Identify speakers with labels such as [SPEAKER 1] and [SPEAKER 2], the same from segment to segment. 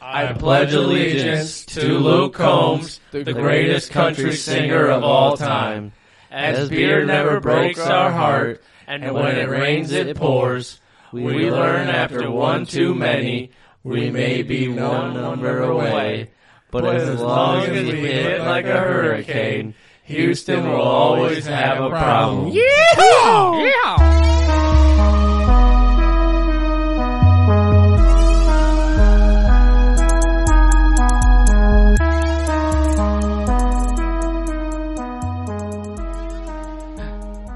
[SPEAKER 1] I pledge allegiance to Luke Combs, the greatest country singer of all time. As beer never breaks our heart, and when it rains it pours, we learn after one too many, we may be one number away. But as long as we hit like a hurricane, Houston will always have a problem.
[SPEAKER 2] Yeah!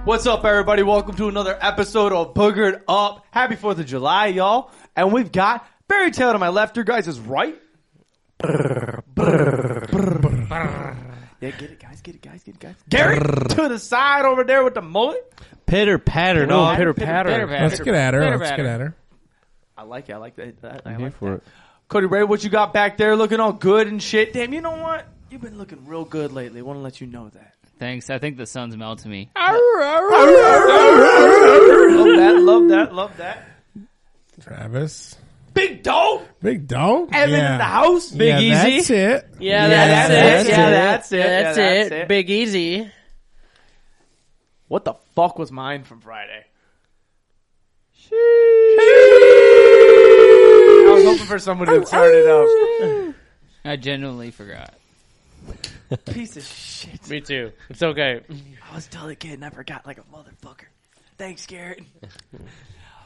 [SPEAKER 3] What's up, everybody? Welcome to another episode of Boogered Up. Happy 4th of July, y'all. And we've got Barry Taylor to my left, your guys' is right. Yeah, get it, guys, get it, guys, get it, guys. Gary to the side over there with the mullet.
[SPEAKER 1] Pitter patter, dog. Pitter patter.
[SPEAKER 2] Let's
[SPEAKER 4] Let's get at her. Let's get at her.
[SPEAKER 3] I like it, I like that. I- I
[SPEAKER 1] here
[SPEAKER 3] like
[SPEAKER 1] for it.
[SPEAKER 3] Cody Ray, what you got back there looking all good and shit? Damn, you know what? You've been looking real good lately. Want to let you know that.
[SPEAKER 5] Thanks. I think the sun's melting me.
[SPEAKER 3] Love that, love that, love that.
[SPEAKER 4] Travis.
[SPEAKER 3] Big dog,
[SPEAKER 4] Big dog.
[SPEAKER 3] Evan in the house.
[SPEAKER 4] Big
[SPEAKER 2] Yeah,
[SPEAKER 4] Easy. That's it.
[SPEAKER 2] Yeah,
[SPEAKER 3] that's
[SPEAKER 4] that's
[SPEAKER 2] that's it.
[SPEAKER 4] it. Yeah,
[SPEAKER 3] that's it. Yeah,
[SPEAKER 2] That's
[SPEAKER 3] that's it.
[SPEAKER 2] it. Big Easy.
[SPEAKER 3] What the fuck was mine from Friday? I was hoping for someone to turn it up.
[SPEAKER 5] I genuinely forgot.
[SPEAKER 3] Piece of shit.
[SPEAKER 2] Me too. It's okay.
[SPEAKER 3] I was delicate and I forgot like a motherfucker. Thanks, Garrett.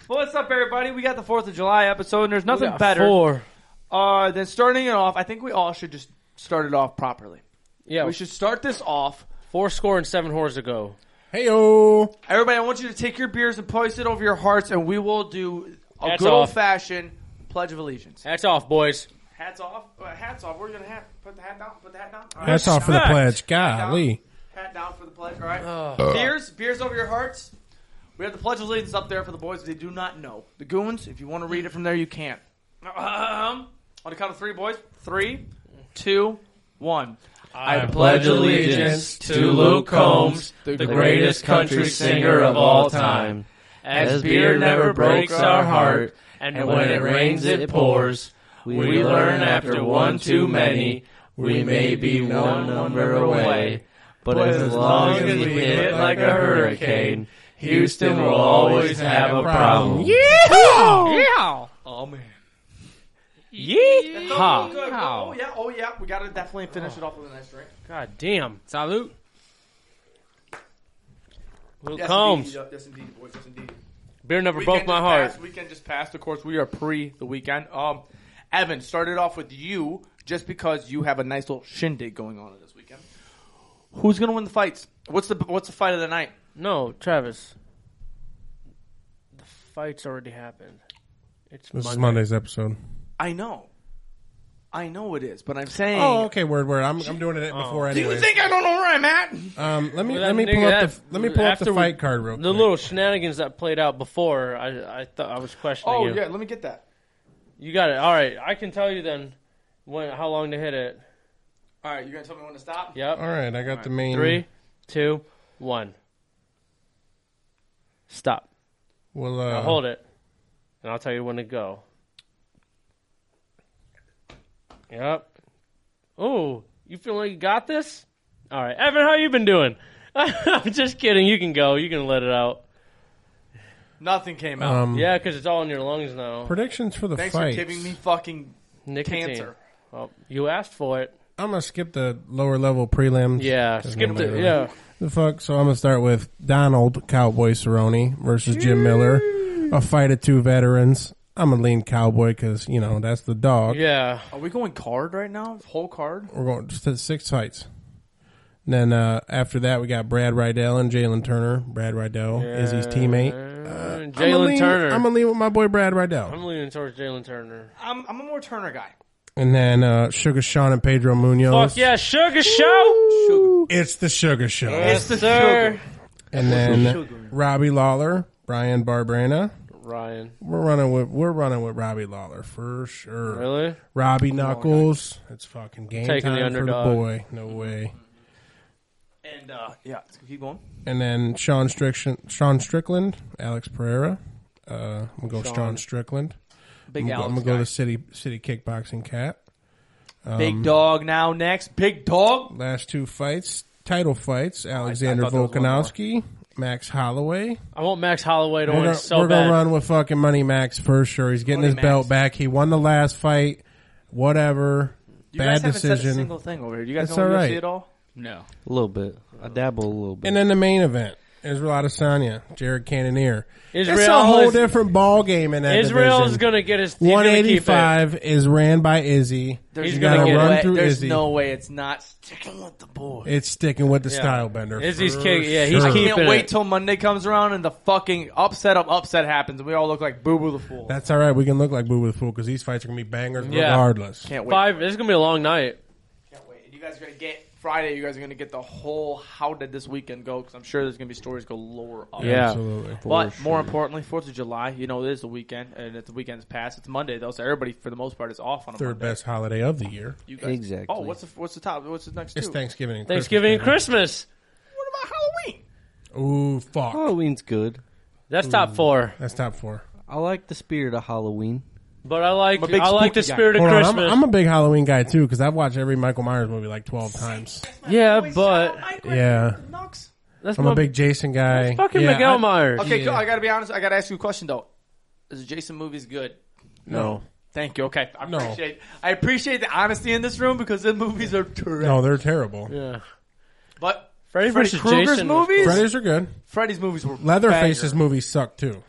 [SPEAKER 3] well, what's up, everybody? We got the 4th of July episode, and there's nothing better Uh, than starting it off. I think we all should just start it off properly.
[SPEAKER 2] Yeah,
[SPEAKER 3] We should start this off.
[SPEAKER 2] four score and seven whores ago.
[SPEAKER 4] Hey, oh.
[SPEAKER 3] Everybody, I want you to take your beers and place it over your hearts, and we will do a
[SPEAKER 2] Hats
[SPEAKER 3] good
[SPEAKER 2] off.
[SPEAKER 3] old fashioned Pledge of Allegiance.
[SPEAKER 2] That's off, boys.
[SPEAKER 3] Hats off. Uh, hats off. We're going to have put the hat down. Put the hat down. All right.
[SPEAKER 4] That's all for the
[SPEAKER 2] Respect.
[SPEAKER 4] pledge. Golly.
[SPEAKER 3] Hat down for the pledge. All right. beers. Beers over your hearts. We have the Pledge of Allegiance up there for the boys. They do not know. The goons, if you want to read it from there, you can. Um, on the count of three, boys. Three, two, one.
[SPEAKER 1] I pledge allegiance to Luke Combs, the greatest country singer of all time. As beer never breaks our heart, and when it rains it pours, we learn after one too many, we may be one number away. But as long as we hit like a hurricane, Houston will always have a problem.
[SPEAKER 2] Yeah.
[SPEAKER 3] Oh man.
[SPEAKER 2] Yeah.
[SPEAKER 3] Oh yeah. Oh yeah. We gotta definitely finish it off with a nice drink.
[SPEAKER 2] God damn. Salute. Luke
[SPEAKER 3] Yes,
[SPEAKER 2] Combs.
[SPEAKER 3] Indeed, yes, indeed, boys. Yes, indeed.
[SPEAKER 2] Beer never
[SPEAKER 3] Weekend
[SPEAKER 2] broke my
[SPEAKER 3] just
[SPEAKER 2] heart.
[SPEAKER 3] Passed, weekend just passed. Of course, we are pre the weekend. Um, Evan started off with you just because you have a nice little shindig going on this weekend. Who's gonna win the fights? What's the what's the fight of the night?
[SPEAKER 2] No, Travis. The fight's already happened. It's
[SPEAKER 4] This is
[SPEAKER 2] Monday.
[SPEAKER 4] Monday's episode.
[SPEAKER 3] I know, I know it is, but I'm saying.
[SPEAKER 4] Oh, okay. Word, word. I'm, I'm doing it before
[SPEAKER 3] Do you
[SPEAKER 4] anyway.
[SPEAKER 3] think I don't know where I'm at?
[SPEAKER 4] Um, let me
[SPEAKER 2] Well,
[SPEAKER 4] let
[SPEAKER 2] that
[SPEAKER 4] me
[SPEAKER 2] nigga,
[SPEAKER 4] pull up the
[SPEAKER 2] that-
[SPEAKER 4] let me pull up
[SPEAKER 2] after
[SPEAKER 4] the
[SPEAKER 2] we-
[SPEAKER 4] fight card real
[SPEAKER 2] The
[SPEAKER 4] quick.
[SPEAKER 2] little shenanigans that played out before, I I thought I was questioning
[SPEAKER 3] Oh
[SPEAKER 2] you.
[SPEAKER 3] yeah, let me get that.
[SPEAKER 2] You got it. All right, I can tell you then when how long to hit it.
[SPEAKER 3] All right, you gonna tell me when to stop?
[SPEAKER 2] Yep.
[SPEAKER 4] All right, I got the main.
[SPEAKER 2] Three, two, one. Stop.
[SPEAKER 4] We'll uh,
[SPEAKER 2] Now hold it, and I'll tell you when to go. Yep. Oh, you feel like you got this? All right, Evan, how you been doing? I'm just kidding. You can go. You can let it out.
[SPEAKER 3] Nothing came out.
[SPEAKER 4] Um,
[SPEAKER 2] Yeah, because it's all in your lungs now.
[SPEAKER 4] Predictions for the
[SPEAKER 3] Thanks
[SPEAKER 4] fight.
[SPEAKER 3] for giving me fucking
[SPEAKER 2] Nicotine.
[SPEAKER 3] cancer.
[SPEAKER 2] Well, you asked for it.
[SPEAKER 4] I'm gonna skip the lower level prelims.
[SPEAKER 2] Yeah.
[SPEAKER 4] Doesn't
[SPEAKER 2] Skip
[SPEAKER 4] matter.
[SPEAKER 2] the yeah.
[SPEAKER 4] The fuck? So I'm gonna start with Donald Cowboy Cerrone versus Jim Miller, a fight of two veterans. I'm gonna lean Cowboy because you know that's the dog.
[SPEAKER 2] Yeah.
[SPEAKER 3] Are we going card right now? Whole card?
[SPEAKER 4] We're going just to six fights. And then uh, after that, we got Brad Rydell and Jalen Turner. Brad Rydell is his teammate.
[SPEAKER 2] Uh,
[SPEAKER 4] I'm gonna lean-
[SPEAKER 2] Jalen Turner.
[SPEAKER 4] I'm
[SPEAKER 2] I'm,
[SPEAKER 4] gonna lean with my boy Brad Rydell.
[SPEAKER 2] leaning towards Jalen Turner.
[SPEAKER 3] I'm, I'm a more Turner guy.
[SPEAKER 4] And then uh, Sugar Sean and Pedro Munoz.
[SPEAKER 2] Fuck yeah, Sugar Show.
[SPEAKER 4] It's the Sugar Show.
[SPEAKER 2] Yes, sir.
[SPEAKER 4] and then Robbie Lawler, Brian Barbrana.
[SPEAKER 2] Ryan,
[SPEAKER 4] We're running with we're running with Robbie Lawler for sure.
[SPEAKER 2] really?
[SPEAKER 4] Robbie Knuckles. It's fucking game
[SPEAKER 2] Taking the
[SPEAKER 4] time for the
[SPEAKER 2] underdog.
[SPEAKER 4] boy. No way.
[SPEAKER 3] And uh, yeah, let's keep going.
[SPEAKER 4] And then Sean Strickland, Sean Strickland, Alex Pereira. Uh, I'm gonna go with Sean Strickland.
[SPEAKER 3] Big
[SPEAKER 4] I'm, go- I'm
[SPEAKER 3] Alex
[SPEAKER 4] gonna go
[SPEAKER 3] guy.
[SPEAKER 4] to um, City City Kickboxing Cat.
[SPEAKER 3] Big Dog now next. Big Dog.
[SPEAKER 4] Last two fights, title fights, Alexander
[SPEAKER 3] I thought there was one more.
[SPEAKER 4] Volkanovski, Max Holloway.
[SPEAKER 2] I want Max Holloway to
[SPEAKER 4] We're
[SPEAKER 2] win
[SPEAKER 4] gonna,
[SPEAKER 2] so
[SPEAKER 4] we're
[SPEAKER 2] bad.
[SPEAKER 4] gonna run with fucking Money Max for sure. He's getting
[SPEAKER 3] Money
[SPEAKER 4] his
[SPEAKER 3] Max.
[SPEAKER 4] belt back. He won the last fight. Whatever.
[SPEAKER 3] You guys
[SPEAKER 4] Bad
[SPEAKER 3] haven't said a
[SPEAKER 4] decision.
[SPEAKER 3] single thing over here. You guys
[SPEAKER 4] That's
[SPEAKER 3] don't
[SPEAKER 4] all
[SPEAKER 3] want to
[SPEAKER 4] right.
[SPEAKER 3] see it all.
[SPEAKER 5] No.
[SPEAKER 1] A little bit. I dabble a little bit.
[SPEAKER 4] And then the main event, Israel Adesanya, Jared Cannonier. it's
[SPEAKER 2] Israel
[SPEAKER 4] a whole
[SPEAKER 2] is-
[SPEAKER 4] different ball game in that
[SPEAKER 2] Israel
[SPEAKER 4] division.
[SPEAKER 2] is going to get his he's gonna keep it.
[SPEAKER 4] 185 is ran by Izzy.
[SPEAKER 3] There's
[SPEAKER 2] He's
[SPEAKER 4] You
[SPEAKER 2] gonna
[SPEAKER 4] gotta
[SPEAKER 2] get
[SPEAKER 4] run
[SPEAKER 3] way,
[SPEAKER 4] through
[SPEAKER 3] There's
[SPEAKER 4] Izzy.
[SPEAKER 3] no way it's not sticking with the boy.
[SPEAKER 4] It's sticking with the style bender.
[SPEAKER 2] Izzy's
[SPEAKER 4] for
[SPEAKER 2] kick- yeah, he's
[SPEAKER 4] sure.
[SPEAKER 2] keep-
[SPEAKER 3] Can't
[SPEAKER 2] it.
[SPEAKER 3] wait till Monday comes around and the fucking upset of upset happens and we all look like boo boo the fool.
[SPEAKER 4] That's all right. We can look like Boo with the Fool because these fights are gonna be bangers
[SPEAKER 2] Yeah.
[SPEAKER 4] regardless.
[SPEAKER 3] Can't wait.
[SPEAKER 2] Five. This is going to be a long night.
[SPEAKER 3] Can't wait. And you guys are gonna get Friday. You guys are gonna get the whole how did this weekend go? Because I'm sure there's gonna be stories galore. Up.
[SPEAKER 2] Yeah.
[SPEAKER 4] Absolutely.
[SPEAKER 3] But more importantly, Fourth of July. You know, it is a weekend, and it's the weekend's past. It's Monday though, so everybody for the most part is off on a
[SPEAKER 4] Third
[SPEAKER 3] Monday.
[SPEAKER 4] best holiday of the year.
[SPEAKER 3] You guys,
[SPEAKER 1] Exactly.
[SPEAKER 3] Oh, what's the what's the top? What's the next?
[SPEAKER 4] It's
[SPEAKER 3] two?
[SPEAKER 4] Thanksgiving. And
[SPEAKER 2] Thanksgiving and Christmas.
[SPEAKER 4] Christmas.
[SPEAKER 3] What about Halloween?
[SPEAKER 4] Ooh, fuck.
[SPEAKER 1] Halloween's good.
[SPEAKER 2] That's
[SPEAKER 4] Hmm.
[SPEAKER 2] top four.
[SPEAKER 4] That's top four.
[SPEAKER 1] I like the spirit of Halloween.
[SPEAKER 2] But I like
[SPEAKER 3] I'm a big
[SPEAKER 2] I like the
[SPEAKER 3] spooky guy.
[SPEAKER 2] spirit
[SPEAKER 4] Hold
[SPEAKER 2] of
[SPEAKER 4] on, I'm,
[SPEAKER 2] Christmas.
[SPEAKER 4] I'm a big Halloween guy too because I've watched every Michael Myers movie like 12 times.
[SPEAKER 2] yeah, but
[SPEAKER 4] Yeah.
[SPEAKER 3] Nux.
[SPEAKER 2] that's
[SPEAKER 4] I'm
[SPEAKER 2] my
[SPEAKER 4] a big Jason guy.
[SPEAKER 2] fucking
[SPEAKER 4] yeah,
[SPEAKER 2] Miguel
[SPEAKER 4] I-
[SPEAKER 2] Myers.
[SPEAKER 3] Okay,
[SPEAKER 4] Yeah.
[SPEAKER 3] cool. I gotta be honest. I gotta ask you a question though. Is the Jason movies good?
[SPEAKER 4] No,
[SPEAKER 3] Thank you. Okay, I
[SPEAKER 4] No.
[SPEAKER 3] appreciate. I appreciate the honesty in this room because the movies are terrific.
[SPEAKER 4] no, they're terrible.
[SPEAKER 2] Yeah.
[SPEAKER 3] But
[SPEAKER 2] Freddy
[SPEAKER 3] Freddy
[SPEAKER 2] versus
[SPEAKER 3] Krueger's
[SPEAKER 2] Jason was
[SPEAKER 3] movies,
[SPEAKER 4] Predators are good.
[SPEAKER 3] Freddy's movies were
[SPEAKER 4] Leatherface's
[SPEAKER 3] banger.
[SPEAKER 4] movies suck too.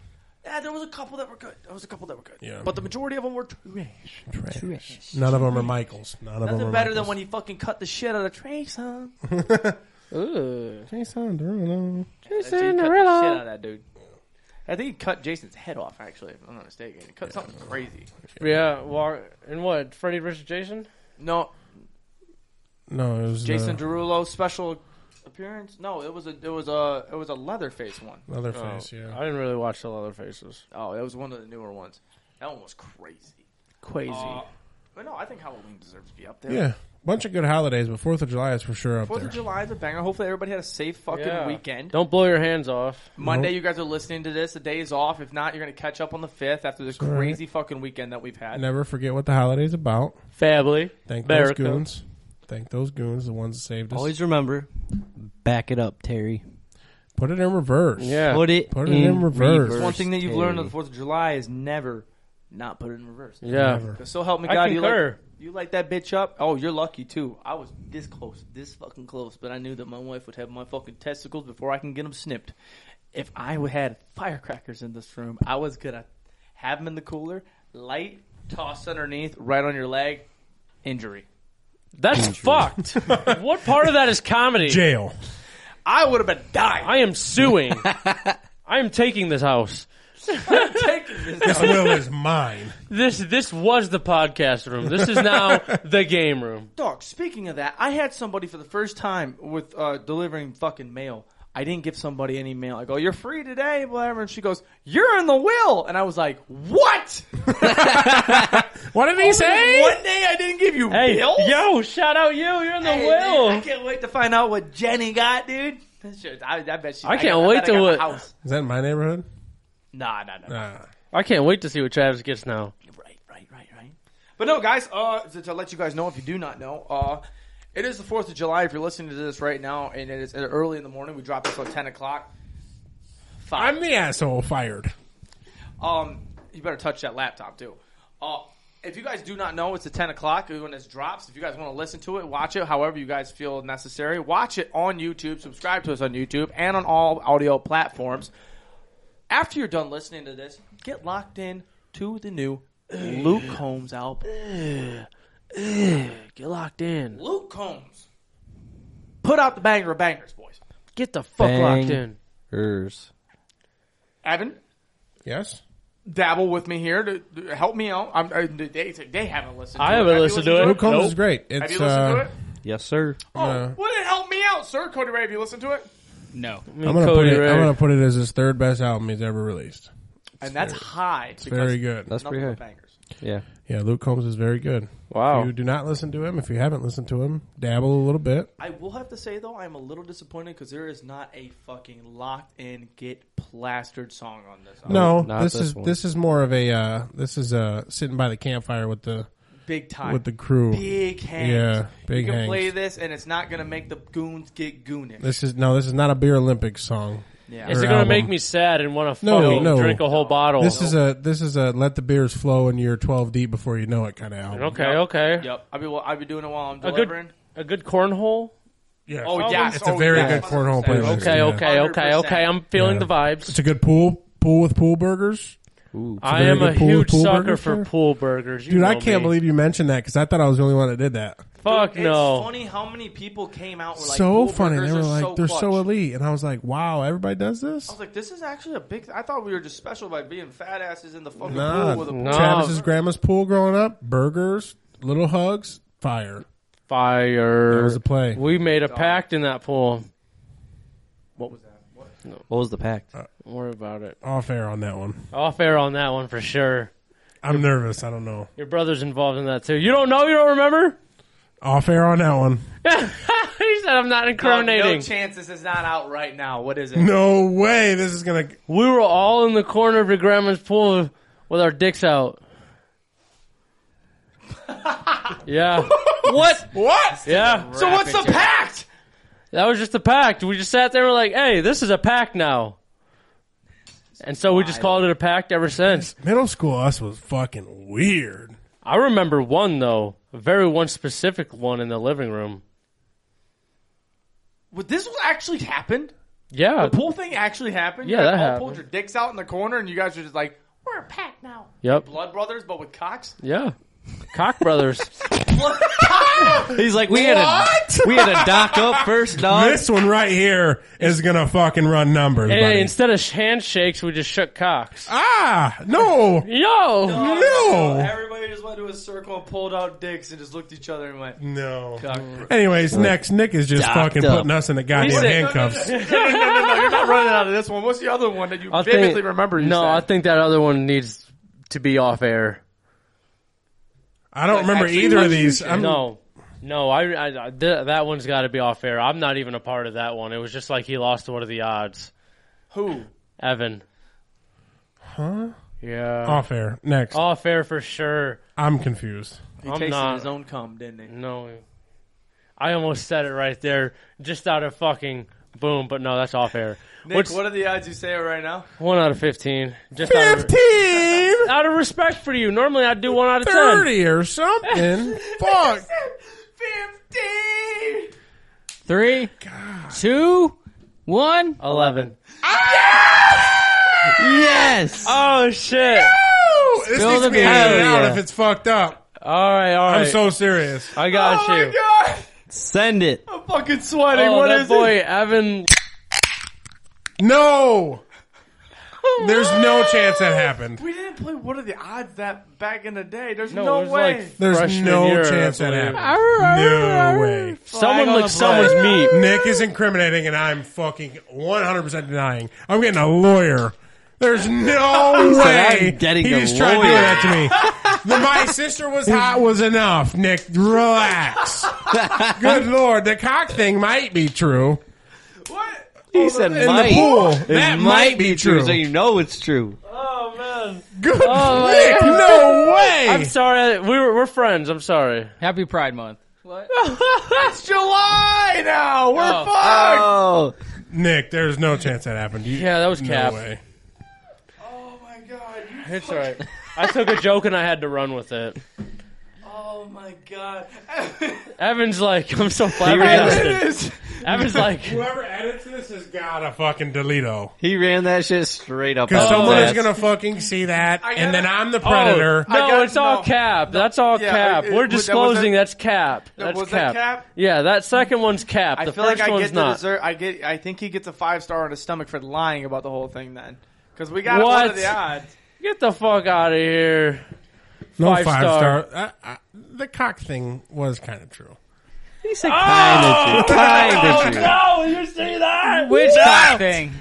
[SPEAKER 3] Yeah, there was a couple that were good. There was a couple that were good.
[SPEAKER 4] Yeah.
[SPEAKER 3] but the majority of them were trash.
[SPEAKER 4] None of them are Michaels. None of them
[SPEAKER 3] Nothing
[SPEAKER 4] are
[SPEAKER 3] better than
[SPEAKER 4] Michaels.
[SPEAKER 3] when you fucking cut the shit out of Trace, huh?
[SPEAKER 4] Jason Derulo.
[SPEAKER 3] Cinderella. Shit out of that dude. I think he cut Jason's head off. Actually, if I'm not mistaken, he cut something crazy.
[SPEAKER 2] Yeah, well, and what? Freddy versus Jason?
[SPEAKER 3] No,
[SPEAKER 4] No, it was
[SPEAKER 3] Jason
[SPEAKER 4] uh,
[SPEAKER 3] Derulo special appearance. No, it was a it was a it was a Leatherface one.
[SPEAKER 4] Leatherface. Yeah,
[SPEAKER 2] Oh, I didn't really watch the other faces.
[SPEAKER 3] Oh, that was one of the newer ones. That one was crazy.
[SPEAKER 2] Crazy.
[SPEAKER 3] But no, I think Halloween deserves to be up there.
[SPEAKER 4] yeah. Bunch of good holidays, but Fourth of July is for sure up
[SPEAKER 3] Fourth
[SPEAKER 4] there.
[SPEAKER 3] of July is a banger. Hopefully, everybody had a safe fucking
[SPEAKER 2] Yeah.
[SPEAKER 3] weekend.
[SPEAKER 2] Don't blow your hands off.
[SPEAKER 3] Monday, you guys are listening to this. The day is off. If not, you're gonna catch up on the fifth after this
[SPEAKER 4] all right.
[SPEAKER 3] crazy fucking weekend that we've had.
[SPEAKER 4] Never forget what the holiday's about.
[SPEAKER 2] Family.
[SPEAKER 4] Thank
[SPEAKER 2] America.
[SPEAKER 4] those goons. Thank those goons, the ones that saved us.
[SPEAKER 1] Always remember, back it up, Terry.
[SPEAKER 4] Put it in reverse.
[SPEAKER 2] Yeah.
[SPEAKER 1] Put it
[SPEAKER 4] Put it
[SPEAKER 1] in,
[SPEAKER 4] in reverse.
[SPEAKER 1] reverse,
[SPEAKER 3] One thing that you've learned on
[SPEAKER 1] Terry.
[SPEAKER 3] the Fourth of July is never not put it in reverse.
[SPEAKER 2] Yeah.
[SPEAKER 4] Never.
[SPEAKER 3] So help me
[SPEAKER 2] I
[SPEAKER 3] God, you like,
[SPEAKER 2] concur.
[SPEAKER 3] you like that bitch up? Oh, you're lucky too. I was this close, this fucking close, but I knew that my wife would have my fucking testicles before I can get them snipped. If I had firecrackers in this room, I was gonna have them in the cooler, light, toss underneath, right on your leg, injury.
[SPEAKER 2] That's fucked. what part of that is comedy?
[SPEAKER 4] Jail.
[SPEAKER 3] I would have been dying.
[SPEAKER 2] I am suing. I am taking this house.
[SPEAKER 3] I'm taking this.
[SPEAKER 4] This will is mine.
[SPEAKER 2] This this was the podcast room. This is now the game room.
[SPEAKER 3] Dog, speaking of that, I had somebody for the first time with uh, delivering fucking mail. I didn't give somebody any mail. I go, you're free today, whatever. And she goes, you're in the will. And I was like, what?
[SPEAKER 4] What did he say?
[SPEAKER 3] One day I didn't give you
[SPEAKER 2] Hey,
[SPEAKER 3] bills?
[SPEAKER 2] yo, shout out you. You're in the
[SPEAKER 3] Hey,
[SPEAKER 2] will.
[SPEAKER 3] I can't wait to find out what Jenny got, dude. That shit- I, I bet she.
[SPEAKER 2] I can't
[SPEAKER 3] got- I
[SPEAKER 2] wait
[SPEAKER 3] bet I
[SPEAKER 2] to
[SPEAKER 3] got my
[SPEAKER 2] what-
[SPEAKER 3] House.
[SPEAKER 4] Is that in my neighborhood?
[SPEAKER 3] Nah, nah, nah, nah.
[SPEAKER 4] Nah.
[SPEAKER 2] I can't wait to see what Travis gets now.
[SPEAKER 3] Right, right, right, right. But no, guys, uh, to, to let you guys know if you do not know, uh, it is the 4th of July if you're listening to this right now, and it is early in the morning. We drop this at 10 o'clock. Fine.
[SPEAKER 4] I'm the asshole fired.
[SPEAKER 3] Um, you better touch that laptop too. Uh, if you guys do not know, it's at ten o'clock when this drops. If you guys want to listen to it, watch it however you guys feel necessary. Watch it on YouTube. Subscribe to us on YouTube and on all audio platforms. After you're done listening to this, get locked in to the new Luke Combs album.
[SPEAKER 2] Get locked in.
[SPEAKER 3] Luke Combs put out the banger of bangers, boys.
[SPEAKER 2] Get the fuck
[SPEAKER 1] Bang.
[SPEAKER 2] locked in.
[SPEAKER 1] Hers.
[SPEAKER 3] Evan,
[SPEAKER 4] Yes?
[SPEAKER 3] dabble with me here to, to help me out. I'm, I, they, they haven't listened. To
[SPEAKER 2] I
[SPEAKER 3] it.
[SPEAKER 2] haven't
[SPEAKER 3] Have you
[SPEAKER 2] listened to it.
[SPEAKER 4] Luke Combs
[SPEAKER 2] Nope.
[SPEAKER 4] is great. It's,
[SPEAKER 3] Have you listened
[SPEAKER 4] uh,
[SPEAKER 3] to it?
[SPEAKER 1] Yes, sir.
[SPEAKER 3] Oh,
[SPEAKER 4] Uh,
[SPEAKER 3] would it help me out, sir? Cody Ray, have you listened to it?
[SPEAKER 5] No.
[SPEAKER 4] I'm gonna
[SPEAKER 2] Cody
[SPEAKER 4] put it.
[SPEAKER 2] Ray.
[SPEAKER 4] I'm gonna put it as his third best album he's ever released.
[SPEAKER 3] and that's high. It's
[SPEAKER 4] Very good.
[SPEAKER 1] That's pretty good.
[SPEAKER 3] Bangers.
[SPEAKER 1] Yeah.
[SPEAKER 4] Yeah, Luke Combs is very good.
[SPEAKER 2] Wow.
[SPEAKER 3] Oh.
[SPEAKER 4] If you do not listen to him, if you haven't listened to him, dabble a little bit.
[SPEAKER 3] I will have to say though, I'm a little disappointed because there is not a fucking locked in, get plastered song on Oh, this. album.
[SPEAKER 4] No,
[SPEAKER 1] not
[SPEAKER 4] this
[SPEAKER 1] this
[SPEAKER 4] is
[SPEAKER 1] one.
[SPEAKER 4] this is more of a uh, this is uh, sitting by the campfire with the
[SPEAKER 3] big time.
[SPEAKER 4] with the crew.
[SPEAKER 3] big hands.
[SPEAKER 4] Yeah,
[SPEAKER 3] You
[SPEAKER 4] big
[SPEAKER 3] can
[SPEAKER 4] hangs.
[SPEAKER 3] play this, and it's not gonna make the goons get goonish.
[SPEAKER 4] This is no, this is not a beer Olympics song.
[SPEAKER 3] yeah.
[SPEAKER 2] Is it
[SPEAKER 4] Her
[SPEAKER 2] going to
[SPEAKER 4] album.
[SPEAKER 2] make me sad and want to
[SPEAKER 4] No,
[SPEAKER 2] fucking
[SPEAKER 4] no.
[SPEAKER 2] drink a whole bottle?
[SPEAKER 4] This is a this is a let the beers flow and you're 12 deep before you know it kind of album.
[SPEAKER 2] okay,
[SPEAKER 3] Yep.
[SPEAKER 2] okay.
[SPEAKER 3] Yep, I'll be I'll be doing it while I'm
[SPEAKER 2] good-
[SPEAKER 3] delivering.
[SPEAKER 2] A good cornhole.
[SPEAKER 4] Yeah.
[SPEAKER 3] Oh, yeah.
[SPEAKER 4] it's a very
[SPEAKER 3] Oh, yeah.
[SPEAKER 4] good cornhole playlist.
[SPEAKER 2] Okay,
[SPEAKER 4] yeah.
[SPEAKER 2] okay, okay,
[SPEAKER 3] 100%.
[SPEAKER 2] okay. I'm feeling
[SPEAKER 4] Yeah.
[SPEAKER 2] the vibes.
[SPEAKER 4] It's a good pool pool with pool burgers.
[SPEAKER 2] I
[SPEAKER 4] very
[SPEAKER 2] am a
[SPEAKER 4] good pool-
[SPEAKER 2] huge
[SPEAKER 4] pool
[SPEAKER 2] sucker
[SPEAKER 4] burgers
[SPEAKER 2] for
[SPEAKER 4] there?
[SPEAKER 2] pool burgers. You
[SPEAKER 4] Dude, I
[SPEAKER 2] know
[SPEAKER 4] can't
[SPEAKER 2] me.
[SPEAKER 4] believe you mentioned that because I thought I was the only one that did that.
[SPEAKER 2] Fuck
[SPEAKER 3] Dude,
[SPEAKER 2] no.
[SPEAKER 3] It's funny how many people came out. and Were Oh, like,
[SPEAKER 4] so
[SPEAKER 3] "Pool
[SPEAKER 4] funny.
[SPEAKER 3] burgers
[SPEAKER 4] They were
[SPEAKER 3] are
[SPEAKER 4] like,
[SPEAKER 3] so
[SPEAKER 4] they're
[SPEAKER 3] clutch."
[SPEAKER 4] so elite, and I was like, wow, everybody does this.
[SPEAKER 3] I was like, this is actually a big. I thought we were just special by being fat asses in the fucking
[SPEAKER 4] Nah,
[SPEAKER 3] pool with a
[SPEAKER 2] No.
[SPEAKER 4] Travis's grandma's pool growing up, burgers, little hugs, fire. That
[SPEAKER 2] Fire.
[SPEAKER 4] was a play.
[SPEAKER 2] We made a pact in that pool.
[SPEAKER 3] What was that? What?
[SPEAKER 1] What was the pact?
[SPEAKER 2] Don't worry about it.
[SPEAKER 4] Off air on that one.
[SPEAKER 2] Off air on that one for sure.
[SPEAKER 4] I'm nervous. I don't know.
[SPEAKER 2] Your brother's involved in that too. You don't know? You don't remember?
[SPEAKER 4] Off air on that one.
[SPEAKER 2] he said, "I'm not
[SPEAKER 3] No,
[SPEAKER 2] incriminating."
[SPEAKER 3] no chance. This is not out right now. What is it?
[SPEAKER 4] No way. This is gonna.
[SPEAKER 2] we were all in the corner of your grandma's pool with our dicks out. yeah,
[SPEAKER 3] What? What?
[SPEAKER 2] yeah.
[SPEAKER 3] So what's the pact?
[SPEAKER 2] That was just a pact. We just sat there and were like, "Hey, this is a pact now." And so we just called it a pact ever since.
[SPEAKER 4] Middle school us was fucking weird.
[SPEAKER 2] I remember one though, a very one specific one in the living room.
[SPEAKER 3] Would this was actually happened?
[SPEAKER 2] Yeah.
[SPEAKER 3] Pool thing actually happened?
[SPEAKER 2] Yeah,
[SPEAKER 3] you guys
[SPEAKER 2] that
[SPEAKER 3] all
[SPEAKER 2] happened.
[SPEAKER 3] pulled your dicks out in the corner, and you guys were just like, "We're a pact now."
[SPEAKER 2] Yep.
[SPEAKER 3] Blood brothers, but with cocks.
[SPEAKER 2] Yeah. Cock Brothers.
[SPEAKER 3] Blood-
[SPEAKER 1] He's like, we had a we had a dock up first, dog.
[SPEAKER 4] This one right here is gonna fucking run numbers,
[SPEAKER 2] and
[SPEAKER 4] buddy.
[SPEAKER 2] instead of handshakes, we just shook cocks.
[SPEAKER 4] ah, no,
[SPEAKER 2] Yo.
[SPEAKER 4] No.
[SPEAKER 3] Everybody just went to a circle and pulled out dicks and just looked at each other and went,
[SPEAKER 4] no.
[SPEAKER 3] "Cock."
[SPEAKER 4] Anyways, next Nick is just
[SPEAKER 1] Docked
[SPEAKER 4] fucking
[SPEAKER 1] up.
[SPEAKER 4] putting us in the goddamn
[SPEAKER 2] said-
[SPEAKER 4] handcuffs.
[SPEAKER 3] no, no, no, no, you're not running out of this one. What's the other one that you
[SPEAKER 2] I
[SPEAKER 3] vividly
[SPEAKER 2] think-
[SPEAKER 3] remember? You
[SPEAKER 2] No,
[SPEAKER 3] said?
[SPEAKER 2] I think that other one needs to be off air.
[SPEAKER 4] I don't remember
[SPEAKER 3] Actually,
[SPEAKER 4] either of
[SPEAKER 3] let's
[SPEAKER 4] these. I'm,
[SPEAKER 2] No. No, I, I, I- th- that one's got to be off air. I'm not even a part of that one. It was just like he lost one of the odds.
[SPEAKER 3] who?
[SPEAKER 2] Evan.
[SPEAKER 4] Huh?
[SPEAKER 2] Yeah.
[SPEAKER 4] Off air. Next.
[SPEAKER 2] Off air for sure.
[SPEAKER 4] I'm confused.
[SPEAKER 3] He
[SPEAKER 2] I'm
[SPEAKER 3] tasted
[SPEAKER 2] not-
[SPEAKER 3] his own cum, didn't he?
[SPEAKER 2] No. I almost said it right there, just out of fucking boom, but no, that's off air.
[SPEAKER 3] Nick,
[SPEAKER 2] What's
[SPEAKER 3] what are the odds you say it right now?
[SPEAKER 2] one out of 15? Just out of,
[SPEAKER 4] Fifteen,
[SPEAKER 2] out of respect for you. Normally I'd do one out of 10.
[SPEAKER 4] thirty, or something. Fuck.
[SPEAKER 3] Fifteen.
[SPEAKER 5] Three, two, one.
[SPEAKER 2] 11.
[SPEAKER 5] Yes.
[SPEAKER 2] Oh, shit.
[SPEAKER 4] Ooh, This needs to
[SPEAKER 5] the
[SPEAKER 4] be edited
[SPEAKER 5] beer.
[SPEAKER 4] out
[SPEAKER 5] Yeah.
[SPEAKER 4] if it's fucked up.
[SPEAKER 2] All right, all
[SPEAKER 4] I'm
[SPEAKER 2] right.
[SPEAKER 4] so serious.
[SPEAKER 2] I got
[SPEAKER 3] oh
[SPEAKER 2] you.
[SPEAKER 3] my god!
[SPEAKER 1] Send it.
[SPEAKER 3] I'm fucking sweating.
[SPEAKER 2] Oh,
[SPEAKER 3] What
[SPEAKER 2] that
[SPEAKER 3] is
[SPEAKER 2] boy,
[SPEAKER 3] it?
[SPEAKER 2] Evan.
[SPEAKER 4] No. There's no chance that happened.
[SPEAKER 3] We didn't play. What are the odds that back in the day? There's
[SPEAKER 2] No,
[SPEAKER 3] no,
[SPEAKER 2] it was
[SPEAKER 3] way.
[SPEAKER 2] like-
[SPEAKER 4] There's
[SPEAKER 2] Freshman
[SPEAKER 4] no
[SPEAKER 2] year,
[SPEAKER 4] chance
[SPEAKER 2] I
[SPEAKER 4] that
[SPEAKER 2] believe.
[SPEAKER 4] happened. No way.
[SPEAKER 2] Someone
[SPEAKER 1] on
[SPEAKER 2] licked
[SPEAKER 1] the
[SPEAKER 2] someone's meat.
[SPEAKER 4] Nick is incriminating, and I'm fucking 100% denying. I'm getting a lawyer. There's no
[SPEAKER 1] said,
[SPEAKER 4] way
[SPEAKER 1] "I'm getting
[SPEAKER 4] he
[SPEAKER 1] a
[SPEAKER 4] just tried to do
[SPEAKER 1] lawyer."
[SPEAKER 4] that to me. The, my sister was hot was enough. Nick, relax. Good lord, the cock thing might be true.
[SPEAKER 3] What?
[SPEAKER 1] He said,
[SPEAKER 4] In the pool, that might be true.
[SPEAKER 1] So you know it's true.
[SPEAKER 3] Oh man!
[SPEAKER 4] Good
[SPEAKER 2] my
[SPEAKER 4] Nick, no way.
[SPEAKER 2] I'm sorry. We were, we're friends. I'm sorry.
[SPEAKER 5] Happy Pride Month.
[SPEAKER 3] It's July now. We're
[SPEAKER 2] Oh.
[SPEAKER 3] fucked.
[SPEAKER 1] Oh,
[SPEAKER 4] Nick, there's no chance that happened. You-
[SPEAKER 2] Yeah, that was
[SPEAKER 4] no
[SPEAKER 2] cap.
[SPEAKER 4] way.
[SPEAKER 3] oh my god! You
[SPEAKER 2] It's all right. I took a joke and I had to run with it.
[SPEAKER 3] Oh my god!
[SPEAKER 2] Evan's like, I'm so
[SPEAKER 3] it
[SPEAKER 2] flabbergasted.
[SPEAKER 3] is.
[SPEAKER 2] Evan's like,
[SPEAKER 4] Whoever edits this has got a fucking Delito.
[SPEAKER 1] he ran that shit straight up.
[SPEAKER 4] Because
[SPEAKER 1] out
[SPEAKER 4] someone
[SPEAKER 1] his
[SPEAKER 4] is
[SPEAKER 1] ass.
[SPEAKER 4] going to fucking see that,
[SPEAKER 3] I gotta-
[SPEAKER 4] and then I'm the predator.
[SPEAKER 2] Oh, no,
[SPEAKER 3] I got-
[SPEAKER 2] it's all
[SPEAKER 3] no.
[SPEAKER 2] cap. that's all
[SPEAKER 3] yeah,
[SPEAKER 2] cap.
[SPEAKER 3] it- it-
[SPEAKER 2] We're
[SPEAKER 3] was- that was
[SPEAKER 2] disclosing
[SPEAKER 3] a-
[SPEAKER 2] that's cap.
[SPEAKER 3] No,
[SPEAKER 2] That's
[SPEAKER 3] was that
[SPEAKER 2] cap.
[SPEAKER 3] cap?
[SPEAKER 2] Yeah, that second one's cap.
[SPEAKER 3] I
[SPEAKER 2] the
[SPEAKER 3] feel
[SPEAKER 2] first
[SPEAKER 3] like I
[SPEAKER 2] one's
[SPEAKER 3] get the
[SPEAKER 2] not.
[SPEAKER 3] dessert. I get. I think he gets a five star on his stomach for lying about the whole thing. Then, because we got one
[SPEAKER 2] What?
[SPEAKER 3] of the odds.
[SPEAKER 2] Get the fuck out of here.
[SPEAKER 4] no
[SPEAKER 2] five star.
[SPEAKER 4] Uh, uh, the cock thing was kind of true.
[SPEAKER 1] He said kind of true.
[SPEAKER 3] Oh,
[SPEAKER 1] Kind of true.
[SPEAKER 2] No, you see that?
[SPEAKER 5] Which cock thing?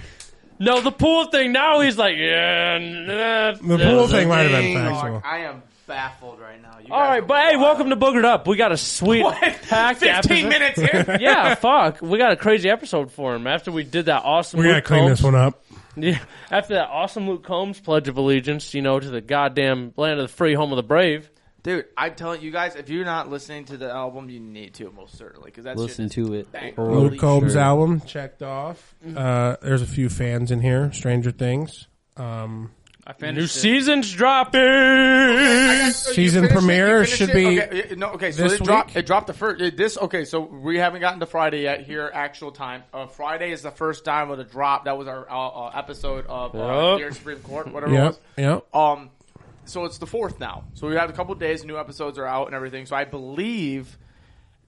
[SPEAKER 2] No, the pool thing. Now he's like, yeah. nah,
[SPEAKER 4] The
[SPEAKER 2] that
[SPEAKER 4] pool
[SPEAKER 2] was a-
[SPEAKER 4] thing might have been
[SPEAKER 3] Dang,
[SPEAKER 4] factual.
[SPEAKER 3] dog, I am baffled right now. You
[SPEAKER 2] All
[SPEAKER 3] guys
[SPEAKER 2] right,
[SPEAKER 3] are
[SPEAKER 2] but hey,
[SPEAKER 3] wild.
[SPEAKER 2] welcome to Boogered Up. We got a sweet packed episode.
[SPEAKER 3] Fifteen minutes here.
[SPEAKER 2] Yeah, fuck. We got a crazy episode for him after we did that awesome.
[SPEAKER 4] We
[SPEAKER 2] Luke
[SPEAKER 4] got to clean
[SPEAKER 2] Combs.
[SPEAKER 4] this one up.
[SPEAKER 2] Yeah, after that awesome Luke Combs pledge of allegiance, you know, to the goddamn land of the free, home of the brave.
[SPEAKER 3] Dude, I'm telling you guys, if you're not listening to the album, you need to most certainly because that's
[SPEAKER 1] Listen to it.
[SPEAKER 3] Bang.
[SPEAKER 1] Holy
[SPEAKER 4] Luke Combs
[SPEAKER 1] shit.
[SPEAKER 4] album checked off. Uh, there's a few fans in here. Stranger Things. Um,
[SPEAKER 5] I
[SPEAKER 2] New
[SPEAKER 5] finished it.
[SPEAKER 2] season's dropping.
[SPEAKER 4] Season premiere should be
[SPEAKER 3] okay, yeah, no okay. So
[SPEAKER 4] this
[SPEAKER 3] it dropped.
[SPEAKER 4] week?
[SPEAKER 3] It dropped the first. It, this okay. So we haven't gotten to Friday yet. Here, actual time. Uh, Friday is the first time of the drop. That was our uh, uh, episode of uh,
[SPEAKER 2] Yep.
[SPEAKER 3] Dear Supreme Court, whatever it
[SPEAKER 4] yep,
[SPEAKER 3] was.
[SPEAKER 4] yep.
[SPEAKER 3] Um, so it's the fourth now. So we have a couple days. New episodes are out and everything. So I believe,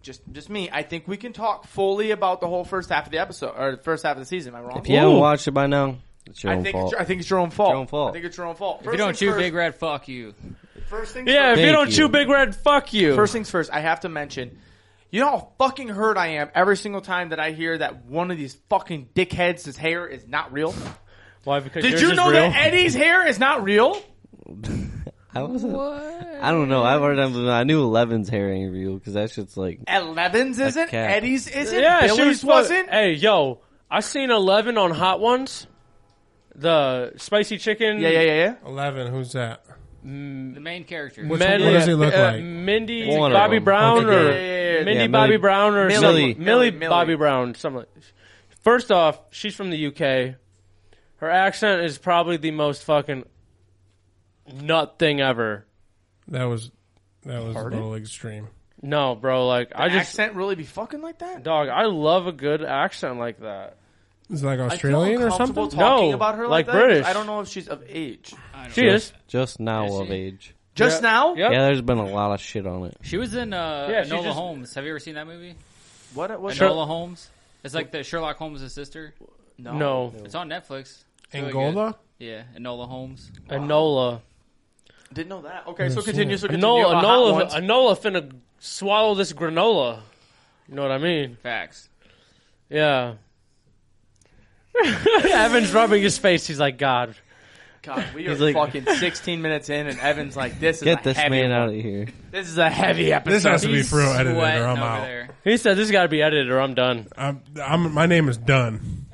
[SPEAKER 3] just just me, I think we can talk fully about the whole first half of the episode or the first half of the season. Am I wrong?
[SPEAKER 1] If you haven't watched it by now, it's your
[SPEAKER 3] I
[SPEAKER 1] own
[SPEAKER 3] think
[SPEAKER 1] fault.
[SPEAKER 3] It's, I think it's your own fault.
[SPEAKER 1] Your own fault.
[SPEAKER 3] I think it's your own fault.
[SPEAKER 5] If you don't chew big red, fuck you.
[SPEAKER 3] first things
[SPEAKER 2] Yeah, if
[SPEAKER 3] first.
[SPEAKER 2] you
[SPEAKER 1] Thank
[SPEAKER 2] don't
[SPEAKER 1] you.
[SPEAKER 2] chew big red, fuck you.
[SPEAKER 3] First things first, I have to mention, you know how fucking hurt I am every single time that I hear that one of these fucking dickheads' his hair is not real.
[SPEAKER 2] Why? Because
[SPEAKER 3] Did
[SPEAKER 2] yours
[SPEAKER 3] you
[SPEAKER 2] is
[SPEAKER 3] know
[SPEAKER 2] real?
[SPEAKER 3] that Eddie's hair is not real?
[SPEAKER 1] I wasn't. I don't know. I learned. I knew Eleven's hair ain't real because that shit's like.
[SPEAKER 3] Eleven's isn't.
[SPEAKER 1] cat.
[SPEAKER 3] Eddie's isn't.
[SPEAKER 2] Yeah, she
[SPEAKER 3] Billy's
[SPEAKER 2] was fuck-
[SPEAKER 3] was not
[SPEAKER 2] Hey, yo, I seen Eleven on Hot Ones, the spicy chicken.
[SPEAKER 3] yeah, yeah, yeah, yeah.
[SPEAKER 4] Eleven. Who's that?
[SPEAKER 5] The main character.
[SPEAKER 4] Which-
[SPEAKER 2] Men-
[SPEAKER 4] what does he look
[SPEAKER 2] uh,
[SPEAKER 4] like?
[SPEAKER 2] Mindy
[SPEAKER 1] One of
[SPEAKER 2] Bobby
[SPEAKER 1] them.
[SPEAKER 2] Brown
[SPEAKER 4] Okay,
[SPEAKER 2] or
[SPEAKER 3] yeah, yeah, yeah.
[SPEAKER 2] Mindy
[SPEAKER 1] Yeah,
[SPEAKER 2] Bobby
[SPEAKER 1] Millie-
[SPEAKER 2] Brown or
[SPEAKER 1] Millie.
[SPEAKER 2] something. Millie,
[SPEAKER 3] Millie.
[SPEAKER 2] Bobby Brown. Something. like- First off, she's from the UK. Her accent is probably the most fucking nut thing ever.
[SPEAKER 4] That was that was a little extreme.
[SPEAKER 2] No, bro, like I just
[SPEAKER 3] Accent really be fucking like that?
[SPEAKER 2] dog. I love a good accent like that.
[SPEAKER 4] It's like
[SPEAKER 3] I feel
[SPEAKER 4] Australian or
[SPEAKER 3] uncomfortable
[SPEAKER 4] something.
[SPEAKER 3] Talking
[SPEAKER 2] No,
[SPEAKER 3] about her like,
[SPEAKER 2] like
[SPEAKER 3] that, 'cause
[SPEAKER 2] British.
[SPEAKER 3] I don't know if she's of age.
[SPEAKER 2] She is.
[SPEAKER 1] just, just now
[SPEAKER 5] Is
[SPEAKER 1] of
[SPEAKER 5] she?
[SPEAKER 1] age.
[SPEAKER 3] Just
[SPEAKER 2] Yeah.
[SPEAKER 3] now,
[SPEAKER 2] Yep.
[SPEAKER 1] Yeah, there's been a lot of shit on it.
[SPEAKER 5] She was in uh,
[SPEAKER 2] Yeah, she
[SPEAKER 5] Enola
[SPEAKER 2] just-
[SPEAKER 5] Holmes. Have you ever seen that movie?
[SPEAKER 3] what? What?
[SPEAKER 5] Enola Holmes. It's like the Sherlock Holmes' sister.
[SPEAKER 2] No,
[SPEAKER 5] It's on Netflix. It's really good.
[SPEAKER 4] Angola.
[SPEAKER 5] Yeah, Enola Holmes.
[SPEAKER 2] Enola.
[SPEAKER 3] Didn't know that. Okay, so continue. So continue.
[SPEAKER 2] Anola,
[SPEAKER 3] Uh, hot
[SPEAKER 2] Anola,
[SPEAKER 3] ones.
[SPEAKER 2] Anola finna swallow this granola. You know what I mean?
[SPEAKER 5] Facts.
[SPEAKER 2] Yeah. Evan's rubbing his face. He's like, God.
[SPEAKER 3] God, we are
[SPEAKER 1] He's like-
[SPEAKER 3] fucking 16 minutes in, and Evan's like, "This is
[SPEAKER 1] Get
[SPEAKER 3] a
[SPEAKER 1] this
[SPEAKER 3] heavy
[SPEAKER 1] man
[SPEAKER 3] one.
[SPEAKER 1] out of here.
[SPEAKER 3] This is a heavy episode.
[SPEAKER 4] This has to be
[SPEAKER 5] He's
[SPEAKER 4] through edited or
[SPEAKER 5] sweating
[SPEAKER 4] I'm
[SPEAKER 5] over
[SPEAKER 4] out.
[SPEAKER 5] there.
[SPEAKER 2] He said, This got to be edited or I'm done.
[SPEAKER 4] I'm, I'm, my name is Dunn.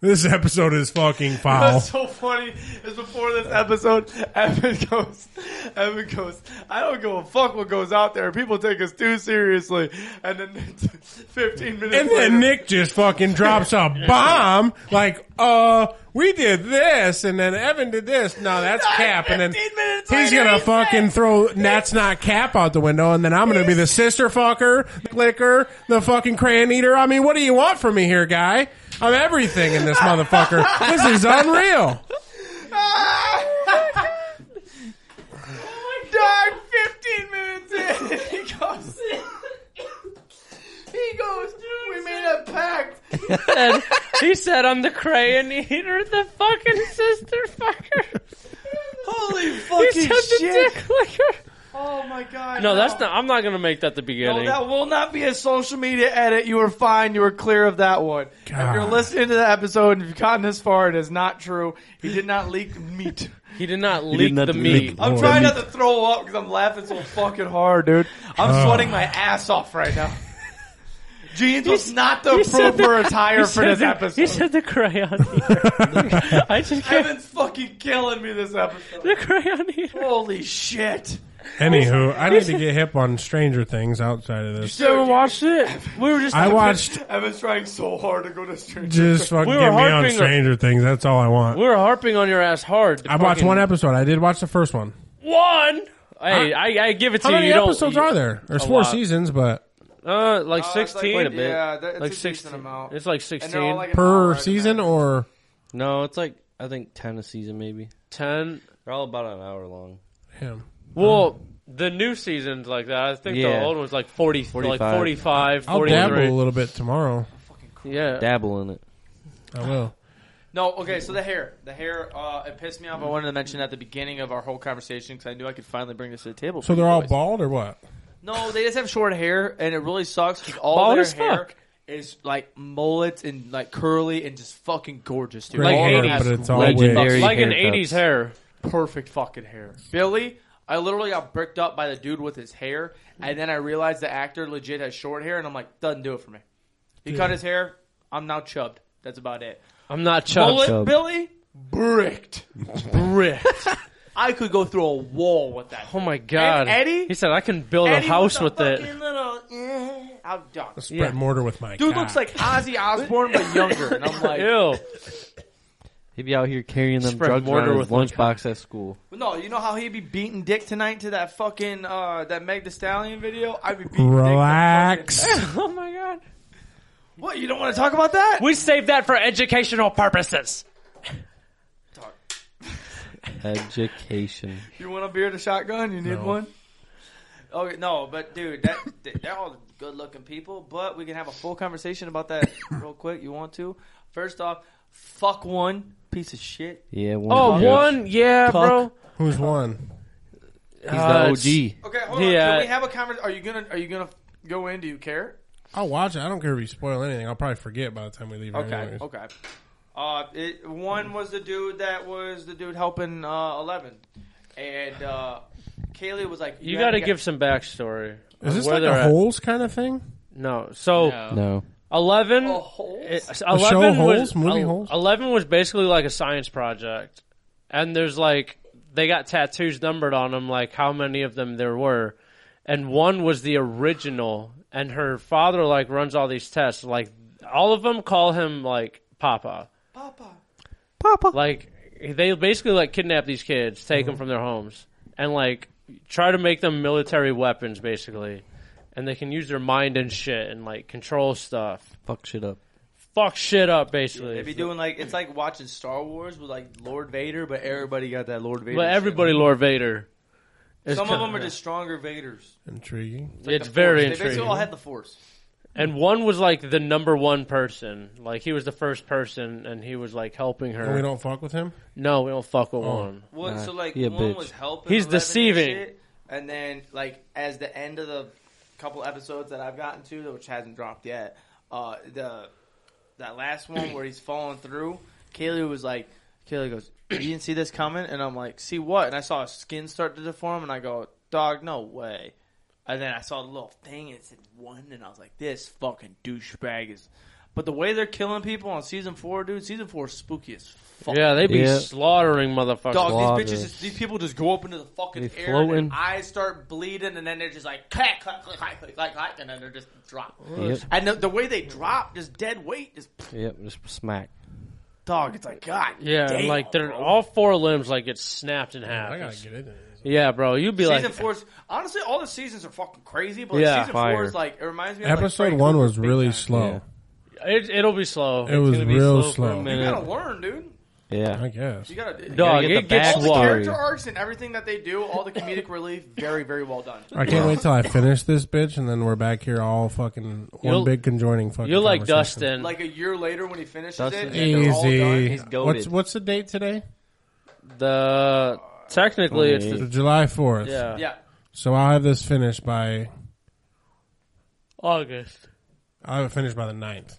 [SPEAKER 4] This episode is fucking foul.
[SPEAKER 3] What's so funny is before this episode, Evan goes, Evan goes, I don't give a fuck what goes out there. People take us too seriously. And then 15 minutes
[SPEAKER 4] And
[SPEAKER 3] later,
[SPEAKER 4] then Nick just fucking drops a bomb like, uh, we did this and then Evan did this. No, that's cap. And then
[SPEAKER 3] 15 minutes
[SPEAKER 4] he's
[SPEAKER 3] later,
[SPEAKER 4] gonna
[SPEAKER 3] he
[SPEAKER 4] fucking
[SPEAKER 3] said-
[SPEAKER 4] throw that's not cap out the window and then I'm gonna be the sister fucker, the clicker, the fucking crayon eater. I mean, what do you want from me here, guy? I'm everything in this motherfucker. This is unreal.
[SPEAKER 3] Dog, 15 minutes in, and he comes in. He goes, we made a pact.
[SPEAKER 2] And he said, I'm the crayon eater, the fucking sister fucker.
[SPEAKER 3] Holy
[SPEAKER 2] He
[SPEAKER 3] fucking
[SPEAKER 2] said the
[SPEAKER 3] shit.
[SPEAKER 2] dick licker.
[SPEAKER 3] Oh my god.
[SPEAKER 2] No, that's not. I'm not going to make that the
[SPEAKER 3] No,
[SPEAKER 2] beginning.
[SPEAKER 3] Oh, that will not be a social media edit. You were fine. You were clear of that one. If you're
[SPEAKER 4] God.
[SPEAKER 3] listening to the episode and you've gotten this far, it is not true. He did not leak meat.
[SPEAKER 2] he did not
[SPEAKER 1] did
[SPEAKER 2] leak
[SPEAKER 1] not
[SPEAKER 2] the
[SPEAKER 1] leak
[SPEAKER 2] meat. Oh.
[SPEAKER 1] it.
[SPEAKER 3] I'm
[SPEAKER 1] Lord.
[SPEAKER 3] trying not to throw up because I'm laughing so fucking hard, dude. I'm sweating my ass off right now. Jeans was not the
[SPEAKER 2] he said
[SPEAKER 3] proper
[SPEAKER 2] the-
[SPEAKER 3] attire for this
[SPEAKER 2] the, He
[SPEAKER 3] episode.
[SPEAKER 2] said the crayon eater. I just can't.
[SPEAKER 3] Kevin's fucking killing me this episode.
[SPEAKER 2] The crayon eater.
[SPEAKER 3] Holy shit.
[SPEAKER 4] Anywho, I need to get hip on Stranger Things outside of this.
[SPEAKER 2] You ever watched it? We were just.
[SPEAKER 4] I watched
[SPEAKER 3] Evan's trying so hard to go to strange.
[SPEAKER 4] just fucking
[SPEAKER 2] We were
[SPEAKER 4] get me on
[SPEAKER 2] harping-
[SPEAKER 4] Stranger Things. That's all I want.
[SPEAKER 2] We were harping on your ass hard.
[SPEAKER 4] I watched one episode. I did watch the first one.
[SPEAKER 2] One. Hey, I, I give it to
[SPEAKER 4] How
[SPEAKER 2] you.
[SPEAKER 4] many
[SPEAKER 2] you don't-
[SPEAKER 4] episodes
[SPEAKER 2] you-
[SPEAKER 4] are there? There's four
[SPEAKER 2] lot.
[SPEAKER 4] seasons, but
[SPEAKER 3] Uh,
[SPEAKER 2] Uh, like
[SPEAKER 3] it's like-
[SPEAKER 2] sixteen.
[SPEAKER 3] Quite a bit. yeah, that- it's a
[SPEAKER 2] like
[SPEAKER 3] decent
[SPEAKER 2] sixteen.
[SPEAKER 3] amount.
[SPEAKER 2] It's like
[SPEAKER 3] And they're all
[SPEAKER 2] sixteen.
[SPEAKER 3] like an hour
[SPEAKER 4] per
[SPEAKER 3] and a
[SPEAKER 4] season
[SPEAKER 3] half.
[SPEAKER 4] or
[SPEAKER 1] No, it's like I think ten a season maybe.
[SPEAKER 2] ten.
[SPEAKER 1] They're all about an hour long.
[SPEAKER 4] him.
[SPEAKER 2] Well, the new season's like that. I think
[SPEAKER 1] Yeah.
[SPEAKER 2] the old one's like forty, like
[SPEAKER 1] 45.
[SPEAKER 2] forty-five,
[SPEAKER 4] I'll dabble a
[SPEAKER 2] forty-three.
[SPEAKER 4] little bit tomorrow.
[SPEAKER 2] Yeah.
[SPEAKER 1] Dabble in it.
[SPEAKER 4] I will.
[SPEAKER 3] No, okay, so the hair. The hair, uh, it pissed me off. I wanted to mention at the beginning of our whole conversation because I knew I could finally bring this to the table.
[SPEAKER 4] So
[SPEAKER 3] for you
[SPEAKER 4] they're all
[SPEAKER 3] boys.
[SPEAKER 4] bald or what?
[SPEAKER 3] No, they just have short hair, and it really sucks because all
[SPEAKER 2] Bald
[SPEAKER 3] their
[SPEAKER 2] as
[SPEAKER 3] hair
[SPEAKER 2] fuck.
[SPEAKER 3] is like mullets and like curly and just fucking gorgeous, dude.
[SPEAKER 4] Great
[SPEAKER 2] Like
[SPEAKER 4] hair,
[SPEAKER 2] 80s.
[SPEAKER 4] but it's all
[SPEAKER 1] Legendary.
[SPEAKER 4] wigs.
[SPEAKER 2] like an
[SPEAKER 1] haircuts.
[SPEAKER 2] eighties hair.
[SPEAKER 3] perfect fucking hair. Billy, I literally got bricked up by the dude with his hair, and then I realized the actor legit has short hair, and I'm like, doesn't do it for me. He cut his hair. I'm now chubbed. That's about it.
[SPEAKER 2] I'm not
[SPEAKER 3] Mullet
[SPEAKER 2] chubbed.
[SPEAKER 1] Chubbed.
[SPEAKER 3] Billy, bricked, bricked. I could go through a wall with that.
[SPEAKER 2] Oh my god,
[SPEAKER 3] And Eddie-
[SPEAKER 2] He said I can build
[SPEAKER 3] Eddie
[SPEAKER 2] a house
[SPEAKER 3] the
[SPEAKER 2] with it.
[SPEAKER 3] fucking Little, eh, I'm done.
[SPEAKER 4] Spread mortar with my
[SPEAKER 3] Dude
[SPEAKER 4] cock.
[SPEAKER 3] looks like Ozzy Osbourne but younger, and I'm like,
[SPEAKER 2] Ew.
[SPEAKER 1] He'd be out here carrying them
[SPEAKER 2] Spread
[SPEAKER 1] drugs
[SPEAKER 2] mortar
[SPEAKER 1] around his
[SPEAKER 2] with
[SPEAKER 1] lunchbox at school.
[SPEAKER 3] no, you know how he'd be beating dick tonight to that fucking uh, that Meg The Stallion video? I'd be beating dick. to
[SPEAKER 4] Relax.
[SPEAKER 2] oh my god.
[SPEAKER 3] fucking- What? You don't want to talk about that?
[SPEAKER 2] We saved that for educational purposes.
[SPEAKER 1] Education.
[SPEAKER 3] You want a beer and a shotgun? You need
[SPEAKER 4] No.
[SPEAKER 3] one? Okay, no, but dude, that they- they're all good looking people, but we can have a full conversation about that real quick. You want to? First off, fuck one piece of shit.
[SPEAKER 1] Yeah. One
[SPEAKER 2] Oh,
[SPEAKER 1] of those.
[SPEAKER 2] one, yeah,
[SPEAKER 3] Cuck.
[SPEAKER 2] bro.
[SPEAKER 4] Who's one?
[SPEAKER 1] He's
[SPEAKER 2] Uh,
[SPEAKER 1] the OG.
[SPEAKER 3] Okay, hold on.
[SPEAKER 2] Yeah.
[SPEAKER 3] Can we have a conversation? Are you gonna Are you gonna go in? Do you care?
[SPEAKER 4] I'll watch it. I don't care if you spoil anything. I'll probably forget by the time we leave.
[SPEAKER 3] Okay.
[SPEAKER 4] anyways.
[SPEAKER 3] Okay. Uh, it, one was the dude that was the dude helping uh, Eleven, and uh, Kaylee was like,
[SPEAKER 2] You
[SPEAKER 3] had
[SPEAKER 2] got to
[SPEAKER 3] get-
[SPEAKER 2] give some backstory.
[SPEAKER 4] Is this
[SPEAKER 2] Where
[SPEAKER 4] like
[SPEAKER 2] they're
[SPEAKER 4] a
[SPEAKER 2] at.
[SPEAKER 4] holes kind of thing?
[SPEAKER 2] No. So
[SPEAKER 1] No.
[SPEAKER 2] eleven.
[SPEAKER 3] a hole."
[SPEAKER 2] It's-
[SPEAKER 4] show
[SPEAKER 2] 11 was
[SPEAKER 4] holes? Movie
[SPEAKER 2] el-
[SPEAKER 4] holes?
[SPEAKER 2] 11 was basically like a science project. And there's like they got tattoos numbered on them like how many of them there were. And one was the original and her father like runs all these tests like all of them call him like papa.
[SPEAKER 3] Papa.
[SPEAKER 2] Like they basically like kidnap these kids, take
[SPEAKER 4] Mm-hmm.
[SPEAKER 2] them from their homes and like try to make them military weapons basically. And they can use their mind and shit and like control stuff.
[SPEAKER 1] Fuck shit up.
[SPEAKER 2] Fuck shit up basically.
[SPEAKER 3] They be doing like it's like watching Star Wars with like Lord Vader, but everybody got that Lord Vader.
[SPEAKER 2] But
[SPEAKER 3] shit.
[SPEAKER 2] everybody, Lord Vader. It's
[SPEAKER 3] some of
[SPEAKER 2] kinda-
[SPEAKER 3] them are just stronger Vaders.
[SPEAKER 4] Intriguing.
[SPEAKER 2] It's
[SPEAKER 3] The
[SPEAKER 2] very
[SPEAKER 3] Force. They basically all
[SPEAKER 2] intriguing.
[SPEAKER 3] had the Force.
[SPEAKER 2] And one was like the number one person. Like he was the first person, and he was like helping her.
[SPEAKER 4] And we don't Oh. fuck with him.
[SPEAKER 2] no, we don't fuck with one.
[SPEAKER 3] Well,
[SPEAKER 1] Nah,
[SPEAKER 3] so like
[SPEAKER 1] he a
[SPEAKER 2] Yeah.
[SPEAKER 3] one
[SPEAKER 1] bitch.
[SPEAKER 3] was helping.
[SPEAKER 2] He's
[SPEAKER 3] Eleven and
[SPEAKER 2] deceiving.
[SPEAKER 3] shit, And then like as the end of the couple episodes that I've gotten to, which hasn't dropped yet, uh, the that last one where he's falling through, Kaylee was like, Kaylee goes, "You didn't see this coming," and I'm like, "See what?" And I saw his skin start to deform, and I go, "Dog, no way." And then I saw the little thing, and it said one, and I was like, "This fucking douchebag is." But the way they're killing people on season four, dude, season four is spooky as fuck.
[SPEAKER 2] Yeah, they be
[SPEAKER 1] Yeah.
[SPEAKER 2] slaughtering motherfuckers.
[SPEAKER 3] Dog,
[SPEAKER 1] Slaughter.
[SPEAKER 3] these bitches, just, these people just go up into the fucking
[SPEAKER 1] They
[SPEAKER 3] air,
[SPEAKER 1] floating.
[SPEAKER 3] and eyes start bleeding, and then they're just like clack, clack, clack, clack, clack, clack, clack, and then they're just drop.
[SPEAKER 1] Yep.
[SPEAKER 3] And the, the way they drop, just dead weight, just
[SPEAKER 1] Yep. Just smack.
[SPEAKER 3] dog. It's like God,
[SPEAKER 2] Yeah,
[SPEAKER 3] damn,
[SPEAKER 2] and like they're
[SPEAKER 3] bro.
[SPEAKER 2] all four limbs like get snapped in half.
[SPEAKER 4] Oh, I gotta get it.
[SPEAKER 2] yeah, bro, you'd be
[SPEAKER 3] Season
[SPEAKER 2] like,
[SPEAKER 3] four is honestly all the seasons are fucking crazy, but like,
[SPEAKER 2] Yeah,
[SPEAKER 3] season four
[SPEAKER 1] fire.
[SPEAKER 3] is like it reminds me. of
[SPEAKER 4] Episode
[SPEAKER 3] like, Freddy
[SPEAKER 4] one
[SPEAKER 3] Krueger
[SPEAKER 4] was
[SPEAKER 3] big
[SPEAKER 4] really
[SPEAKER 3] time.
[SPEAKER 4] slow.
[SPEAKER 1] Yeah.
[SPEAKER 2] it, it'll be slow.
[SPEAKER 4] It was
[SPEAKER 1] gonna be
[SPEAKER 4] real
[SPEAKER 1] slow for
[SPEAKER 4] slow.
[SPEAKER 1] a
[SPEAKER 3] You
[SPEAKER 1] minute.
[SPEAKER 3] gotta learn, dude.
[SPEAKER 1] Yeah.
[SPEAKER 4] I guess.
[SPEAKER 3] You gotta
[SPEAKER 2] Dog,
[SPEAKER 1] You gotta get
[SPEAKER 2] it
[SPEAKER 1] the
[SPEAKER 2] gets
[SPEAKER 1] bag
[SPEAKER 3] All the
[SPEAKER 1] water.
[SPEAKER 2] wild.
[SPEAKER 3] character arcs and everything that they do, all the comedic relief, very, very well done.
[SPEAKER 4] I can't wait till I finish this bitch, and then we're back here all fucking
[SPEAKER 2] You'll-
[SPEAKER 4] one big conjoining fucking.
[SPEAKER 2] You're like
[SPEAKER 4] conversation.
[SPEAKER 2] Dustin.
[SPEAKER 3] Like a year later when he finishes it,
[SPEAKER 1] Dustin-
[SPEAKER 3] and they're all done.
[SPEAKER 4] Easy.
[SPEAKER 1] He's goated.
[SPEAKER 4] What's what's the date today?
[SPEAKER 2] the technically, it's the,
[SPEAKER 4] July fourth.
[SPEAKER 2] yeah,
[SPEAKER 3] Yeah.
[SPEAKER 4] So I'll have this finished by
[SPEAKER 2] August.
[SPEAKER 4] I'll have it finished by the 9th.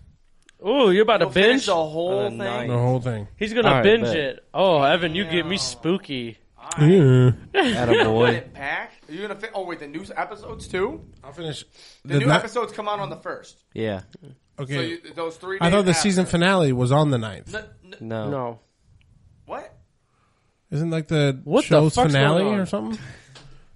[SPEAKER 2] Ooh, you're about
[SPEAKER 3] You'll
[SPEAKER 2] to binge. Oh,
[SPEAKER 3] finish the whole thing.
[SPEAKER 1] night.
[SPEAKER 4] The whole thing.
[SPEAKER 2] He's gonna
[SPEAKER 1] All right,
[SPEAKER 2] binge
[SPEAKER 1] bet.
[SPEAKER 2] it. Oh, Evan, you get me spooky.
[SPEAKER 4] Yeah.
[SPEAKER 3] Put
[SPEAKER 1] Attaboy.
[SPEAKER 3] it back. Are you gonna fit? Oh wait, the new episodes too.
[SPEAKER 4] I'll finish
[SPEAKER 3] The, new
[SPEAKER 4] ni-
[SPEAKER 3] episodes come out on the first.
[SPEAKER 1] Yeah.
[SPEAKER 4] Okay.
[SPEAKER 3] So you, those three.
[SPEAKER 4] I
[SPEAKER 3] days
[SPEAKER 4] thought the
[SPEAKER 3] after.
[SPEAKER 4] season finale was on the 9th.
[SPEAKER 3] N- n-
[SPEAKER 1] No.
[SPEAKER 2] No.
[SPEAKER 3] what?
[SPEAKER 4] Isn't like the
[SPEAKER 2] What the
[SPEAKER 4] show's
[SPEAKER 2] fuck's
[SPEAKER 4] finale
[SPEAKER 2] going on?
[SPEAKER 4] or something?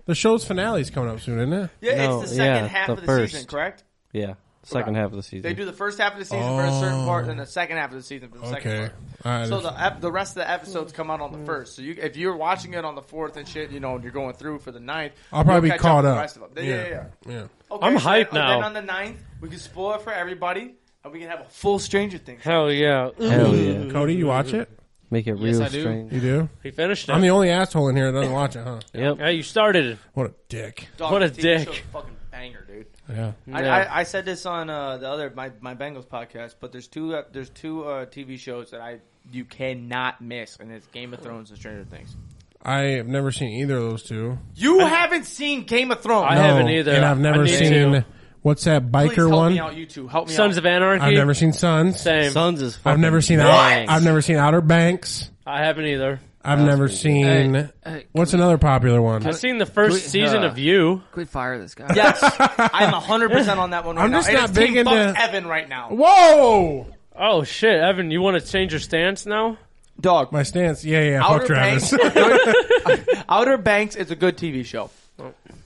[SPEAKER 4] The show's finale is coming up soon, isn't it?
[SPEAKER 3] Yeah,
[SPEAKER 1] No,
[SPEAKER 3] it's the second
[SPEAKER 1] yeah,
[SPEAKER 3] half
[SPEAKER 1] the
[SPEAKER 3] of the season,
[SPEAKER 1] first.
[SPEAKER 3] correct?
[SPEAKER 1] Yeah. Second half of the season.
[SPEAKER 3] They do the first half of the season for a certain
[SPEAKER 4] Oh.
[SPEAKER 3] part, and the second half of the season for the
[SPEAKER 4] Okay.
[SPEAKER 3] second
[SPEAKER 4] All right.
[SPEAKER 3] part. So the ep- the rest of the episodes come out on the first. So you, if you're watching it on the fourth and shit, you know, and you're going through for the ninth,
[SPEAKER 4] I'll probably
[SPEAKER 3] you'll
[SPEAKER 4] be
[SPEAKER 3] catch up
[SPEAKER 4] caught
[SPEAKER 3] with
[SPEAKER 4] up.
[SPEAKER 3] the rest of them. Yeah, yeah, yeah.
[SPEAKER 4] yeah.
[SPEAKER 3] Okay,
[SPEAKER 2] I'm
[SPEAKER 3] so
[SPEAKER 2] hyped
[SPEAKER 3] then-
[SPEAKER 2] now.
[SPEAKER 3] Then on the ninth, we can spoil it for everybody, and we can have a full Stranger Things.
[SPEAKER 2] Hell yeah.
[SPEAKER 1] Hell yeah.
[SPEAKER 4] Cody, you watch it?
[SPEAKER 1] Make it
[SPEAKER 5] Yes,
[SPEAKER 1] real
[SPEAKER 5] I do.
[SPEAKER 1] strange.
[SPEAKER 4] You do?
[SPEAKER 2] He finished it.
[SPEAKER 4] I'm the only asshole in here that doesn't watch it, huh?
[SPEAKER 1] Yep.
[SPEAKER 2] Hey, you started.
[SPEAKER 4] What a dick.
[SPEAKER 3] Dog,
[SPEAKER 2] What a
[SPEAKER 3] the TV
[SPEAKER 2] dick.
[SPEAKER 3] show's a Fucking banger, dude.
[SPEAKER 4] Yeah.
[SPEAKER 3] I,
[SPEAKER 2] Yeah.
[SPEAKER 3] I, I said this on uh, the other my, my Bengals podcast, but there's two uh, there's two uh, TV shows that I you cannot miss, and it's Game of Thrones and Stranger Things.
[SPEAKER 4] I have never seen either of those two.
[SPEAKER 3] You haven't seen Game of Thrones.
[SPEAKER 2] I
[SPEAKER 4] No,
[SPEAKER 2] haven't either.
[SPEAKER 4] And I've
[SPEAKER 2] I
[SPEAKER 4] never
[SPEAKER 2] need
[SPEAKER 4] seen
[SPEAKER 2] to.
[SPEAKER 4] what's that
[SPEAKER 3] Please
[SPEAKER 4] biker
[SPEAKER 3] help
[SPEAKER 4] one?
[SPEAKER 3] me out, you two. Help me
[SPEAKER 2] Sons
[SPEAKER 3] out.
[SPEAKER 2] of Anarchy.
[SPEAKER 4] I've never seen Sons.
[SPEAKER 2] Same.
[SPEAKER 1] Sons is fucking.
[SPEAKER 4] I've never seen
[SPEAKER 1] bang.
[SPEAKER 4] Outer, I've never seen Outer Banks.
[SPEAKER 2] I haven't either.
[SPEAKER 4] I've
[SPEAKER 1] That's
[SPEAKER 4] never
[SPEAKER 1] pretty good.
[SPEAKER 4] seen.
[SPEAKER 5] Hey, hey,
[SPEAKER 4] what's another popular one?
[SPEAKER 2] I've seen the first
[SPEAKER 5] Wait,
[SPEAKER 2] season
[SPEAKER 5] uh,
[SPEAKER 2] of You.
[SPEAKER 5] Quit fire this guy.
[SPEAKER 3] yes, I'm 100 percent on that one. Right
[SPEAKER 4] I'm
[SPEAKER 3] now.
[SPEAKER 4] just
[SPEAKER 3] It is
[SPEAKER 4] not big
[SPEAKER 3] Team Buck
[SPEAKER 4] into-
[SPEAKER 3] Evan right now.
[SPEAKER 4] Whoa!
[SPEAKER 2] Oh shit, Evan, you want to change your stance now?
[SPEAKER 3] Dog,
[SPEAKER 4] My stance. Yeah, yeah.
[SPEAKER 3] Outer
[SPEAKER 4] fuck Travis.
[SPEAKER 3] Banks. Outer Banks is a good TV show.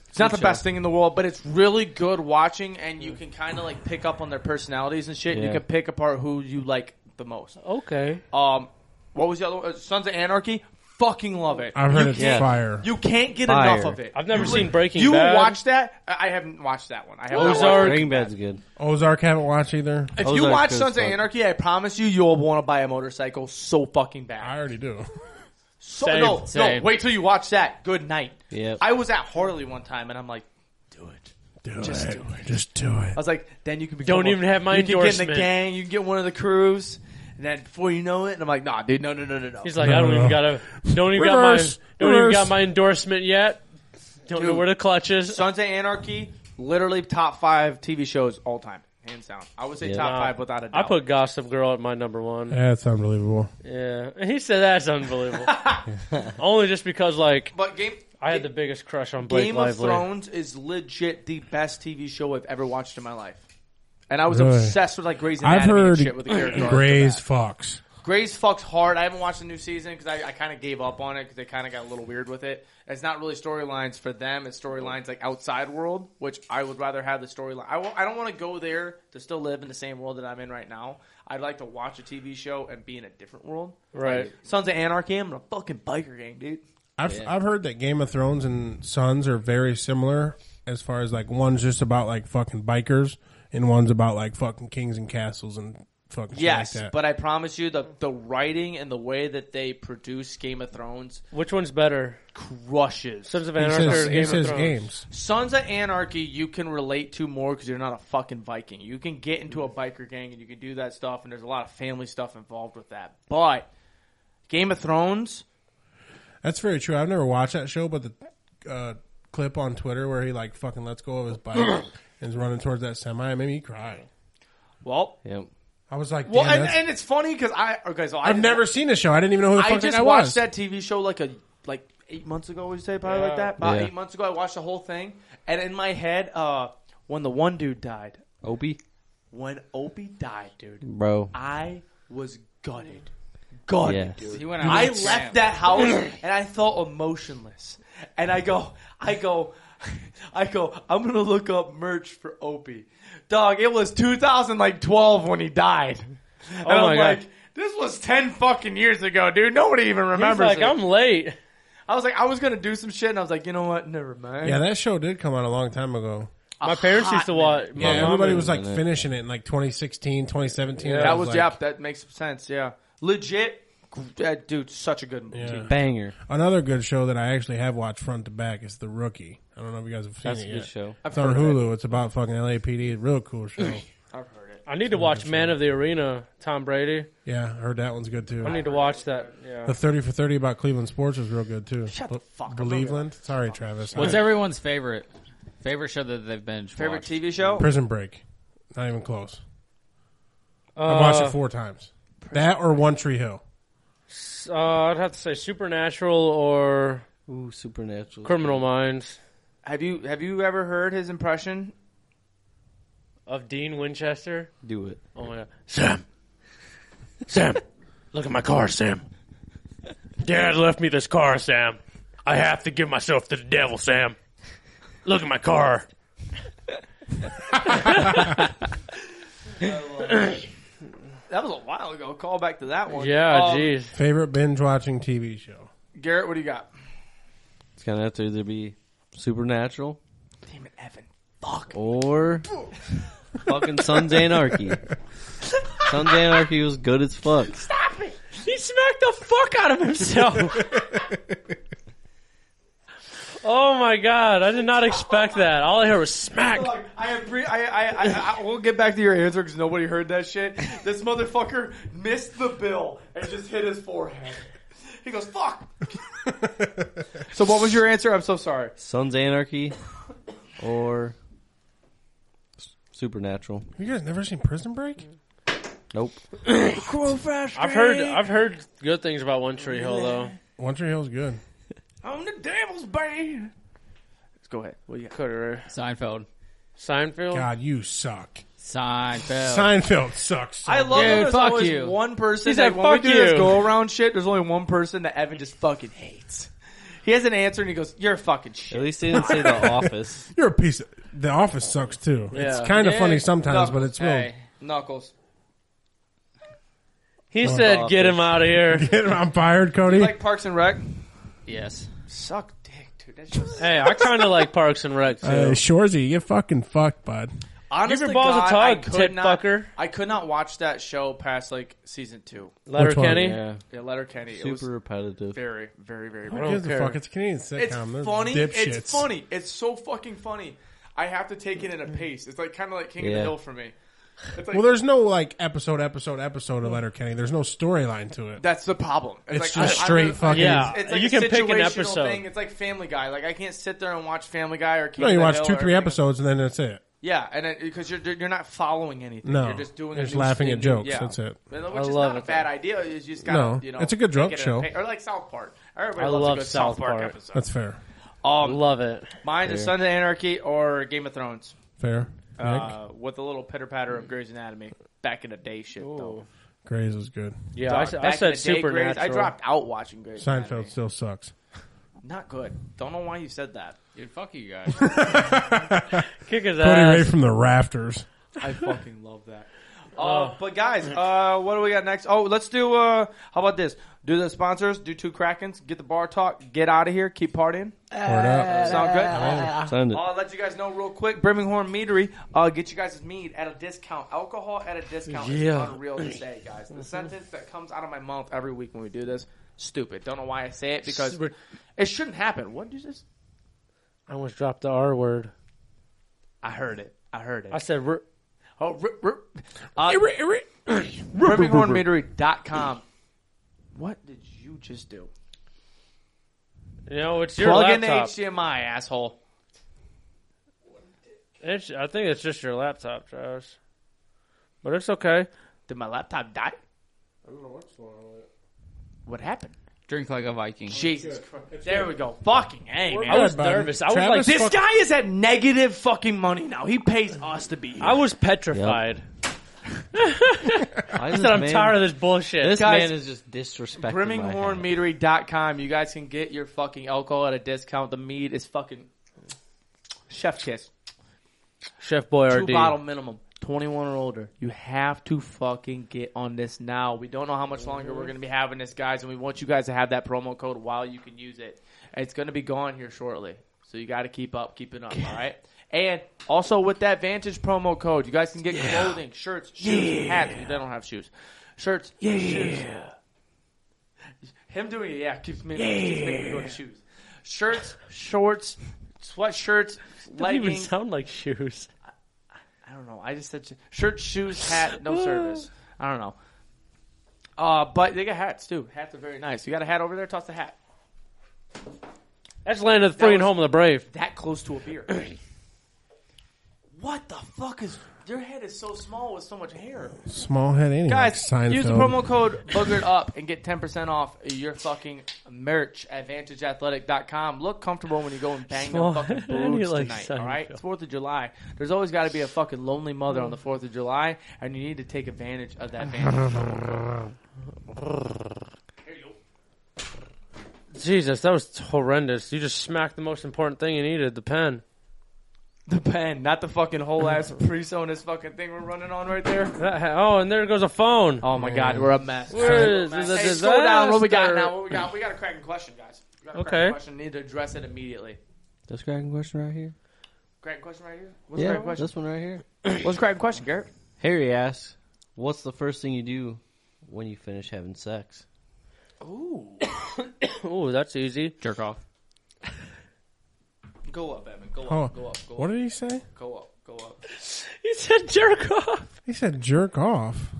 [SPEAKER 3] It's not the best thing in the world, but it's really good watching, and you can kind of like pick up on their personalities and shit. and You
[SPEAKER 1] Yeah.
[SPEAKER 3] can pick apart who you like the most.
[SPEAKER 2] Okay.
[SPEAKER 3] Um, what was the other one? Uh, Sons of Anarchy? Fucking love it.
[SPEAKER 4] I've heard
[SPEAKER 3] You
[SPEAKER 4] it's
[SPEAKER 3] can't-
[SPEAKER 4] fire.
[SPEAKER 3] You can't get
[SPEAKER 1] Fire.
[SPEAKER 3] enough of it.
[SPEAKER 2] I've never
[SPEAKER 3] You-
[SPEAKER 2] seen Breaking
[SPEAKER 3] you
[SPEAKER 2] Bad.
[SPEAKER 3] will watch that? I I haven't watched that one. I haven't watched
[SPEAKER 2] Ozark.
[SPEAKER 3] that
[SPEAKER 1] Breaking
[SPEAKER 3] one.
[SPEAKER 1] Bad's good.
[SPEAKER 4] Ozark haven't watched either.
[SPEAKER 3] If you
[SPEAKER 1] Ozark's
[SPEAKER 3] watch
[SPEAKER 1] good as
[SPEAKER 3] Sons of
[SPEAKER 1] fuck.
[SPEAKER 3] Anarchy, I promise you, you'll want to buy a motorcycle so fucking bad.
[SPEAKER 4] I already do.
[SPEAKER 3] So,
[SPEAKER 2] Same,
[SPEAKER 3] no,
[SPEAKER 5] same.
[SPEAKER 3] no, wait till you watch that. Good night.
[SPEAKER 1] Yep.
[SPEAKER 3] I was at Harley one time, and I'm like, do it.
[SPEAKER 4] Do it. Just do it.
[SPEAKER 3] I was like, then you can be.
[SPEAKER 2] Don't even have my
[SPEAKER 3] You can get in the
[SPEAKER 2] endorsement.
[SPEAKER 3] gang. You can get one of the crews, and then before you know it, and I'm like, nah, dude, no, no, no, no, no.
[SPEAKER 2] He's like, I don't even gotta, don't even
[SPEAKER 4] Reverse.
[SPEAKER 2] got my, don't even
[SPEAKER 4] Reverse.
[SPEAKER 2] got my endorsement yet. Don't know
[SPEAKER 3] Dude.
[SPEAKER 2] where the clutch is.
[SPEAKER 3] Sons of Anarchy, literally top five TV shows all time, hands down. I would say
[SPEAKER 1] Yeah.
[SPEAKER 3] top
[SPEAKER 2] Wow.
[SPEAKER 3] five without a
[SPEAKER 2] I
[SPEAKER 3] doubt.
[SPEAKER 2] put Gossip Girl at my number one.
[SPEAKER 4] Yeah, it's unbelievable.
[SPEAKER 2] Yeah, he said that's unbelievable. Only just because like
[SPEAKER 3] but Game
[SPEAKER 2] I had the biggest crush on Blake
[SPEAKER 3] Game of
[SPEAKER 2] Lively.
[SPEAKER 3] Thrones is legit the best TV show I've ever watched in my life. And I was
[SPEAKER 4] Really?
[SPEAKER 3] obsessed with like Grey's Anatomy
[SPEAKER 4] I've heard
[SPEAKER 3] and shit with the character.
[SPEAKER 4] Gray's Fox.
[SPEAKER 3] Grey's fucks hard. I haven't watched the new season because I, I kind of gave up on it because they kind of got a little weird with it. It's not really storylines for them. It's storylines like outside world, which I would rather have the storyline. I w- I don't want to go there to still live in the same world that I'm in right now. I'd like to watch a TV show and be in a different world.
[SPEAKER 2] Right.
[SPEAKER 3] Sons of Anarchy. I'm in a fucking biker gang, dude.
[SPEAKER 4] I've I've heard that Game of Thrones and Sons are very similar as far as like one's just about like fucking bikers and one's about like fucking kings and castles and fucking shit
[SPEAKER 3] Yes,
[SPEAKER 4] like that.
[SPEAKER 3] but I promise you the the writing and the way that they produce Game of Thrones
[SPEAKER 2] Which one's better,
[SPEAKER 3] crushes.
[SPEAKER 2] Sons of
[SPEAKER 4] he
[SPEAKER 2] Anarchy
[SPEAKER 4] says,
[SPEAKER 2] or
[SPEAKER 4] he
[SPEAKER 2] Game of
[SPEAKER 4] says
[SPEAKER 2] Thrones?
[SPEAKER 4] games.
[SPEAKER 3] Sons of Anarchy, you can relate to more because you're not a fucking Viking. You can get into a biker gang and you can do that stuff, and there's a lot of family stuff involved with that. But Game of Thrones,
[SPEAKER 4] That's very true. I've never watched that show, but the uh, clip on Twitter where he like fucking lets go of his bike and is running towards that semi made me cry.
[SPEAKER 3] well,
[SPEAKER 1] Yep.
[SPEAKER 4] I was like,
[SPEAKER 3] well,
[SPEAKER 4] damn,
[SPEAKER 3] and,
[SPEAKER 4] that's-
[SPEAKER 3] and it's funny because I okay, so I
[SPEAKER 4] I've never seen the show. I didn't even know who the fuck
[SPEAKER 3] I
[SPEAKER 4] that
[SPEAKER 3] just
[SPEAKER 4] guy
[SPEAKER 3] watched
[SPEAKER 4] was.
[SPEAKER 3] that TV show like a like eight months ago. Would you say probably like that? About
[SPEAKER 1] Yeah.
[SPEAKER 3] eight months ago, I watched the whole thing, and in my head, uh, when the one dude died,
[SPEAKER 1] Opie,
[SPEAKER 3] when Opie died, dude,
[SPEAKER 1] bro.
[SPEAKER 3] I was gutted, gutted,
[SPEAKER 1] Yes.
[SPEAKER 3] dude.
[SPEAKER 5] He went out
[SPEAKER 3] I
[SPEAKER 5] on a
[SPEAKER 3] left
[SPEAKER 5] tramp.
[SPEAKER 3] that house and I felt emotionless. And I go, I go, I go, I'm gonna look up merch for Opie. Dog, it was 2012 when he died. And
[SPEAKER 2] my
[SPEAKER 3] I'm
[SPEAKER 2] God.
[SPEAKER 3] like, this was 10 fucking years ago, dude. Nobody even
[SPEAKER 2] He's
[SPEAKER 3] remembers
[SPEAKER 2] like,
[SPEAKER 3] it.
[SPEAKER 2] I'm late.
[SPEAKER 3] I was like, I was gonna do some shit and I was like, you know what? Never mind.
[SPEAKER 4] yeah, that show did come out a long time ago.
[SPEAKER 2] My parents used to watch. My
[SPEAKER 4] Yeah,
[SPEAKER 2] mom
[SPEAKER 4] everybody
[SPEAKER 2] and-
[SPEAKER 4] was like
[SPEAKER 1] and it-
[SPEAKER 4] finishing it in like 2016, 2017.
[SPEAKER 2] Yeah.
[SPEAKER 4] I
[SPEAKER 3] that was,
[SPEAKER 4] like,
[SPEAKER 3] yeah, that makes sense, yeah. Legit, that dude, such a good movie.
[SPEAKER 4] Yeah.
[SPEAKER 1] Banger.
[SPEAKER 4] Another good show that I actually have watched front to back is The Rookie. I don't know if you guys have seen
[SPEAKER 1] That's a
[SPEAKER 4] it
[SPEAKER 1] good
[SPEAKER 4] yet.
[SPEAKER 1] show.
[SPEAKER 4] It's on Hulu. It's about fucking LAPD. Real cool show.
[SPEAKER 3] I've heard it.
[SPEAKER 2] I need to watch Man of the Arena, Tom Brady.
[SPEAKER 4] yeah, I heard that one's good too.
[SPEAKER 2] I need to watch that. Yeah.
[SPEAKER 4] the 30 for 30 about Cleveland sports was real good too.
[SPEAKER 3] Shut the fuck up.
[SPEAKER 4] Cleveland? Sorry, Travis.
[SPEAKER 5] What's
[SPEAKER 4] I-
[SPEAKER 5] everyone's favorite? Favorite show that they've been
[SPEAKER 3] Favorite TV show?
[SPEAKER 4] Prison Break. Not even close.
[SPEAKER 2] Uh,
[SPEAKER 4] I watched it four times. That or One Tree Hill.
[SPEAKER 2] uh, I'd have to say Supernatural or
[SPEAKER 1] Ooh, supernatural.
[SPEAKER 2] Criminal Minds
[SPEAKER 3] Have you have you ever heard his impression?
[SPEAKER 2] of Dean Winchester.
[SPEAKER 1] Do it.
[SPEAKER 2] Oh my god.
[SPEAKER 6] Sam. Sam. Look at my car, Sam. Dad left me this car, Sam. I have to give myself to the devil, Sam. Look at my car.
[SPEAKER 3] That was a while ago. Call back to that one.
[SPEAKER 2] Yeah,
[SPEAKER 3] Um,
[SPEAKER 2] jeez.
[SPEAKER 4] Favorite binge watching TV show.
[SPEAKER 3] Garrett, what do you got?
[SPEAKER 1] It's gonna have to either be supernatural
[SPEAKER 3] Damn it, Evan. Fuck.
[SPEAKER 1] or fucking Sons of Anarchy. Sons of Anarchy was good as fuck.
[SPEAKER 2] He smacked the fuck out of himself. oh my god, I did not expect that. All I heard was smack.
[SPEAKER 3] Look, I, appre- I, I, I, I, we'll get back to your answer because nobody heard that shit. This motherfucker missed the bill and just hit his forehead. He goes, fuck. so what was your answer? I'm so sorry.
[SPEAKER 1] Sons of Anarchy or s- supernatural.
[SPEAKER 4] You guys never seen Prison Break?
[SPEAKER 1] Nope.
[SPEAKER 2] I've heard I've heard good things about One Tree Hill though.
[SPEAKER 4] One Tree Hill's good.
[SPEAKER 3] I'm the devil's bane. Let's go ahead. What do you got?
[SPEAKER 2] Cutter.
[SPEAKER 5] Seinfeld.
[SPEAKER 2] Seinfeld.
[SPEAKER 4] God, you suck.
[SPEAKER 5] Seinfeld.
[SPEAKER 4] Seinfeld sucks. so
[SPEAKER 3] I love
[SPEAKER 5] Dude,
[SPEAKER 3] how there's
[SPEAKER 5] fuck
[SPEAKER 3] always
[SPEAKER 5] you.
[SPEAKER 3] one person.
[SPEAKER 2] He's
[SPEAKER 3] that
[SPEAKER 2] like,
[SPEAKER 3] when we
[SPEAKER 2] "Fuck
[SPEAKER 3] do this
[SPEAKER 2] you."
[SPEAKER 3] go around shit, there's only one person that Evan just fucking hates. He has an answer and he goes, "You're fucking shit."
[SPEAKER 7] At least they didn't say The Office.
[SPEAKER 4] You're a piece of. The Office sucks too. It's kind of funny sometimes, but it's real.
[SPEAKER 5] Hey,
[SPEAKER 3] Knuckles.
[SPEAKER 2] He said, "Get him out of here."
[SPEAKER 4] I'm fired, Cody.
[SPEAKER 3] Like Parks and Rec.
[SPEAKER 5] yes.
[SPEAKER 3] Suck dick, dude. That's just
[SPEAKER 2] hey, I kind of like Parks and Rec too.
[SPEAKER 4] uh, Shorzy, you fucking fucked, bud.
[SPEAKER 3] honestly,
[SPEAKER 2] your balls a
[SPEAKER 3] God,
[SPEAKER 2] tug,
[SPEAKER 3] I could
[SPEAKER 2] tit
[SPEAKER 3] not,
[SPEAKER 2] fucker.
[SPEAKER 3] I could not watch that show past like season two.
[SPEAKER 2] Letter
[SPEAKER 4] Which one?
[SPEAKER 2] Kenny.
[SPEAKER 7] Yeah.
[SPEAKER 3] Yeah, Letter Kenny. It
[SPEAKER 7] Super
[SPEAKER 3] was
[SPEAKER 7] repetitive.
[SPEAKER 3] very, very, very.
[SPEAKER 4] Who
[SPEAKER 3] bad.
[SPEAKER 4] gives a
[SPEAKER 2] care.
[SPEAKER 4] fuck? It's a Canadian sitcom.
[SPEAKER 3] It's
[SPEAKER 4] Those
[SPEAKER 3] funny.
[SPEAKER 4] Dipshits.
[SPEAKER 3] It's funny. It's so fucking funny. I have to take it in a pace. It's like kind of like King of the
[SPEAKER 7] Yeah.
[SPEAKER 3] Hill for me. It's like,
[SPEAKER 4] Well, there's no like episode, episode, episode of Letterkenny. There's no storyline to it.
[SPEAKER 3] that's the problem.
[SPEAKER 4] It's
[SPEAKER 3] like,
[SPEAKER 4] just
[SPEAKER 3] I- I-
[SPEAKER 4] straight
[SPEAKER 3] it's-
[SPEAKER 4] fucking-
[SPEAKER 2] Yeah.
[SPEAKER 3] It's like
[SPEAKER 2] You
[SPEAKER 3] a
[SPEAKER 2] can pick an
[SPEAKER 3] situational
[SPEAKER 2] episode.
[SPEAKER 3] Thing. It's like Family Guy. Like I can't sit there and watch Family Guy or King
[SPEAKER 4] no,
[SPEAKER 3] of
[SPEAKER 4] you
[SPEAKER 3] the
[SPEAKER 4] watch
[SPEAKER 3] Hill
[SPEAKER 4] two,
[SPEAKER 3] or
[SPEAKER 4] three
[SPEAKER 3] everything.
[SPEAKER 4] episodes, and then that's it.
[SPEAKER 3] Yeah, and because you're you're not following anything.
[SPEAKER 4] No.
[SPEAKER 3] you're just doing. the
[SPEAKER 4] You're just
[SPEAKER 3] new-
[SPEAKER 4] laughing at
[SPEAKER 3] new-
[SPEAKER 4] jokes. That's it.
[SPEAKER 3] And- Which
[SPEAKER 2] I
[SPEAKER 3] is
[SPEAKER 2] love
[SPEAKER 3] not
[SPEAKER 2] it,
[SPEAKER 3] a bad idea. You just got
[SPEAKER 4] No,
[SPEAKER 3] you know.
[SPEAKER 4] it's a good
[SPEAKER 3] take
[SPEAKER 4] drunk
[SPEAKER 3] it in a
[SPEAKER 4] show.
[SPEAKER 3] pa- or like South Park. Everybody
[SPEAKER 2] I
[SPEAKER 3] loves
[SPEAKER 2] love
[SPEAKER 3] a good
[SPEAKER 2] South
[SPEAKER 3] South Park,
[SPEAKER 2] Park.
[SPEAKER 3] episode.
[SPEAKER 4] That's fair.
[SPEAKER 3] Um,
[SPEAKER 2] Oh, Love it.
[SPEAKER 3] mine is Sons of Anarchy or Game of Thrones.
[SPEAKER 4] Fair. Nick,
[SPEAKER 3] Uh, with a little pitter patter of Grey's Anatomy back in the day shit though.
[SPEAKER 4] Grays was good.
[SPEAKER 2] Yeah,
[SPEAKER 3] Dog,
[SPEAKER 2] I, s- I
[SPEAKER 3] back in
[SPEAKER 2] said
[SPEAKER 3] the day, Grey's-
[SPEAKER 2] supernatural.
[SPEAKER 3] I dropped out watching Grey's
[SPEAKER 4] Seinfeld
[SPEAKER 3] Anatomy.
[SPEAKER 4] still sucks.
[SPEAKER 3] Not good. Don't know why you said that.
[SPEAKER 5] Dude, fuck you guys.
[SPEAKER 2] Kick his
[SPEAKER 4] Cody Ray
[SPEAKER 2] ass.
[SPEAKER 4] from the rafters.
[SPEAKER 3] I fucking love that. Uh, but guys, uh, what do we got next? Oh, let's do. Uh, how about this? Do the sponsors. Do two Krakens. Get the bar talk. Get out of here. Keep partying.
[SPEAKER 4] Word up.
[SPEAKER 3] Sound good?
[SPEAKER 7] Sounded-
[SPEAKER 3] I'll let you guys know real quick. Birmingham Meadery, uh, get you guys mead at a discount. Alcohol at a discount
[SPEAKER 2] Yeah.
[SPEAKER 3] is unreal to say, guys. The sentence that comes out of my mouth every week when we do this, stupid. Don't know why I say it because
[SPEAKER 2] Super-
[SPEAKER 3] it shouldn't happen. What did you just?
[SPEAKER 2] I almost dropped the R word.
[SPEAKER 3] I heard it. I heard it.
[SPEAKER 2] I said, "We're-
[SPEAKER 3] Oh, rip, rip. Uh, birminghammeadery.com. What did you just do?
[SPEAKER 2] you know, it's your
[SPEAKER 3] Plug in the
[SPEAKER 2] laptop.
[SPEAKER 3] HDMI, asshole.
[SPEAKER 2] It's, I think it's just your laptop, Josh. But it's okay.
[SPEAKER 3] Did my laptop die? What happened?
[SPEAKER 5] Drink like a Viking.
[SPEAKER 3] Jesus Christ. There we go. Fucking hey, man.
[SPEAKER 2] I was
[SPEAKER 4] Good, buddy.
[SPEAKER 2] nervous. I was like,
[SPEAKER 4] Travis
[SPEAKER 3] This
[SPEAKER 4] fuck-
[SPEAKER 3] guy is at negative fucking money now. He pays us to be here.
[SPEAKER 2] I was petrified.
[SPEAKER 7] I
[SPEAKER 2] I said, I'm tired of this bullshit.
[SPEAKER 7] This
[SPEAKER 3] Guys,
[SPEAKER 7] man is just disrespecting my hat.
[SPEAKER 3] Brimminghornmeadery.com. You guys can get your fucking alcohol at a discount. The mead is fucking chef kiss.
[SPEAKER 2] Chef Boyardee.
[SPEAKER 3] Two bottle minimum. 21 or older. You have to fucking get on this now. We don't know how much longer we're going to be having this, guys, and we want you guys to have that promo code while you can use it. It's going to be gone here shortly. So you got to keep up, keep it up, all right? And also with that Vantage promo code, you guys can get clothing, shirts, shoes, hats. They don't have shoes. Shirts, yeah. shoes. Him doing it, yeah, keeps me, keeps making me go to shoes. Shirts, shorts, sweatshirts,
[SPEAKER 2] Doesn't even
[SPEAKER 3] leggings,
[SPEAKER 2] sound like shoes.
[SPEAKER 3] I don't know. I just said sh- shirt, shoes, hat, no service. I don't know. Uh, but they got hats too. Hats are very nice. You got a hat over there? Toss the hat.
[SPEAKER 2] That's land of the free and
[SPEAKER 3] was-
[SPEAKER 2] home of the brave.
[SPEAKER 3] That close to a beer. what the fuck is your head is so small with so much hair?
[SPEAKER 4] Small head anyway.
[SPEAKER 3] Guys,
[SPEAKER 4] Seinfeld.
[SPEAKER 3] use the promo code boogered up and get ten percent off your fucking merch at vantageathletic.com. Look comfortable when you go and bang
[SPEAKER 2] Small
[SPEAKER 3] them fucking
[SPEAKER 2] head,
[SPEAKER 3] boobs
[SPEAKER 2] you like
[SPEAKER 3] tonight. All right,
[SPEAKER 2] Seinfeld.
[SPEAKER 3] it's Fourth of July. There's always got to be a fucking lonely mother
[SPEAKER 2] Mm.
[SPEAKER 3] on the Fourth of July, and you need to take advantage of that. Vantage.
[SPEAKER 2] Jesus, that was horrendous. You just smacked the most important thing you needed, the pen.
[SPEAKER 3] The pen, not the fucking whole ass preso on this fucking thing we're running on right there.
[SPEAKER 2] That ha- oh, and there goes a phone.
[SPEAKER 3] Oh my god, we're a mess.
[SPEAKER 2] Where is this a
[SPEAKER 3] Hey, slow down. What we got
[SPEAKER 2] disaster?
[SPEAKER 3] now? What we got? We got a cracking question, guys. We got a
[SPEAKER 2] Okay.
[SPEAKER 3] cracking question. Need to address it immediately.
[SPEAKER 7] This cracking question right here.
[SPEAKER 3] Cracking question right here. What's
[SPEAKER 7] Yeah,
[SPEAKER 3] cracking question?
[SPEAKER 7] this one right here.
[SPEAKER 3] What's cracking question, Garrett?
[SPEAKER 7] Harry asks, "What's the first thing you do when you finish having sex?"
[SPEAKER 3] Ooh,
[SPEAKER 2] Oh, that's easy.
[SPEAKER 5] Jerk off.
[SPEAKER 3] go up, Evan. Go up.
[SPEAKER 4] Oh,
[SPEAKER 3] Go up. Go
[SPEAKER 4] what
[SPEAKER 3] up.
[SPEAKER 4] did he say?
[SPEAKER 3] Go up. Go up.
[SPEAKER 2] He said jerk off.
[SPEAKER 4] He said jerk off.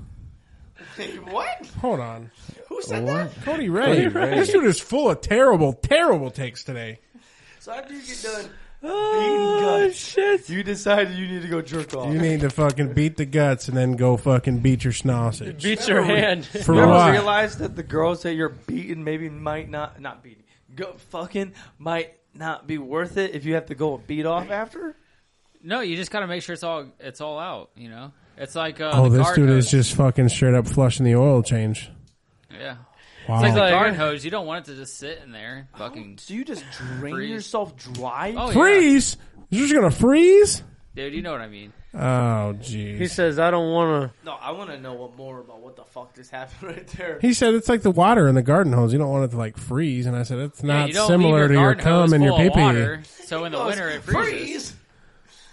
[SPEAKER 3] what?
[SPEAKER 4] Hold on.
[SPEAKER 3] Who
[SPEAKER 2] Oh.
[SPEAKER 3] said that?
[SPEAKER 4] Cody Ray.
[SPEAKER 7] Cody Ray.
[SPEAKER 4] This dude is full of terrible, terrible takes today.
[SPEAKER 3] So after you get done,
[SPEAKER 2] Oh, shit.
[SPEAKER 3] you decide you need to go jerk off.
[SPEAKER 4] You need to fucking beat the guts and then go fucking beat your sausage.
[SPEAKER 2] Beat your hand.
[SPEAKER 4] For
[SPEAKER 3] You ever
[SPEAKER 4] what?
[SPEAKER 3] realize that the girls that you're beating maybe might not not beating, go fucking might not be worth it if you have to go and beat off after?
[SPEAKER 5] No, you just gotta make sure it's all it's all out. You know, it's like uh,
[SPEAKER 4] Oh,
[SPEAKER 5] the
[SPEAKER 4] this
[SPEAKER 5] car
[SPEAKER 4] dude
[SPEAKER 5] goes-
[SPEAKER 4] is just Oh. fucking straight up flushing the oil change.
[SPEAKER 5] yeah.
[SPEAKER 4] Wow.
[SPEAKER 5] It's like the
[SPEAKER 2] Like-
[SPEAKER 5] garden hose. You don't want it to just sit in there. Fucking
[SPEAKER 3] So you just drain
[SPEAKER 5] Freeze.
[SPEAKER 3] yourself dry?
[SPEAKER 5] oh, yeah.
[SPEAKER 4] freeze? You're just gonna freeze?
[SPEAKER 5] dude. You know what I mean?
[SPEAKER 4] Oh,
[SPEAKER 2] He
[SPEAKER 4] jeez.
[SPEAKER 2] says, I don't want
[SPEAKER 3] No, I want to know what more about what the fuck just happened right there.
[SPEAKER 4] He said it's like the water in the garden hose. You don't want it to like freeze. And I said it's
[SPEAKER 5] Yeah,
[SPEAKER 4] not
[SPEAKER 5] you don't leave
[SPEAKER 4] similar to your
[SPEAKER 5] garden hose
[SPEAKER 4] cum and your
[SPEAKER 5] full
[SPEAKER 4] pee
[SPEAKER 5] of
[SPEAKER 4] pee.
[SPEAKER 5] water, So in the winter it freezes.
[SPEAKER 3] Freeze!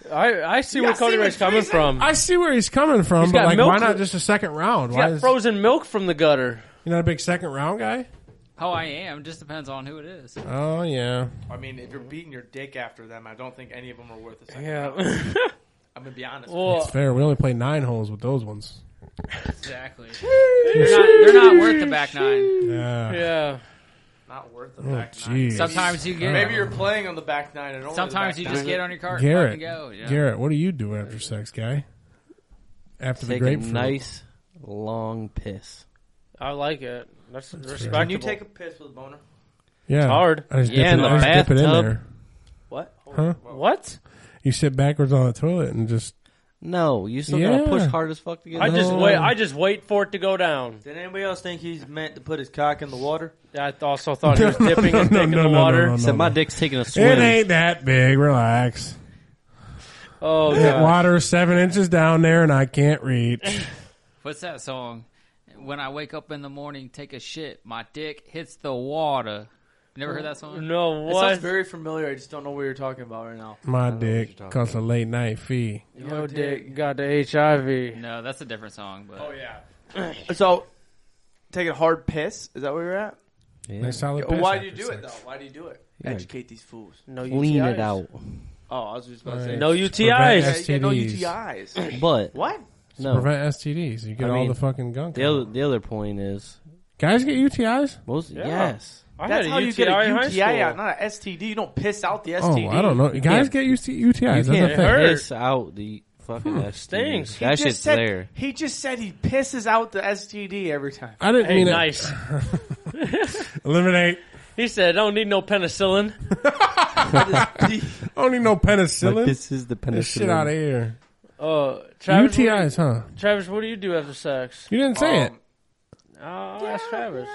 [SPEAKER 2] to. I, I see where
[SPEAKER 3] gotta see
[SPEAKER 2] Cody
[SPEAKER 3] where
[SPEAKER 2] Ray's
[SPEAKER 3] it's
[SPEAKER 2] coming
[SPEAKER 3] freezing.
[SPEAKER 2] from.
[SPEAKER 4] I see where he's coming from,
[SPEAKER 2] He's
[SPEAKER 4] but
[SPEAKER 2] got
[SPEAKER 4] like,
[SPEAKER 2] milk
[SPEAKER 4] why
[SPEAKER 2] in
[SPEAKER 4] not
[SPEAKER 2] it.
[SPEAKER 4] just a second round? Why
[SPEAKER 2] Got
[SPEAKER 4] is,
[SPEAKER 2] frozen milk from the gutter.
[SPEAKER 4] you're not a big second round guy?
[SPEAKER 5] How I am just depends on who it is.
[SPEAKER 4] Oh yeah.
[SPEAKER 3] I mean, if you're beating your dick after them, I don't think any of them are worth a second.
[SPEAKER 2] Yeah.
[SPEAKER 3] I'm gonna be honest.
[SPEAKER 2] well,
[SPEAKER 4] Fair. We only play nine holes with those ones.
[SPEAKER 5] Exactly. they're, not, they're not worth the back nine.
[SPEAKER 4] Yeah.
[SPEAKER 2] yeah.
[SPEAKER 3] not worth the
[SPEAKER 4] Oh,
[SPEAKER 3] back nine.
[SPEAKER 4] jeez.
[SPEAKER 5] Sometimes you get.
[SPEAKER 3] Maybe you're playing on the back nine and only
[SPEAKER 5] Sometimes
[SPEAKER 3] the
[SPEAKER 5] you
[SPEAKER 3] back
[SPEAKER 5] just
[SPEAKER 3] nine.
[SPEAKER 5] get on your cart
[SPEAKER 4] Garrett,
[SPEAKER 5] and fucking go. You know?
[SPEAKER 4] Garrett, what do you do after sex, guy? After the
[SPEAKER 7] Take a
[SPEAKER 4] grapefruit.
[SPEAKER 7] nice long piss.
[SPEAKER 2] I like it. That's respectable.
[SPEAKER 3] Can you take a piss with a boner?
[SPEAKER 4] yeah,
[SPEAKER 2] hard.
[SPEAKER 4] I just
[SPEAKER 7] Yeah,
[SPEAKER 4] dip
[SPEAKER 7] in
[SPEAKER 4] it,
[SPEAKER 7] the
[SPEAKER 4] I just dip it in
[SPEAKER 7] bathtub.
[SPEAKER 4] there.
[SPEAKER 3] What?
[SPEAKER 4] Huh?
[SPEAKER 2] What?
[SPEAKER 4] You sit backwards on the toilet and just
[SPEAKER 7] No, you still
[SPEAKER 4] Yeah.
[SPEAKER 7] gotta push hard as fuck to get.
[SPEAKER 2] I
[SPEAKER 7] the-
[SPEAKER 2] just
[SPEAKER 4] No.
[SPEAKER 2] wait. I just wait for it to go down.
[SPEAKER 3] Did anybody else think he's meant to put his cock in the water?
[SPEAKER 2] I also thought he was dipping his dick in the water.
[SPEAKER 7] Said my dick's taking a swim.
[SPEAKER 4] It ain't that big. Relax.
[SPEAKER 2] Oh
[SPEAKER 4] That
[SPEAKER 2] god.
[SPEAKER 4] water's seven inches down there, and I can't reach.
[SPEAKER 5] What's that song? When I wake up in the morning, take a shit. My dick hits the water. You Never heard that
[SPEAKER 3] Mm.
[SPEAKER 5] song?
[SPEAKER 2] No
[SPEAKER 3] It sounds
[SPEAKER 2] what?
[SPEAKER 3] very familiar. I just don't know what you're talking about right now.
[SPEAKER 4] My dick costs a late night fee.
[SPEAKER 2] Yo, dick Oh, got the HIV.
[SPEAKER 5] No, that's a different song. But
[SPEAKER 3] Oh, So, take a hard piss. Is that where you're at?
[SPEAKER 7] Yeah.
[SPEAKER 4] Nice solid piss
[SPEAKER 3] Why do you
[SPEAKER 4] after
[SPEAKER 3] do it
[SPEAKER 4] sex.
[SPEAKER 3] though? Why do you do it?
[SPEAKER 7] Yeah.
[SPEAKER 3] Educate these fools.
[SPEAKER 2] No
[SPEAKER 7] Clean
[SPEAKER 2] UTIs.
[SPEAKER 7] it out.
[SPEAKER 3] Oh, I was just about to
[SPEAKER 4] Right.
[SPEAKER 3] say.
[SPEAKER 2] No
[SPEAKER 3] Yeah,
[SPEAKER 4] Prevent
[SPEAKER 2] UTIs.
[SPEAKER 4] it.
[SPEAKER 3] you get no
[SPEAKER 4] STDs.
[SPEAKER 3] UTIs.
[SPEAKER 7] But
[SPEAKER 3] what?
[SPEAKER 7] no,
[SPEAKER 4] Prevent STDs. You get
[SPEAKER 7] Oh. I
[SPEAKER 4] all
[SPEAKER 7] mean,
[SPEAKER 4] the fucking gunk.
[SPEAKER 7] the
[SPEAKER 4] out.
[SPEAKER 7] other the other point is
[SPEAKER 4] Guys get UTIs.
[SPEAKER 7] most.
[SPEAKER 2] Yeah.
[SPEAKER 7] Yes,
[SPEAKER 2] I had
[SPEAKER 3] That's
[SPEAKER 2] a
[SPEAKER 3] how you
[SPEAKER 2] UTI
[SPEAKER 3] get a
[SPEAKER 2] in high
[SPEAKER 3] UTI
[SPEAKER 2] school.
[SPEAKER 3] out, not an STD. You don't piss out the STD.
[SPEAKER 4] Oh, I don't know. Guys
[SPEAKER 7] can't-
[SPEAKER 4] get UT- UTIs.
[SPEAKER 7] you
[SPEAKER 4] That's a
[SPEAKER 7] can't
[SPEAKER 4] thing.
[SPEAKER 2] hurt.
[SPEAKER 7] piss out the fucking STD.
[SPEAKER 2] stinks. He
[SPEAKER 7] That
[SPEAKER 3] Just
[SPEAKER 7] shit's
[SPEAKER 3] said-
[SPEAKER 7] there.
[SPEAKER 3] He just said he pisses out the STD every time.
[SPEAKER 4] I didn't
[SPEAKER 2] Hey,
[SPEAKER 4] mean uh, it.
[SPEAKER 2] nice.
[SPEAKER 4] Eliminate.
[SPEAKER 2] He said, "I don't need no penicillin."
[SPEAKER 4] I don't need no penicillin.
[SPEAKER 7] Like, this is the
[SPEAKER 4] This shit out of
[SPEAKER 7] penicillin.
[SPEAKER 4] here.
[SPEAKER 2] Uh, Travis, What
[SPEAKER 4] UTIs, huh?
[SPEAKER 2] do you, Travis, what do you do after sex?
[SPEAKER 4] You didn't say
[SPEAKER 3] Um,
[SPEAKER 4] it.
[SPEAKER 2] Oh, I'll ask Travis.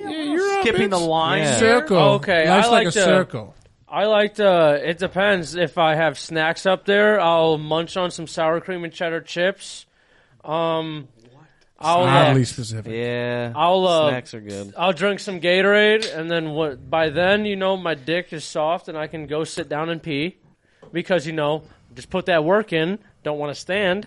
[SPEAKER 4] Yeah, you're
[SPEAKER 3] Skipping the
[SPEAKER 4] Oh, bitch.
[SPEAKER 3] line.
[SPEAKER 7] Yeah.
[SPEAKER 3] here.
[SPEAKER 4] Circle.
[SPEAKER 2] Oh, Okay,
[SPEAKER 4] Life's
[SPEAKER 2] I
[SPEAKER 4] like
[SPEAKER 2] like
[SPEAKER 4] a
[SPEAKER 2] to-
[SPEAKER 4] circle.
[SPEAKER 2] I like to. It depends. If I have snacks up there, I'll munch on some sour cream and cheddar chips. Um, I'll uh,
[SPEAKER 4] Oddly specific.
[SPEAKER 7] Oh, Yeah,
[SPEAKER 2] I'll, uh,
[SPEAKER 7] snacks are good.
[SPEAKER 2] I'll drink some Gatorade, and then what? By then, you know, my dick is soft, and I can go sit down and pee because you know, just put that work in. Don't want to stand.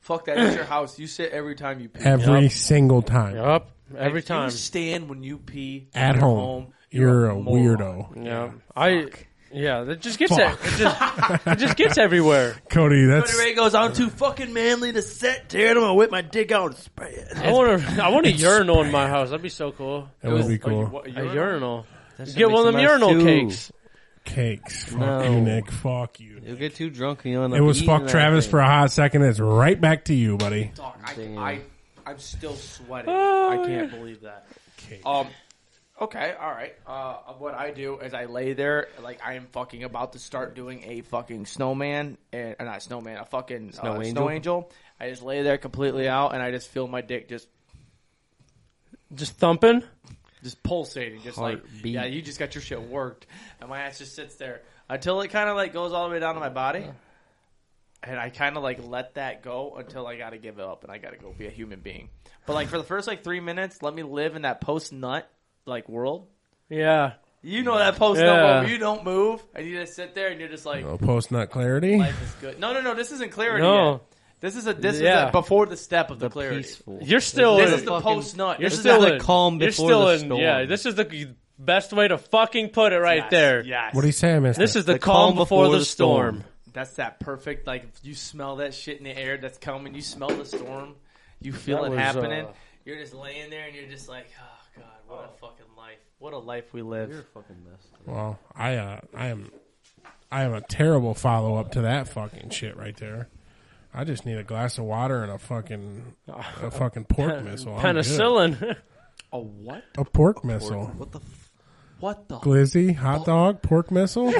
[SPEAKER 3] Fuck that. It's your house. You sit every time you pee.
[SPEAKER 4] Every single time.
[SPEAKER 2] Yep, every
[SPEAKER 3] If
[SPEAKER 2] time.
[SPEAKER 3] You stand when you pee
[SPEAKER 4] At home. You're a weirdo.
[SPEAKER 2] Yeah, I. Yeah, it just gets e, it. It just, it just gets everywhere.
[SPEAKER 4] Cody, that's.
[SPEAKER 3] Cody Ray goes, I'm too fucking manly to sit there. I'm gonna whip my dick out and spray it.
[SPEAKER 2] I want to. I want a urinal in my house. That'd be so cool.
[SPEAKER 4] That would be cool.
[SPEAKER 2] A urinal.
[SPEAKER 7] That shit
[SPEAKER 2] Get
[SPEAKER 7] makes
[SPEAKER 2] one of them
[SPEAKER 7] me
[SPEAKER 2] urinal
[SPEAKER 7] too.
[SPEAKER 2] cakes.
[SPEAKER 4] Cakes. Fuck
[SPEAKER 7] No.
[SPEAKER 4] you, Nick. Fuck you.
[SPEAKER 7] You'll get too drunk and you'll end up
[SPEAKER 4] It was
[SPEAKER 7] eating
[SPEAKER 4] fuck
[SPEAKER 7] that
[SPEAKER 4] Travis
[SPEAKER 7] thing.
[SPEAKER 4] for a hot second. It's right back to you, buddy.
[SPEAKER 3] Dog, I,
[SPEAKER 7] Damn.
[SPEAKER 3] I, I'm still sweating. I can't believe that.
[SPEAKER 4] Okay.
[SPEAKER 3] Um, okay, all right. Uh, what I do is I lay there like I am fucking about to start doing a fucking snowman, and or not snowman, a fucking uh, snow,
[SPEAKER 7] Snow
[SPEAKER 3] angel.
[SPEAKER 7] angel?
[SPEAKER 3] snow angel. I just lay there completely out, and I just feel my dick just
[SPEAKER 2] Just thumping.
[SPEAKER 3] just pulsating, just like
[SPEAKER 7] Heartbeat.
[SPEAKER 3] yeah, you just got your shit worked, and my ass just sits there until it kind of like goes all the way down to my body, and I kind of like let that go until I got to give it up and I got to go be a human being. But like for the first like three minutes, let me live in that post nut like world.
[SPEAKER 2] Yeah.
[SPEAKER 3] You know that post nut
[SPEAKER 2] Yeah.
[SPEAKER 3] world. where You don't move, and you just sit there, and you're just like
[SPEAKER 4] No post nut clarity.
[SPEAKER 3] life is good. No, no, no. This isn't clarity.
[SPEAKER 2] No.
[SPEAKER 3] Yet. This is a this is
[SPEAKER 2] Yeah.
[SPEAKER 3] a, before the step of the,
[SPEAKER 7] The
[SPEAKER 3] clarity.
[SPEAKER 7] peaceful.
[SPEAKER 2] You're still.
[SPEAKER 3] This
[SPEAKER 2] in-
[SPEAKER 3] is the post nut.
[SPEAKER 2] You're
[SPEAKER 3] This is
[SPEAKER 2] still
[SPEAKER 7] like the
[SPEAKER 2] in.
[SPEAKER 7] calm
[SPEAKER 2] you're
[SPEAKER 7] before
[SPEAKER 2] still
[SPEAKER 7] the
[SPEAKER 2] in.
[SPEAKER 7] storm.
[SPEAKER 2] Yeah. This is the best way to fucking put it right there.
[SPEAKER 3] Yes.
[SPEAKER 4] What do you say, Mister?
[SPEAKER 2] This is the, calm, before, the storm.
[SPEAKER 3] That's that perfect. Like if you smell that shit in the air that's coming. You smell the storm. You feel
[SPEAKER 2] That
[SPEAKER 3] it
[SPEAKER 2] was,
[SPEAKER 3] happening.
[SPEAKER 2] uh,
[SPEAKER 3] you're just laying there and you're just like, oh god, what a fucking life. What a life we live.
[SPEAKER 4] Well, I uh, I am I am a terrible follow up to that fucking shit right there. I just need a glass of water and a fucking a
[SPEAKER 2] Oh,
[SPEAKER 4] fucking pork missile. I'm good.
[SPEAKER 2] Penicillin.
[SPEAKER 3] A what?
[SPEAKER 4] A pork missile.
[SPEAKER 7] What the? F-
[SPEAKER 3] What the?
[SPEAKER 4] Glizzy, hot dog, pork missile.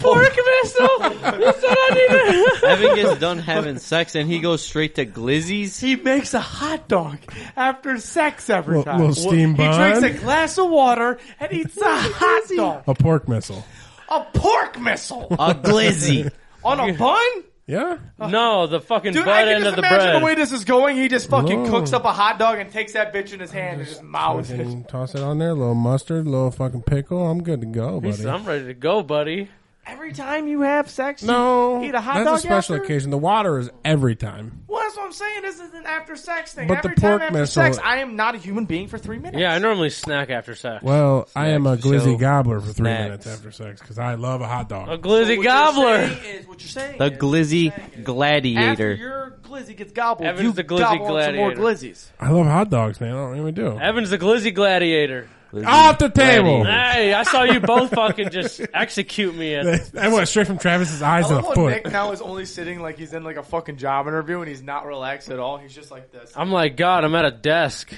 [SPEAKER 2] Pork missile. You said I needed.
[SPEAKER 7] Evan gets done having sex and he goes straight to Glizzy's.
[SPEAKER 3] He makes a hot dog after sex every
[SPEAKER 4] Little-
[SPEAKER 3] time.
[SPEAKER 4] little steam
[SPEAKER 3] he
[SPEAKER 4] bun.
[SPEAKER 3] drinks a glass of water and eats a hot dog.
[SPEAKER 4] A pork missile.
[SPEAKER 3] A pork missile
[SPEAKER 7] A Glizzy.
[SPEAKER 3] on a bun?
[SPEAKER 4] Yeah.
[SPEAKER 3] Oh,
[SPEAKER 2] No, the fucking
[SPEAKER 3] Dude, I
[SPEAKER 2] butt
[SPEAKER 3] can
[SPEAKER 2] end
[SPEAKER 3] just
[SPEAKER 2] of the
[SPEAKER 3] imagine
[SPEAKER 2] bread.
[SPEAKER 3] the way this is going. He just fucking
[SPEAKER 4] Whoa.
[SPEAKER 3] cooks up a hot dog and takes that bitch in his hand and just mouths it.
[SPEAKER 4] Fucking toss it on there. A little mustard, a little fucking pickle. I'm good to go,
[SPEAKER 2] He said,
[SPEAKER 4] buddy.
[SPEAKER 2] I'm ready to go, buddy.
[SPEAKER 3] Every time you have sex,
[SPEAKER 4] No,
[SPEAKER 3] you eat a hot
[SPEAKER 4] that's
[SPEAKER 3] dog
[SPEAKER 4] a special
[SPEAKER 3] after?
[SPEAKER 4] occasion. The water is every time.
[SPEAKER 3] Well, that's what I'm saying. This is an after sex thing.
[SPEAKER 4] But the
[SPEAKER 3] Every time
[SPEAKER 4] pork
[SPEAKER 3] after
[SPEAKER 4] missile-
[SPEAKER 3] sex, I am not a human being for three minutes.
[SPEAKER 2] Yeah, I normally snack after sex.
[SPEAKER 4] Well, I am a glizzy
[SPEAKER 7] so
[SPEAKER 4] gobbler for three
[SPEAKER 7] snacks.
[SPEAKER 4] minutes after sex because I love a hot dog.
[SPEAKER 2] A glizzy
[SPEAKER 3] What you're
[SPEAKER 2] gobbler.
[SPEAKER 3] saying is- What you're saying
[SPEAKER 7] The
[SPEAKER 3] is-
[SPEAKER 7] Glizzy
[SPEAKER 3] After
[SPEAKER 7] Gladiator.
[SPEAKER 3] your glizzy gets gobbled,
[SPEAKER 2] Evan's
[SPEAKER 3] you
[SPEAKER 2] the glizzy
[SPEAKER 3] gobble on some more
[SPEAKER 2] gladiator.
[SPEAKER 3] glizzies.
[SPEAKER 4] I love hot dogs, man. I don't even do.
[SPEAKER 2] Evan's the glizzy gladiator.
[SPEAKER 4] Off the
[SPEAKER 2] Oh.
[SPEAKER 4] table.
[SPEAKER 2] Hey, I saw you both fucking just execute me. At,
[SPEAKER 4] I went straight from Travis's eyes
[SPEAKER 3] I
[SPEAKER 4] to the
[SPEAKER 3] love how
[SPEAKER 4] foot.
[SPEAKER 3] Nick now is only sitting like he's in like a fucking job interview and he's not relaxed at all. He's just like this.
[SPEAKER 2] I'm like, God, I'm at a desk.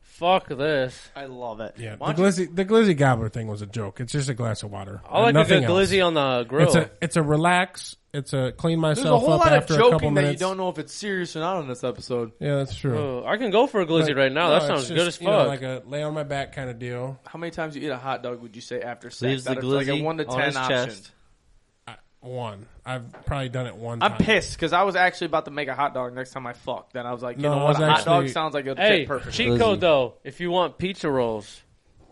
[SPEAKER 2] Fuck this.
[SPEAKER 3] I love it.
[SPEAKER 4] Yeah, the
[SPEAKER 3] Why don't you-
[SPEAKER 4] glizzy, the glizzy gobbler thing was a joke. It's just a glass of water.
[SPEAKER 2] I like a
[SPEAKER 4] Nothing
[SPEAKER 2] good
[SPEAKER 4] else.
[SPEAKER 2] glizzy on the grill.
[SPEAKER 4] It's a it's a relax. It's a clean
[SPEAKER 3] There's a
[SPEAKER 4] myself
[SPEAKER 3] whole
[SPEAKER 4] up
[SPEAKER 3] lot of
[SPEAKER 4] after a couple
[SPEAKER 3] joking that you
[SPEAKER 4] minutes.
[SPEAKER 3] don't know if it's serious or not on this episode.
[SPEAKER 4] Yeah, that's true.
[SPEAKER 2] Oh, I can go for a glizzy right now. that
[SPEAKER 4] No, it's
[SPEAKER 2] sounds good
[SPEAKER 4] just,
[SPEAKER 2] as fuck.
[SPEAKER 4] you know, like a lay on my back kind of deal.
[SPEAKER 3] How many times you eat a hot dog would you say after sex?
[SPEAKER 7] Leaves the
[SPEAKER 3] Out of, like a
[SPEAKER 7] glizzy
[SPEAKER 3] one to
[SPEAKER 7] on
[SPEAKER 3] ten
[SPEAKER 7] his
[SPEAKER 3] option.
[SPEAKER 7] chest.
[SPEAKER 4] I, one. I've probably done it one.
[SPEAKER 3] I'm
[SPEAKER 4] time.
[SPEAKER 3] pissed because I was actually about to make a hot dog next time I fucked. Then I was like, you
[SPEAKER 4] No,
[SPEAKER 3] know
[SPEAKER 4] I
[SPEAKER 3] what,
[SPEAKER 4] was
[SPEAKER 3] a hot dog
[SPEAKER 4] actually-
[SPEAKER 3] sounds like a
[SPEAKER 2] hey,
[SPEAKER 3] fit perfect.
[SPEAKER 2] cheat code though. If you want pizza rolls,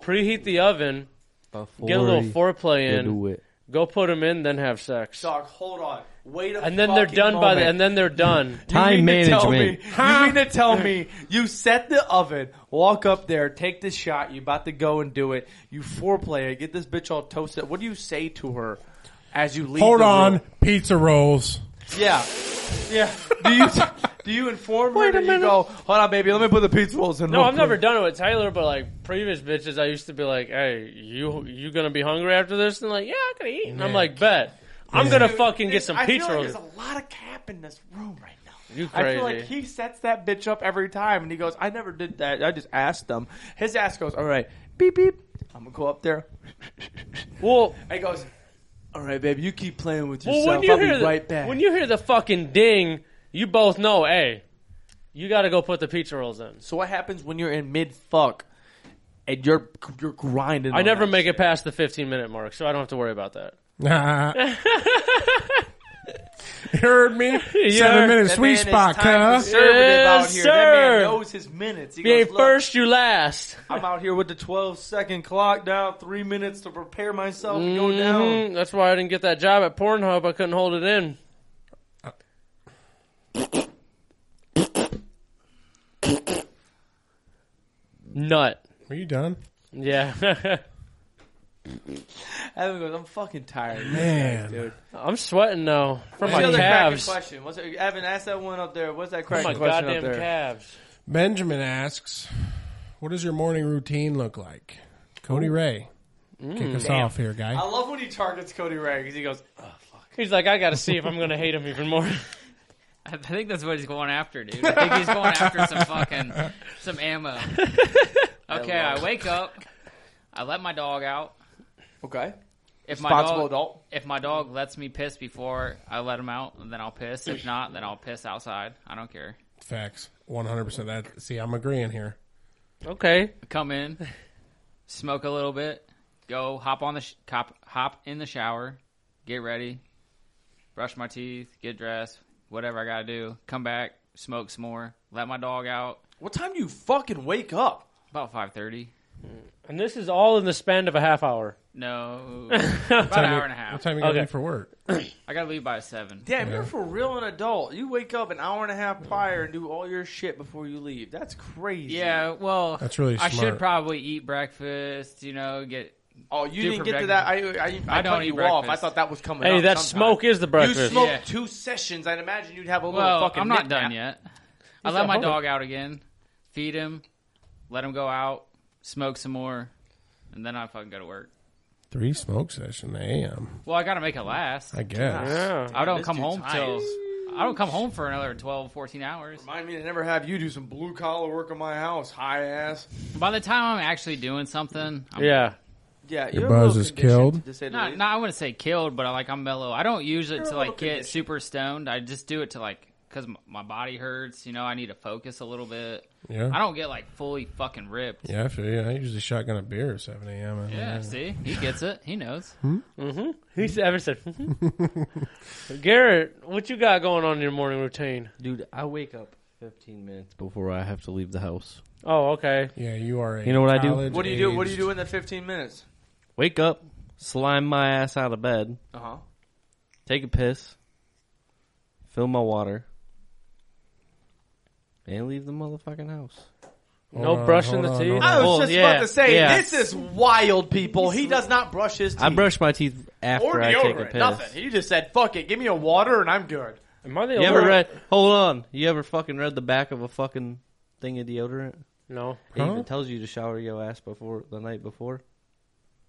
[SPEAKER 2] preheat the oven,
[SPEAKER 7] Before
[SPEAKER 2] get a little
[SPEAKER 7] you
[SPEAKER 2] foreplay
[SPEAKER 7] do
[SPEAKER 2] in,
[SPEAKER 7] it.
[SPEAKER 2] go put them in, then have sex,
[SPEAKER 3] Dog, hold on, wait a
[SPEAKER 2] and then they're
[SPEAKER 3] fucking
[SPEAKER 2] done by the,
[SPEAKER 3] moment.
[SPEAKER 2] and then they're done.
[SPEAKER 3] You
[SPEAKER 7] Time
[SPEAKER 3] mean to tell
[SPEAKER 7] management.
[SPEAKER 3] me- You mean to tell me you set the oven, walk up there, take this shot, you about to go and do it, you foreplay it, get this bitch all toasted. What do you say to her as you leave?
[SPEAKER 4] Hold
[SPEAKER 3] the room?
[SPEAKER 4] on, pizza rolls.
[SPEAKER 3] Yeah. Yeah. Do you do you inform her that you go, hold on baby, let me put the pizza rolls in
[SPEAKER 2] No,
[SPEAKER 3] real
[SPEAKER 2] I've never
[SPEAKER 3] quick."
[SPEAKER 2] done it with Taylor, but like previous bitches, I used to be like, "Hey, you you gonna be hungry after this?" And like, "Yeah, I could eat." And I'm like, "Bet." I'm gonna fucking get some
[SPEAKER 3] I
[SPEAKER 2] pizza
[SPEAKER 3] feel like
[SPEAKER 2] rolls.
[SPEAKER 3] there's a lot of cap in this room right now.
[SPEAKER 2] You
[SPEAKER 3] I
[SPEAKER 2] crazy?
[SPEAKER 3] feel like he sets that bitch up every time, and he goes, "I never did that. I just asked them." His ass goes, "All right, beep beep. I'm gonna go up there."
[SPEAKER 2] well,
[SPEAKER 3] He goes, "All right, baby, you keep playing with
[SPEAKER 2] well,
[SPEAKER 3] yourself.
[SPEAKER 2] when you
[SPEAKER 3] I'll
[SPEAKER 2] hear
[SPEAKER 3] be
[SPEAKER 2] the,
[SPEAKER 3] right back."
[SPEAKER 2] when you hear the fucking ding, you both know, hey, you got to go put the pizza rolls in.
[SPEAKER 3] so what happens when you're in mid fuck and you're you're grinding?
[SPEAKER 2] I
[SPEAKER 3] on
[SPEAKER 2] never
[SPEAKER 3] that
[SPEAKER 2] make
[SPEAKER 3] shit?
[SPEAKER 2] it past the 15 minute mark, so I don't have to worry about that.
[SPEAKER 4] you heard me? Seven minutes
[SPEAKER 3] That
[SPEAKER 4] sweet
[SPEAKER 3] man is
[SPEAKER 4] spot,
[SPEAKER 3] time
[SPEAKER 4] cuz.
[SPEAKER 3] conservative out
[SPEAKER 2] Yes,
[SPEAKER 3] here. That man
[SPEAKER 2] sir.
[SPEAKER 3] knows his minutes. He
[SPEAKER 2] If you
[SPEAKER 3] goes,
[SPEAKER 2] ain't
[SPEAKER 3] "Look,
[SPEAKER 2] first, you last.
[SPEAKER 3] I'm out here with the 12 second clock down, three minutes to prepare myself and go down.
[SPEAKER 7] Mm-hmm.
[SPEAKER 2] Mhm, That's why I didn't get that job at Pornhub. I couldn't hold it in. Nut.
[SPEAKER 4] Are you done?
[SPEAKER 2] Yeah.
[SPEAKER 3] Evan goes, I'm fucking tired,
[SPEAKER 4] Man.
[SPEAKER 3] dude.
[SPEAKER 2] I'm sweating though from my
[SPEAKER 3] What's the other cracking
[SPEAKER 2] calves.
[SPEAKER 3] question? What's it, Evan, ask that one up there. What's that
[SPEAKER 2] From
[SPEAKER 3] cracking
[SPEAKER 2] my
[SPEAKER 3] question up
[SPEAKER 2] goddamn
[SPEAKER 3] there?
[SPEAKER 2] calves.
[SPEAKER 4] Benjamin asks, What does your morning routine look like? Cody Ray. Kick us off here, guy.
[SPEAKER 3] I love when he targets Cody Ray because he goes,
[SPEAKER 2] He's like, I gotta see if I'm gonna hate him even more.
[SPEAKER 5] I think that's what he's going after, dude. I think he's going after some fucking some ammo. Okay, I wake up. I let my dog out.
[SPEAKER 3] okay.
[SPEAKER 5] If my
[SPEAKER 3] Responsible
[SPEAKER 5] dog,
[SPEAKER 3] adult.
[SPEAKER 5] if my dog lets me piss before I let him out, then I'll piss. If not, then I'll piss outside. I don't care.
[SPEAKER 4] Facts. 100%. That, see, I'm agreeing here.
[SPEAKER 2] okay.
[SPEAKER 5] Come in, smoke a little bit, go hop on the sh- cop, hop in the shower, get ready, brush my teeth, get dressed, whatever I gotta do. Come back, smoke some more, let my dog out.
[SPEAKER 3] What time do you fucking wake up?
[SPEAKER 5] About five thirty.
[SPEAKER 2] And this is all in the span of a half hour.
[SPEAKER 5] No, about an hour and a
[SPEAKER 4] What
[SPEAKER 5] half.
[SPEAKER 4] time you got to
[SPEAKER 2] Okay.
[SPEAKER 4] leave for work?
[SPEAKER 5] I gotta leave by seven.
[SPEAKER 3] Damn, you're for real an adult. You wake up an hour and a half prior and do all your shit before you leave. That's crazy.
[SPEAKER 5] Yeah, well,
[SPEAKER 4] That's really
[SPEAKER 5] I
[SPEAKER 4] smart.
[SPEAKER 5] should probably eat breakfast. You know, get
[SPEAKER 3] Oh, you
[SPEAKER 5] Do
[SPEAKER 3] didn't get to
[SPEAKER 5] perfect-
[SPEAKER 3] that. I I, I,
[SPEAKER 5] I don't
[SPEAKER 3] cut
[SPEAKER 5] eat
[SPEAKER 3] you off. I
[SPEAKER 5] breakfast.
[SPEAKER 3] thought that was coming.
[SPEAKER 2] Hey,
[SPEAKER 3] up
[SPEAKER 2] that
[SPEAKER 3] sometime.
[SPEAKER 2] smoke is the
[SPEAKER 3] You
[SPEAKER 2] breakfast.
[SPEAKER 3] smoked
[SPEAKER 5] Yeah.
[SPEAKER 3] two sessions. I'd imagine you'd have a little
[SPEAKER 5] Well,
[SPEAKER 3] fucking.
[SPEAKER 5] I'm not
[SPEAKER 3] knickknack.
[SPEAKER 5] done yet. I let
[SPEAKER 2] said,
[SPEAKER 5] my
[SPEAKER 2] "Hold
[SPEAKER 5] dog out again, feed him, let him go out, smoke some more, and then I fucking go to work.
[SPEAKER 4] Three smoke session, AM.
[SPEAKER 5] Well, I gotta make it last.
[SPEAKER 4] I guess.
[SPEAKER 2] yeah.
[SPEAKER 5] I don't
[SPEAKER 3] missed
[SPEAKER 5] come
[SPEAKER 3] you
[SPEAKER 5] home till
[SPEAKER 3] times.
[SPEAKER 5] I don't come home for another 12, 14 hours.
[SPEAKER 3] Remind me to never have you do some blue collar work in my house, high ass.
[SPEAKER 5] By the time I'm actually doing something, I'm,
[SPEAKER 2] Yeah.
[SPEAKER 3] Yeah,
[SPEAKER 4] Your
[SPEAKER 3] you're
[SPEAKER 4] buzz
[SPEAKER 3] well
[SPEAKER 4] is
[SPEAKER 3] conditioned,
[SPEAKER 4] killed.
[SPEAKER 3] to say the
[SPEAKER 5] Not,
[SPEAKER 3] least.
[SPEAKER 5] not I wouldn't say killed, but I, like I'm mellow. I don't use it
[SPEAKER 3] a
[SPEAKER 5] to like
[SPEAKER 3] little
[SPEAKER 5] get
[SPEAKER 3] conditioned.
[SPEAKER 5] super stoned. I just do it to like because my body hurts. You know, I need to focus a little bit.
[SPEAKER 4] Yeah.
[SPEAKER 5] I don't get like fully fucking ripped.
[SPEAKER 4] Yeah, I feel you. I usually shotgun a beer at 7 a.m. and-
[SPEAKER 5] Yeah, see, he gets it. He knows.
[SPEAKER 2] He's ever said. "Mm-hmm." Garrett, what you got going on in your morning routine?
[SPEAKER 7] Dude, I wake up 15 minutes before I have to leave the house.
[SPEAKER 2] Oh, okay.
[SPEAKER 4] Yeah, you are a
[SPEAKER 7] You know what I do?
[SPEAKER 4] college
[SPEAKER 3] What do you do? What do you
[SPEAKER 4] aged-
[SPEAKER 3] do in that 15 minutes?
[SPEAKER 7] Wake up, slime my ass out of bed,
[SPEAKER 3] Uh huh.
[SPEAKER 7] take a piss, fill my water, and leave the motherfucking house.
[SPEAKER 4] Hold
[SPEAKER 2] no
[SPEAKER 4] on,
[SPEAKER 2] brushing
[SPEAKER 4] hold
[SPEAKER 2] the
[SPEAKER 4] on,
[SPEAKER 2] teeth.
[SPEAKER 4] hold
[SPEAKER 3] I
[SPEAKER 4] on.
[SPEAKER 3] was
[SPEAKER 7] Well,
[SPEAKER 3] just
[SPEAKER 7] yeah,
[SPEAKER 3] about to say
[SPEAKER 7] yeah.
[SPEAKER 3] this is wild, people. He does not brush his teeth.
[SPEAKER 7] I brush my teeth after
[SPEAKER 3] or
[SPEAKER 7] I take a
[SPEAKER 3] deodorant.
[SPEAKER 7] piss.
[SPEAKER 3] Nothing. He just said, "Fuck it, give me a water and I'm good."
[SPEAKER 2] Am I the
[SPEAKER 7] You
[SPEAKER 2] only
[SPEAKER 7] ever
[SPEAKER 2] one?
[SPEAKER 7] read? Hold on. You ever fucking read the back of a fucking thing of deodorant?
[SPEAKER 2] No.
[SPEAKER 7] It
[SPEAKER 4] Huh?
[SPEAKER 7] even tells you to shower your ass before the night before,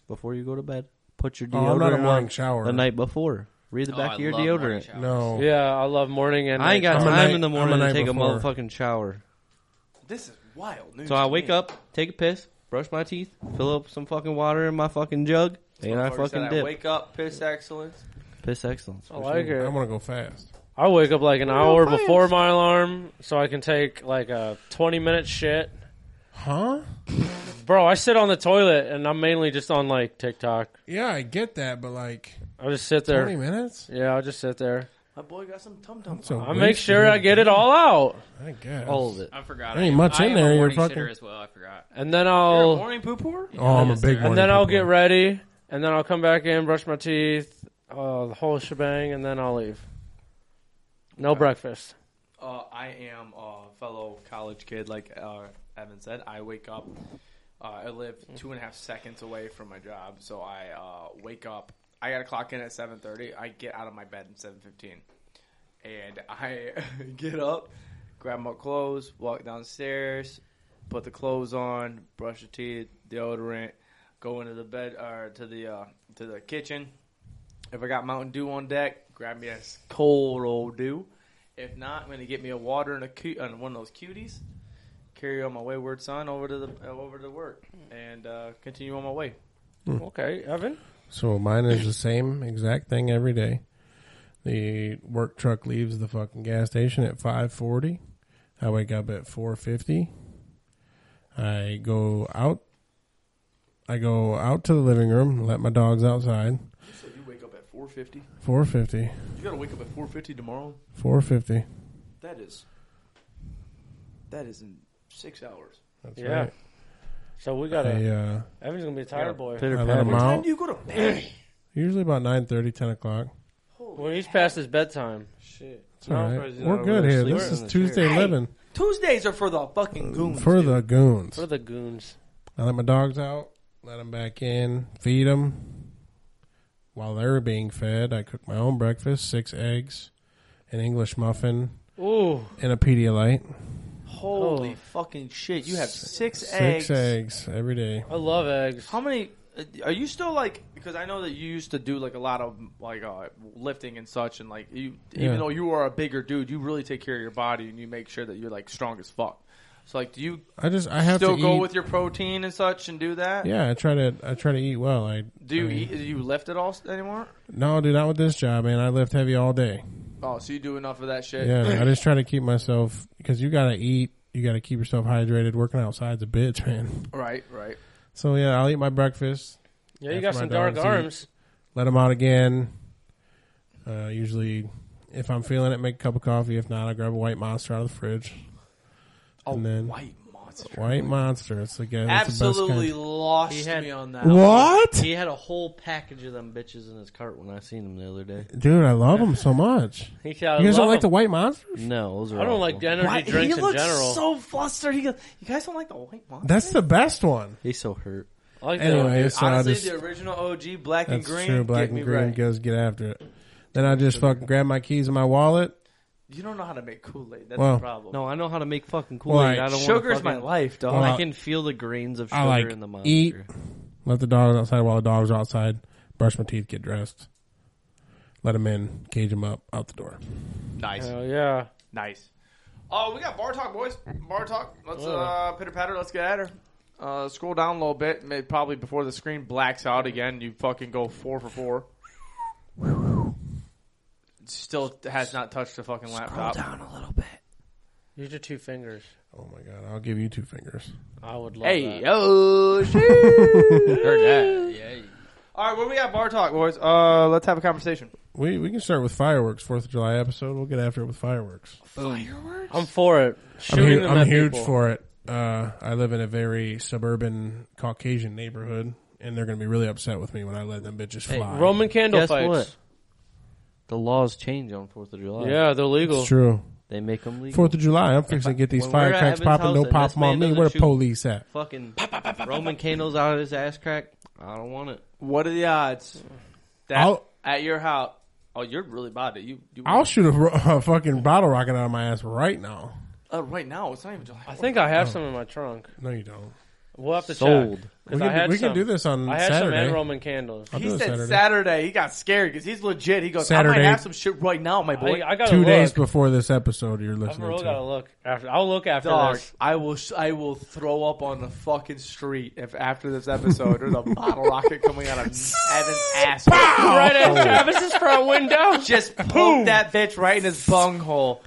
[SPEAKER 7] before you go to bed. Put your
[SPEAKER 4] Oh,
[SPEAKER 7] deodorant
[SPEAKER 4] I'm not a
[SPEAKER 7] on
[SPEAKER 4] morning shower.
[SPEAKER 7] the night before.
[SPEAKER 5] Oh,
[SPEAKER 7] Read the back of your deodorant.
[SPEAKER 4] No.
[SPEAKER 2] Yeah, Oh. I love morning and
[SPEAKER 7] I ain't got
[SPEAKER 4] I'm a
[SPEAKER 7] time
[SPEAKER 4] night-
[SPEAKER 7] in the
[SPEAKER 4] I'm a
[SPEAKER 7] morning to
[SPEAKER 4] night
[SPEAKER 7] take
[SPEAKER 4] before.
[SPEAKER 7] a motherfucking shower.
[SPEAKER 3] This is wild. News
[SPEAKER 7] So
[SPEAKER 3] to
[SPEAKER 7] I wake
[SPEAKER 3] me.
[SPEAKER 7] up, take a piss, brush my teeth, fill up some fucking water in my fucking jug, and I
[SPEAKER 3] Already said
[SPEAKER 7] fucking
[SPEAKER 3] I
[SPEAKER 7] dip.
[SPEAKER 3] Wake up, piss excellence.
[SPEAKER 7] Piss excellence.
[SPEAKER 2] I like
[SPEAKER 4] I
[SPEAKER 2] it.
[SPEAKER 4] want to go fast.
[SPEAKER 2] I wake up like an hour before my alarm so I can take like a 20 minute shit.
[SPEAKER 4] Huh?
[SPEAKER 2] Bro, I sit on the toilet and I'm mainly just on like TikTok.
[SPEAKER 4] Yeah, I get that, but like
[SPEAKER 2] I just sit
[SPEAKER 4] 20
[SPEAKER 2] there.
[SPEAKER 4] minutes?
[SPEAKER 2] Yeah, I'll just sit there.
[SPEAKER 3] My boy got some tum tum.
[SPEAKER 4] So
[SPEAKER 2] I make sure I get it Oh, all out.
[SPEAKER 4] I guess.
[SPEAKER 7] All of it.
[SPEAKER 5] I forgot.
[SPEAKER 4] There ain't
[SPEAKER 5] I am-
[SPEAKER 4] much
[SPEAKER 5] I
[SPEAKER 4] in
[SPEAKER 5] am
[SPEAKER 4] there,
[SPEAKER 5] A
[SPEAKER 4] you're
[SPEAKER 5] morning
[SPEAKER 4] fucking-
[SPEAKER 5] shitter as well. I forgot.
[SPEAKER 2] And then
[SPEAKER 3] You're a
[SPEAKER 2] I'll
[SPEAKER 3] morning poo pooer?
[SPEAKER 4] Oh, I'm a
[SPEAKER 5] Yes,
[SPEAKER 4] big
[SPEAKER 5] sir.
[SPEAKER 4] one.
[SPEAKER 2] and then I'll get ready and then I'll come back in, brush my teeth, uh, the whole shebang, and then I'll leave. No breakfast.
[SPEAKER 3] Uh, I am a fellow college kid, like uh, Evan said. I wake up. Uh, I live two and a half seconds away from my job, so I uh, wake up. I got to clock in at seven thirty. I get out of my bed at seven fifteen, and I get up, grab my clothes, walk downstairs, put the clothes on, brush the teeth, deodorant, go into the bed or to the uh, to the kitchen. If I got Mountain Dew on deck, grab me a s- cold old dew. If not, I'm gonna get me a water and a cu- and one of those cuties. Carry on my wayward son over to the uh, over to work and uh, continue on my way.
[SPEAKER 2] Okay, Evan.
[SPEAKER 4] So mine is the same exact thing every day. The work truck leaves the fucking gas station at 5:40. I wake up at 4:50. I go out I go out to the living room, let my dogs outside.
[SPEAKER 3] So you wake up at four fifty.
[SPEAKER 4] 4:50.
[SPEAKER 3] You gotta wake up at four fifty tomorrow.
[SPEAKER 4] 4:50.
[SPEAKER 3] That is. That is in six hours.
[SPEAKER 4] That's
[SPEAKER 2] Yeah.
[SPEAKER 4] right.
[SPEAKER 2] So we got
[SPEAKER 4] I,
[SPEAKER 2] to.
[SPEAKER 4] uh,
[SPEAKER 2] Evan's going to be a tired boy.
[SPEAKER 4] I let them
[SPEAKER 3] Time
[SPEAKER 4] out.
[SPEAKER 3] do you go to bed?
[SPEAKER 4] Usually about 9:30, 10 o'clock.
[SPEAKER 2] Well, he's past his bedtime.
[SPEAKER 3] Shit.
[SPEAKER 4] It's all right.
[SPEAKER 7] surprised you're
[SPEAKER 4] We're
[SPEAKER 7] not
[SPEAKER 4] good
[SPEAKER 7] really
[SPEAKER 4] here.
[SPEAKER 7] sleeping
[SPEAKER 4] This
[SPEAKER 7] in
[SPEAKER 4] is
[SPEAKER 7] this
[SPEAKER 4] Tuesday
[SPEAKER 3] chair.
[SPEAKER 4] living
[SPEAKER 3] Tuesdays are for the fucking goons.
[SPEAKER 4] for
[SPEAKER 3] dude.
[SPEAKER 4] the goons.
[SPEAKER 2] What are the goons?
[SPEAKER 4] I let my dogs out, let them back in, feed them. While they're being fed, I cook my own breakfast: six eggs, an English muffin,
[SPEAKER 2] Ooh.
[SPEAKER 4] and a Pedialyte.
[SPEAKER 3] holy
[SPEAKER 2] Oh.
[SPEAKER 3] fucking shit. You have six,
[SPEAKER 4] Six eggs every day.
[SPEAKER 2] I love eggs.
[SPEAKER 3] How many uh, are you still like? Because I know that you used to do like a lot of like uh, lifting and such, and like you,
[SPEAKER 4] Yeah.
[SPEAKER 3] even though you are a bigger dude, you really take care of your body and you make sure that you're like strong as fuck. So like, do you
[SPEAKER 4] I just I have
[SPEAKER 3] still
[SPEAKER 4] to
[SPEAKER 3] go
[SPEAKER 4] eat.
[SPEAKER 3] with your protein and such and do that?
[SPEAKER 4] yeah, I try to I try to eat well. I
[SPEAKER 3] Do you
[SPEAKER 4] I mean-
[SPEAKER 3] eat? Do you lift at all s- anymore?
[SPEAKER 4] No, dude, not with this job, man. I lift heavy all day.
[SPEAKER 3] Oh, so you do enough of that shit?
[SPEAKER 4] Yeah, I just try to keep myself because you gotta eat. You gotta keep yourself hydrated. Working outside's a bitch, man.
[SPEAKER 3] Right. Right.
[SPEAKER 4] So yeah, I'll eat my breakfast.
[SPEAKER 2] Yeah, you got
[SPEAKER 4] That's my
[SPEAKER 2] some dark
[SPEAKER 4] dog's eat.
[SPEAKER 2] arms.
[SPEAKER 4] let them out again. Uh, usually, if I'm feeling it, make a cup of coffee. If not, I grab a white monster out of the fridge.
[SPEAKER 3] Oh,
[SPEAKER 4] And then-
[SPEAKER 3] white monster.
[SPEAKER 4] White monster. It's like yeah, that's
[SPEAKER 3] Absolutely
[SPEAKER 4] The
[SPEAKER 3] lost
[SPEAKER 7] He had-
[SPEAKER 3] me on that.
[SPEAKER 4] best kind. What,
[SPEAKER 7] He had a whole package of them bitches in his cart when I seen him the other day.
[SPEAKER 4] dude? I love them so much.
[SPEAKER 2] He said, I
[SPEAKER 4] You guys don't
[SPEAKER 2] love
[SPEAKER 4] like the
[SPEAKER 2] them.
[SPEAKER 4] white monster?
[SPEAKER 7] No, those are
[SPEAKER 2] I don't
[SPEAKER 7] awful.
[SPEAKER 2] like energy
[SPEAKER 3] Why- He
[SPEAKER 2] drinks in
[SPEAKER 3] looks
[SPEAKER 2] general.
[SPEAKER 3] so flustered. He goes, "You guys don't like the white monster."
[SPEAKER 4] That's the best one.
[SPEAKER 7] He's so hurt.
[SPEAKER 2] I like the-
[SPEAKER 4] Anyway, so I
[SPEAKER 3] Honestly,
[SPEAKER 4] just
[SPEAKER 3] the original OG black and
[SPEAKER 4] that's
[SPEAKER 3] green.
[SPEAKER 4] true. Black
[SPEAKER 3] get me
[SPEAKER 4] and green
[SPEAKER 3] right.
[SPEAKER 4] goes get after it. Then I just fucking grab my keys and my wallet.
[SPEAKER 3] You don't know how to make Kool Aid. That's
[SPEAKER 4] Well,
[SPEAKER 3] the problem.
[SPEAKER 7] No, I know how to make fucking Kool Aid.
[SPEAKER 4] Well,
[SPEAKER 7] I don't
[SPEAKER 3] Sugar's
[SPEAKER 7] want
[SPEAKER 3] my life, dog.
[SPEAKER 4] Well,
[SPEAKER 7] I
[SPEAKER 4] Uh,
[SPEAKER 7] can feel the grains of sugar
[SPEAKER 4] I like
[SPEAKER 7] in the monster.
[SPEAKER 4] eat. Let the dogs outside while the dogs are outside. Brush my teeth. Get dressed. Let them in. Cage them up. Out the door.
[SPEAKER 3] nice,
[SPEAKER 2] Hell yeah.
[SPEAKER 3] nice. Oh, we got bar talk, boys. Bar talk. Let's uh, pitter patter. Let's get at her. Uh, scroll down a little bit, may- probably before the screen blacks out again. You fucking go four for four. Still has not touched the fucking laptop.
[SPEAKER 2] Use your two fingers.
[SPEAKER 4] Oh my god, I'll give you two fingers.
[SPEAKER 2] I would love
[SPEAKER 3] Hey
[SPEAKER 2] that.
[SPEAKER 3] yo, shit.
[SPEAKER 5] Heard that. Yeah.
[SPEAKER 3] All right, where we at? Bar talk, boys. Uh, let's have a conversation.
[SPEAKER 4] We we can start with fireworks. Fourth of July episode. We'll get after it with fireworks.
[SPEAKER 2] I'm for it.
[SPEAKER 4] I'm,
[SPEAKER 2] Shooting
[SPEAKER 4] hu-
[SPEAKER 2] them
[SPEAKER 4] I'm
[SPEAKER 2] at
[SPEAKER 4] huge
[SPEAKER 2] people.
[SPEAKER 4] for it. Uh, I live in a very suburban Caucasian neighborhood, and they're going to be really upset with me when I let them bitches fly.
[SPEAKER 2] Roman candle
[SPEAKER 7] Guess
[SPEAKER 2] fights.
[SPEAKER 7] what? The laws change on Fourth of July.
[SPEAKER 2] Yeah, they're legal.
[SPEAKER 4] it's true.
[SPEAKER 7] They make them legal.
[SPEAKER 4] Fourth of July. I'm fixing to get these
[SPEAKER 7] when we're at
[SPEAKER 4] firecracks
[SPEAKER 7] Evan's
[SPEAKER 4] popping.
[SPEAKER 7] house
[SPEAKER 4] Don't
[SPEAKER 7] and
[SPEAKER 4] pop
[SPEAKER 7] this
[SPEAKER 4] them on
[SPEAKER 7] man
[SPEAKER 4] me.
[SPEAKER 7] doesn't
[SPEAKER 4] Where the
[SPEAKER 7] shoot-
[SPEAKER 4] police at?
[SPEAKER 7] Fucking Roman candles out of his ass crack. I don't want it.
[SPEAKER 3] What are the odds that
[SPEAKER 4] I'll-
[SPEAKER 3] at your house? Oh, you're really about it. You, you
[SPEAKER 4] I'll shoot a, ro- a fucking bottle rocket out of my ass right now.
[SPEAKER 3] uh, right now. It's not even July.
[SPEAKER 2] I think I
[SPEAKER 4] Oh.
[SPEAKER 2] have some in my trunk.
[SPEAKER 4] No, you don't.
[SPEAKER 2] We'll have to
[SPEAKER 7] Sold.
[SPEAKER 2] check. 'Cause
[SPEAKER 4] We
[SPEAKER 2] I had
[SPEAKER 4] can, we can
[SPEAKER 2] some.
[SPEAKER 4] do this on
[SPEAKER 2] I had some
[SPEAKER 4] Saturday. Uh,
[SPEAKER 2] and Roman candles.
[SPEAKER 4] I'll
[SPEAKER 3] he
[SPEAKER 4] do
[SPEAKER 3] said
[SPEAKER 4] it
[SPEAKER 3] Saturday.
[SPEAKER 4] Saturday.
[SPEAKER 3] He got scared because he's legit. He goes, I
[SPEAKER 4] Saturday.
[SPEAKER 3] might have some shit right now, my boy.
[SPEAKER 2] I, I gotta
[SPEAKER 4] Two
[SPEAKER 2] look.
[SPEAKER 4] days before this episode, you're
[SPEAKER 2] I've
[SPEAKER 4] listening
[SPEAKER 2] really gotta
[SPEAKER 4] to.
[SPEAKER 2] look after. I'll look after
[SPEAKER 3] Dog,
[SPEAKER 2] this.
[SPEAKER 3] I will. Sh- I will throw up on the fucking street if after this episode there's a bottle rocket coming out of Evan's asshole.
[SPEAKER 2] Right at
[SPEAKER 4] Oh.
[SPEAKER 2] Travis's front window.
[SPEAKER 3] Just poke that bitch right in his bunghole.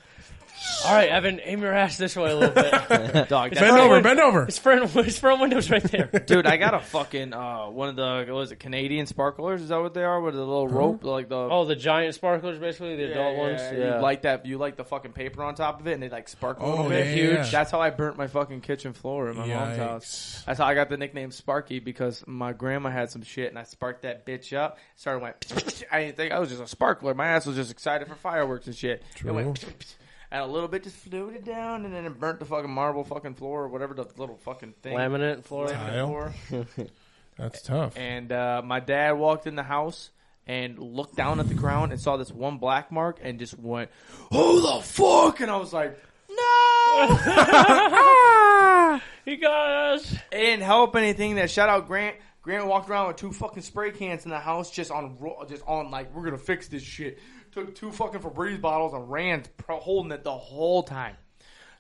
[SPEAKER 2] All right, Evan, aim your ass this way a little bit.
[SPEAKER 3] Dog, that's
[SPEAKER 4] Bend over, bend over.
[SPEAKER 2] His front, his front window's right there.
[SPEAKER 3] Dude, I got a fucking uh, one of the what is it Canadian sparklers? Is that what they are? With the little rope, like the
[SPEAKER 2] Oh, the giant sparklers, basically the adult ones. Yeah.
[SPEAKER 3] You like that? You like the fucking paper on top of it, and they like sparkle. a
[SPEAKER 4] Oh,
[SPEAKER 3] little bit.
[SPEAKER 4] yeah, yeah, yeah.
[SPEAKER 3] That's how I burnt my fucking kitchen floor in my mom's house.
[SPEAKER 4] Yikes.
[SPEAKER 3] That's how I got the nickname Sparky because my grandma had some shit, and I sparked that bitch up. Started went. I didn't think I was just a sparkler. My ass was just excited for fireworks and shit. It went. And a little bit just floated down, and then it burnt the fucking marble fucking floor or whatever the little fucking thing.
[SPEAKER 2] Laminate floor.
[SPEAKER 3] Laminate
[SPEAKER 4] Tile.
[SPEAKER 3] floor.
[SPEAKER 4] That's tough.
[SPEAKER 3] And uh, my dad walked in the house and looked down at the ground and saw this one black mark and just went, "Who the fuck?" And I was like, "No!"
[SPEAKER 2] He got us.
[SPEAKER 3] it didn't help anything. That shout out Grant. Grant walked around with two fucking spray cans in the house, just on, ro- just on like we're gonna fix this shit. Took two fucking Febreze bottles and ran, pro- holding it the whole time.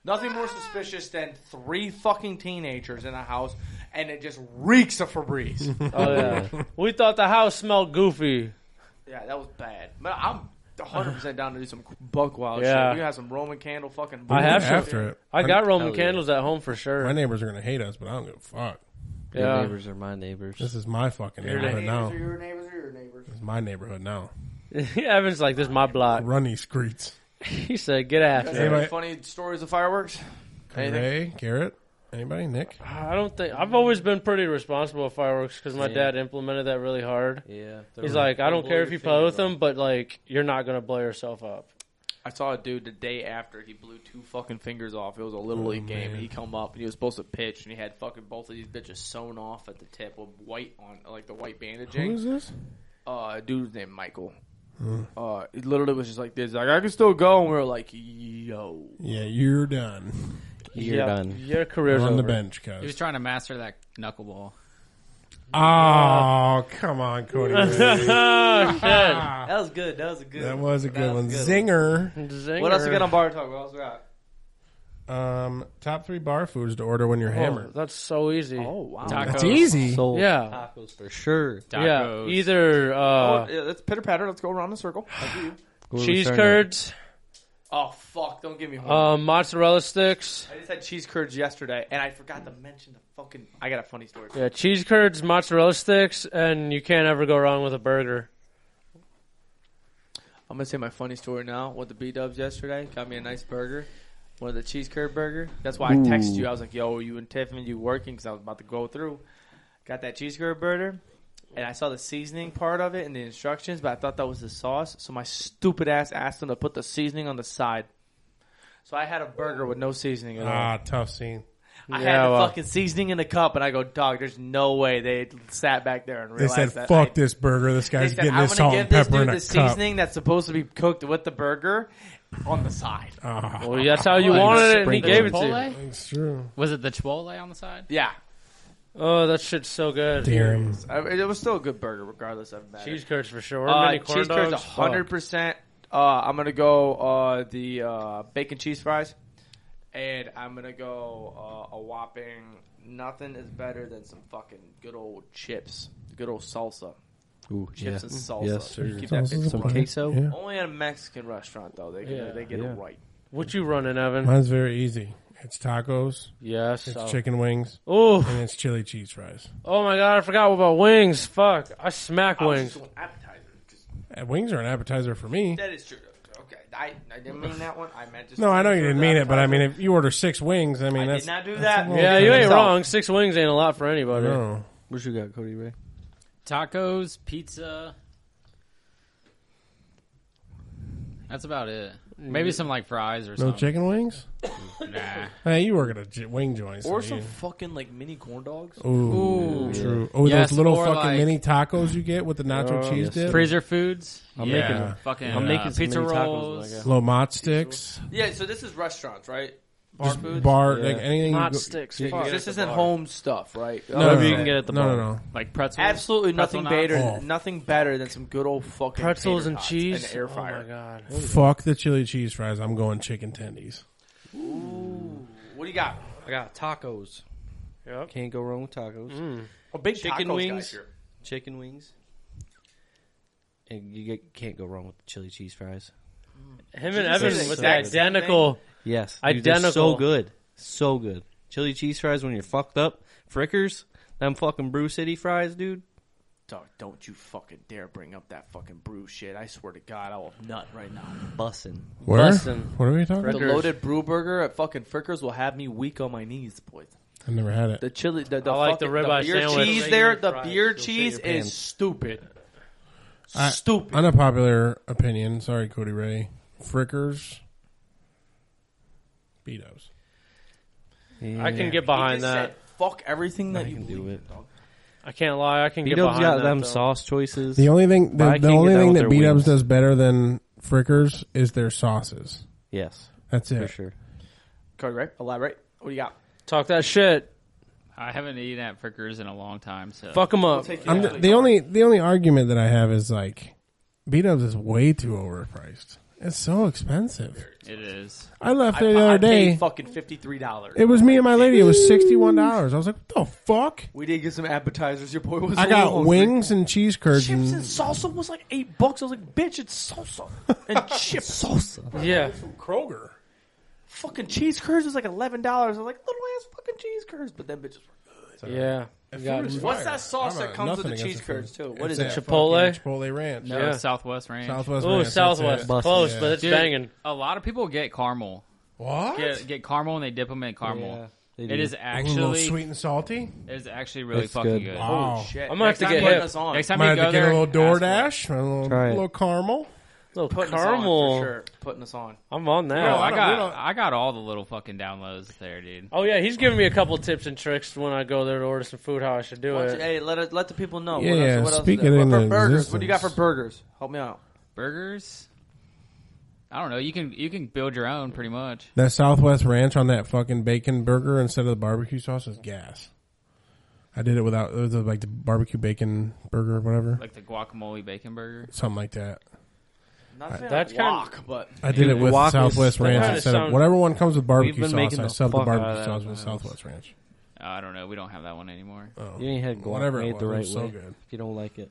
[SPEAKER 3] Nothing more suspicious than three fucking teenagers in a house, and it just reeks of Febreze.
[SPEAKER 2] Oh yeah. we thought the house smelled goofy.
[SPEAKER 3] Yeah, that was bad. But I'm 100 percent down to do some buck wild
[SPEAKER 2] Yeah.
[SPEAKER 3] shit. We have some Roman candle fucking.
[SPEAKER 2] I have some-
[SPEAKER 4] after it.
[SPEAKER 2] I got Roman
[SPEAKER 7] Hell yeah.
[SPEAKER 2] candles at home for sure.
[SPEAKER 4] My neighbors are going to hate us, but I don't give a fuck.
[SPEAKER 7] Your
[SPEAKER 2] Yeah.
[SPEAKER 7] neighbors are my neighbors.
[SPEAKER 4] This is my fucking neighborhood now.
[SPEAKER 3] your neighbors or your neighbors.
[SPEAKER 4] It's my neighborhood now.
[SPEAKER 2] Evan's like, "This is my block."
[SPEAKER 4] Run these streets.
[SPEAKER 2] He said, "Get after it."
[SPEAKER 4] Anybody-
[SPEAKER 3] Any funny stories of fireworks? Anything?
[SPEAKER 4] Ray, Garrett, anybody? Nick?
[SPEAKER 2] I don't think I've always been pretty responsible with fireworks because my
[SPEAKER 7] Yeah.
[SPEAKER 2] dad implemented that really hard.
[SPEAKER 7] yeah.
[SPEAKER 2] He's like, "I don't
[SPEAKER 7] blow
[SPEAKER 2] care if
[SPEAKER 7] your
[SPEAKER 2] you play with
[SPEAKER 7] fingers
[SPEAKER 2] them, but like, you're not gonna blow yourself up."
[SPEAKER 3] I saw a dude the day after he blew two fucking fingers off. It was a little
[SPEAKER 4] Oh,
[SPEAKER 3] league game. He come up and he was supposed to pitch, and he had fucking both of these bitches sewn off at the tip with white on, like the white bandaging.
[SPEAKER 4] Who is this?
[SPEAKER 3] uh, a dude named Michael. Uh, it literally was just like this. Like I can still go, and we were like, "Yo,
[SPEAKER 4] Yeah, you're done.
[SPEAKER 7] You're
[SPEAKER 2] Yeah,
[SPEAKER 7] done.
[SPEAKER 2] Your career's
[SPEAKER 4] on the
[SPEAKER 2] over.
[SPEAKER 4] bench,
[SPEAKER 5] He was
[SPEAKER 4] cuz.
[SPEAKER 5] trying to master that knuckleball.
[SPEAKER 4] Oh, come on, Cody.
[SPEAKER 2] oh
[SPEAKER 7] That was good. That was a good.
[SPEAKER 4] that was a good
[SPEAKER 7] was
[SPEAKER 4] one.
[SPEAKER 7] good.
[SPEAKER 4] Zinger.
[SPEAKER 2] shit! Zinger.
[SPEAKER 3] what else we got on bar talk? What else we got?"
[SPEAKER 4] Um, top three bar foods to order when
[SPEAKER 3] Oh,
[SPEAKER 4] you're hammered.
[SPEAKER 2] That's so easy.
[SPEAKER 3] wow.
[SPEAKER 5] Tacos.
[SPEAKER 4] That's easy.
[SPEAKER 7] Sold.
[SPEAKER 2] Yeah,
[SPEAKER 7] Tacos for sure.
[SPEAKER 2] yeah.
[SPEAKER 5] Tacos.
[SPEAKER 2] Either uh,
[SPEAKER 3] yeah, let's pitter patter. Let's go around the circle. Like you.
[SPEAKER 7] What are we
[SPEAKER 2] cheese
[SPEAKER 7] starting at?
[SPEAKER 2] curds,
[SPEAKER 3] Oh fuck! Don't give me. One.
[SPEAKER 2] uh, mozzarella sticks.
[SPEAKER 3] I just had cheese curds yesterday, and I forgot to mention the fucking. I got a funny story.
[SPEAKER 2] Yeah, cheese curds, mozzarella sticks, and you can't ever go wrong with a burger.
[SPEAKER 3] I'm gonna say my funny story now. With the B Dubs yesterday, got me a nice burger. One of the cheese curd burger. That's why I texted you. I was like, "Yo, are you and Tiffany, you working?" Because I was about to go through. Got that cheese curd burger, and I saw the seasoning part of it and the instructions, but I thought that was the sauce. So my stupid ass asked them to put the seasoning on the side. So I had a burger with no seasoning at all.
[SPEAKER 4] Ah, tough scene.
[SPEAKER 3] I
[SPEAKER 2] Yeah,
[SPEAKER 3] had the
[SPEAKER 2] well.
[SPEAKER 3] fucking seasoning in the cup, and I go, dog, there's no way they sat back there and
[SPEAKER 4] They
[SPEAKER 3] realized
[SPEAKER 4] said,
[SPEAKER 3] that.
[SPEAKER 4] "Fuck
[SPEAKER 3] I,
[SPEAKER 4] this burger. This
[SPEAKER 3] they
[SPEAKER 4] guy's
[SPEAKER 3] said,
[SPEAKER 4] getting
[SPEAKER 3] I'm
[SPEAKER 4] this
[SPEAKER 3] gonna
[SPEAKER 4] salt
[SPEAKER 3] give
[SPEAKER 4] and
[SPEAKER 3] this
[SPEAKER 4] pepper in
[SPEAKER 3] dude
[SPEAKER 4] a
[SPEAKER 3] the
[SPEAKER 4] cup."
[SPEAKER 3] seasoning that's supposed to be cooked with the burger on the side.
[SPEAKER 4] Ah,
[SPEAKER 2] Well, that's how you wanted it, and he
[SPEAKER 5] The
[SPEAKER 2] gave it to you.
[SPEAKER 5] Chipotle?
[SPEAKER 4] it's true.
[SPEAKER 5] Was it the Chipotle on the side?
[SPEAKER 3] Yeah,
[SPEAKER 2] Oh, that shit's so good.
[SPEAKER 4] Daring.
[SPEAKER 3] I- it was still a good burger, regardless of that.
[SPEAKER 2] Cheese curds for sure.
[SPEAKER 3] uh,
[SPEAKER 2] Mini corn
[SPEAKER 3] cheese curds,
[SPEAKER 2] dogs, Oh.
[SPEAKER 3] hundred percent. Uh, I'm gonna go uh, the uh, bacon cheese fries. and I'm gonna go uh, a whopping. Nothing is better than some fucking good old chips, good old salsa.
[SPEAKER 7] Ooh,
[SPEAKER 3] Chips
[SPEAKER 7] yeah.
[SPEAKER 3] and salsa.
[SPEAKER 7] Yes, sir.
[SPEAKER 3] Keep that bitch
[SPEAKER 7] Some
[SPEAKER 3] running.
[SPEAKER 7] queso?
[SPEAKER 4] Yeah.
[SPEAKER 3] Only at a Mexican restaurant though, they can,
[SPEAKER 2] Yeah.
[SPEAKER 3] they get
[SPEAKER 7] Yeah.
[SPEAKER 3] it right.
[SPEAKER 2] What you running, Evan?
[SPEAKER 4] Mine's very easy. It's tacos,
[SPEAKER 2] Yes.
[SPEAKER 4] it's
[SPEAKER 2] oh.
[SPEAKER 4] chicken wings,
[SPEAKER 2] Ooh.
[SPEAKER 4] and it's chili cheese fries.
[SPEAKER 2] Oh my god, I forgot about wings. Fuck, I smack wings.
[SPEAKER 3] Just an appetizer. Just-
[SPEAKER 4] Uh, Wings are an appetizer for me.
[SPEAKER 3] That is true. Okay, I, I didn't mean that one. I meant just.
[SPEAKER 4] No, I know you didn't mean it, but I mean, if you order six wings, I mean,
[SPEAKER 3] I
[SPEAKER 4] that's.
[SPEAKER 3] did not do
[SPEAKER 4] that's
[SPEAKER 3] that.
[SPEAKER 4] a little
[SPEAKER 2] Yeah, you
[SPEAKER 4] different.
[SPEAKER 2] ain't wrong. Six wings ain't a lot for anybody.
[SPEAKER 4] No.
[SPEAKER 7] What you got, Cody Ray?
[SPEAKER 5] Tacos, pizza. That's about it. Maybe some like fries or
[SPEAKER 4] No
[SPEAKER 5] something.
[SPEAKER 4] chicken wings?
[SPEAKER 5] Nah.
[SPEAKER 4] Hey, you work at a j- wing joint. so
[SPEAKER 3] Or
[SPEAKER 4] you-
[SPEAKER 3] some fucking like mini corn dogs.
[SPEAKER 4] Ooh,
[SPEAKER 5] Ooh.
[SPEAKER 4] true. Oh,
[SPEAKER 5] Yes,
[SPEAKER 4] those little
[SPEAKER 5] or
[SPEAKER 4] fucking
[SPEAKER 5] like-
[SPEAKER 4] mini tacos you get with the nacho cheese
[SPEAKER 7] Oh, yes.
[SPEAKER 4] dip,
[SPEAKER 5] Freezer foods.
[SPEAKER 7] I'm
[SPEAKER 5] yeah.
[SPEAKER 4] making-
[SPEAKER 5] fucking
[SPEAKER 7] I'm
[SPEAKER 5] uh,
[SPEAKER 7] making some
[SPEAKER 5] pizza
[SPEAKER 7] mini tacos
[SPEAKER 5] rolls.
[SPEAKER 7] when I go.
[SPEAKER 4] little mott sticks,
[SPEAKER 3] Yeah, so this is restaurants, right? Bar
[SPEAKER 4] just
[SPEAKER 3] food.
[SPEAKER 4] bar,
[SPEAKER 7] Yeah.
[SPEAKER 4] like anything.
[SPEAKER 2] Hot
[SPEAKER 4] you go-
[SPEAKER 2] sticks.
[SPEAKER 3] So
[SPEAKER 2] fuck.
[SPEAKER 3] this isn't home stuff, right?
[SPEAKER 4] No, no,
[SPEAKER 2] Whatever you
[SPEAKER 4] no.
[SPEAKER 2] can get at the
[SPEAKER 4] no,
[SPEAKER 2] bar.
[SPEAKER 4] no, no.
[SPEAKER 5] like pretzels.
[SPEAKER 3] Absolutely nothing
[SPEAKER 5] Pretzel
[SPEAKER 3] better,
[SPEAKER 4] knots. Oh.
[SPEAKER 3] nothing better than some good old fucking
[SPEAKER 2] pretzels
[SPEAKER 3] tater
[SPEAKER 2] and
[SPEAKER 3] tots
[SPEAKER 2] cheese.
[SPEAKER 3] and air
[SPEAKER 2] Oh
[SPEAKER 3] fryer.
[SPEAKER 2] my god.
[SPEAKER 4] Fuck the chili cheese fries. I'm going chicken tendies.
[SPEAKER 3] what do you got?
[SPEAKER 7] I got tacos.
[SPEAKER 2] Yep.
[SPEAKER 7] Can't go wrong with tacos.
[SPEAKER 3] A Oh, big
[SPEAKER 7] Chicken
[SPEAKER 3] tacos guy
[SPEAKER 7] wings.
[SPEAKER 3] here.
[SPEAKER 7] Chicken wings. And you get, can't go wrong with the chili cheese fries.
[SPEAKER 2] Him and
[SPEAKER 3] Did you
[SPEAKER 2] Evan
[SPEAKER 3] say
[SPEAKER 2] with
[SPEAKER 3] the
[SPEAKER 2] the
[SPEAKER 3] exact same
[SPEAKER 2] identical.
[SPEAKER 7] Yes. Dude, they're
[SPEAKER 2] Identical.
[SPEAKER 7] so good. So good. Chili cheese fries when you're fucked up. Frickers. Them fucking Brew City fries, dude.
[SPEAKER 3] Dog, don't you fucking dare bring up that fucking brew shit. I swear to God, I will nut right now.
[SPEAKER 7] Bussin'.
[SPEAKER 4] Where?
[SPEAKER 2] Bussin'.
[SPEAKER 4] What are we talking?
[SPEAKER 3] The
[SPEAKER 4] about?
[SPEAKER 3] loaded brew burger at fucking Frickers will have me weak on my knees, boys.
[SPEAKER 4] I never had it.
[SPEAKER 3] The chili, the, the
[SPEAKER 2] I like
[SPEAKER 3] fucking,
[SPEAKER 2] the ribeye
[SPEAKER 3] beer
[SPEAKER 2] sandwich.
[SPEAKER 3] cheese there.
[SPEAKER 2] Regular
[SPEAKER 3] The
[SPEAKER 2] fries,
[SPEAKER 3] beer
[SPEAKER 2] you'll
[SPEAKER 3] cheese
[SPEAKER 7] your pants.
[SPEAKER 3] is stupid.
[SPEAKER 4] I-
[SPEAKER 3] stupid.
[SPEAKER 4] Unpopular opinion. Sorry, Cody Ray. Frickers. Beatos.
[SPEAKER 2] I can get
[SPEAKER 3] He
[SPEAKER 2] behind
[SPEAKER 3] just
[SPEAKER 2] that.
[SPEAKER 3] said, Fuck everything that
[SPEAKER 7] I
[SPEAKER 3] you
[SPEAKER 7] can do
[SPEAKER 3] believe in,
[SPEAKER 7] it.
[SPEAKER 3] dog.
[SPEAKER 2] I can't lie. I can
[SPEAKER 7] You
[SPEAKER 2] get
[SPEAKER 7] know,
[SPEAKER 2] behind
[SPEAKER 7] got
[SPEAKER 2] that.
[SPEAKER 7] them
[SPEAKER 2] though.
[SPEAKER 7] sauce choices.
[SPEAKER 4] The only thing,
[SPEAKER 7] But I
[SPEAKER 4] the,
[SPEAKER 7] can't
[SPEAKER 4] the
[SPEAKER 7] get
[SPEAKER 4] only
[SPEAKER 7] down
[SPEAKER 4] thing
[SPEAKER 7] with
[SPEAKER 4] that
[SPEAKER 7] their
[SPEAKER 4] Beatos
[SPEAKER 7] wings.
[SPEAKER 4] does better than Frickers is their sauces.
[SPEAKER 7] yes,
[SPEAKER 4] That's
[SPEAKER 7] for
[SPEAKER 4] it.
[SPEAKER 7] sure.
[SPEAKER 3] Cody, right? Elaborate. What do you got?
[SPEAKER 2] Talk that shit.
[SPEAKER 5] I haven't eaten at Frickers in a long time, so
[SPEAKER 2] Fuck them up.
[SPEAKER 4] I'm the, the only the only argument that I have is like Beatos is way too overpriced. It's so expensive.
[SPEAKER 5] it is.
[SPEAKER 4] I left
[SPEAKER 3] I,
[SPEAKER 4] there the
[SPEAKER 3] I
[SPEAKER 4] other
[SPEAKER 3] paid
[SPEAKER 4] day.
[SPEAKER 3] fucking fifty three dollars.
[SPEAKER 4] It was me and my lady. It was sixty one dollars. I was like, what the fuck?
[SPEAKER 3] We did get some appetizers. Your boy was.
[SPEAKER 4] I
[SPEAKER 3] a little
[SPEAKER 4] got
[SPEAKER 3] hungry.
[SPEAKER 4] wings and cheese curds.
[SPEAKER 3] Chips and
[SPEAKER 4] And,
[SPEAKER 3] salsa was like eight bucks. I was like, bitch, it's salsa and chips. Salsa.
[SPEAKER 2] Yeah.
[SPEAKER 4] Kroger.
[SPEAKER 3] Fucking cheese curds was like eleven dollars. I was like, little ass fucking cheese curds. But then bitches were.
[SPEAKER 2] Yeah. Got it.
[SPEAKER 3] What's that sauce that comes with the cheese curds, too? What
[SPEAKER 4] What
[SPEAKER 3] is
[SPEAKER 4] is
[SPEAKER 3] it?
[SPEAKER 2] Chipotle?
[SPEAKER 4] Chipotle ranch.
[SPEAKER 5] No,
[SPEAKER 2] Yeah.
[SPEAKER 5] Southwest Ranch.
[SPEAKER 4] Southwest.
[SPEAKER 2] Ooh,
[SPEAKER 4] ranch, that's
[SPEAKER 2] Southwest.
[SPEAKER 4] it.
[SPEAKER 7] Bussin'.
[SPEAKER 2] Close,
[SPEAKER 4] Yeah.
[SPEAKER 2] but it's
[SPEAKER 5] Dude,
[SPEAKER 2] banging.
[SPEAKER 5] A lot of people get caramel.
[SPEAKER 4] What?
[SPEAKER 5] Get, get caramel and they dip them in caramel.
[SPEAKER 7] They
[SPEAKER 5] It
[SPEAKER 7] do.
[SPEAKER 4] A
[SPEAKER 5] is
[SPEAKER 4] little
[SPEAKER 5] actually
[SPEAKER 4] sweet and salty.
[SPEAKER 5] it is actually really
[SPEAKER 7] It's
[SPEAKER 5] fucking
[SPEAKER 7] good.
[SPEAKER 5] good.
[SPEAKER 4] Wow.
[SPEAKER 3] Shit.
[SPEAKER 2] I'm gonna
[SPEAKER 3] Next
[SPEAKER 2] have to
[SPEAKER 3] time
[SPEAKER 2] get
[SPEAKER 3] put
[SPEAKER 2] hip.
[SPEAKER 3] us on.
[SPEAKER 5] Next time
[SPEAKER 4] Might
[SPEAKER 5] you
[SPEAKER 4] have
[SPEAKER 5] go
[SPEAKER 4] to get
[SPEAKER 5] there,
[SPEAKER 4] a little
[SPEAKER 5] ask
[SPEAKER 4] DoorDash, a little,
[SPEAKER 7] Try it.
[SPEAKER 4] little caramel.
[SPEAKER 2] little
[SPEAKER 3] Putting us on,
[SPEAKER 2] caramel.
[SPEAKER 3] for sure. Putting us on.
[SPEAKER 2] I'm on that.
[SPEAKER 5] for it. Oh, I
[SPEAKER 4] don't- we
[SPEAKER 5] got
[SPEAKER 4] don't-
[SPEAKER 5] I got all the little fucking downloads there, dude.
[SPEAKER 2] Oh yeah, he's giving me a couple tips and tricks when I go there to order some food. How I should do
[SPEAKER 3] Why don't you-
[SPEAKER 2] it.
[SPEAKER 3] Hey, let us, let the people know.
[SPEAKER 4] Yeah,
[SPEAKER 3] what
[SPEAKER 4] yeah,
[SPEAKER 3] Else, what else
[SPEAKER 4] speak
[SPEAKER 3] is
[SPEAKER 4] it
[SPEAKER 3] there?
[SPEAKER 4] into
[SPEAKER 3] for burgers, what do you got for
[SPEAKER 4] existence.
[SPEAKER 3] burgers? Help me out.
[SPEAKER 5] Burgers. I don't know. You can you can build your own pretty much.
[SPEAKER 4] That Southwest ranch on that fucking bacon burger instead of the barbecue sauce is gas. I did it without it was like the barbecue bacon burger or whatever,
[SPEAKER 5] Like the guacamole bacon burger.
[SPEAKER 4] something like that.
[SPEAKER 3] Not a fan
[SPEAKER 2] That's
[SPEAKER 3] of
[SPEAKER 2] kind
[SPEAKER 3] wok,
[SPEAKER 2] of-
[SPEAKER 3] but
[SPEAKER 4] I did it with
[SPEAKER 7] guac is-
[SPEAKER 4] Southwest
[SPEAKER 7] that
[SPEAKER 4] ranch
[SPEAKER 2] kinda
[SPEAKER 4] instead of
[SPEAKER 2] sounds-
[SPEAKER 4] whatever one comes with barbecue
[SPEAKER 7] been
[SPEAKER 4] sauce.
[SPEAKER 7] making
[SPEAKER 4] I
[SPEAKER 7] the
[SPEAKER 4] subbed the
[SPEAKER 7] fuck out of
[SPEAKER 4] barbecue
[SPEAKER 7] that
[SPEAKER 4] sauce
[SPEAKER 7] at
[SPEAKER 4] with
[SPEAKER 7] my house.
[SPEAKER 4] Southwest ranch.
[SPEAKER 5] Uh, I don't know. We don't have that one anymore.
[SPEAKER 4] Oh,
[SPEAKER 7] You ain't had guac
[SPEAKER 4] whatever it
[SPEAKER 7] made
[SPEAKER 4] was, it
[SPEAKER 7] the right
[SPEAKER 4] was
[SPEAKER 7] way.
[SPEAKER 4] So good.
[SPEAKER 7] If you don't like it,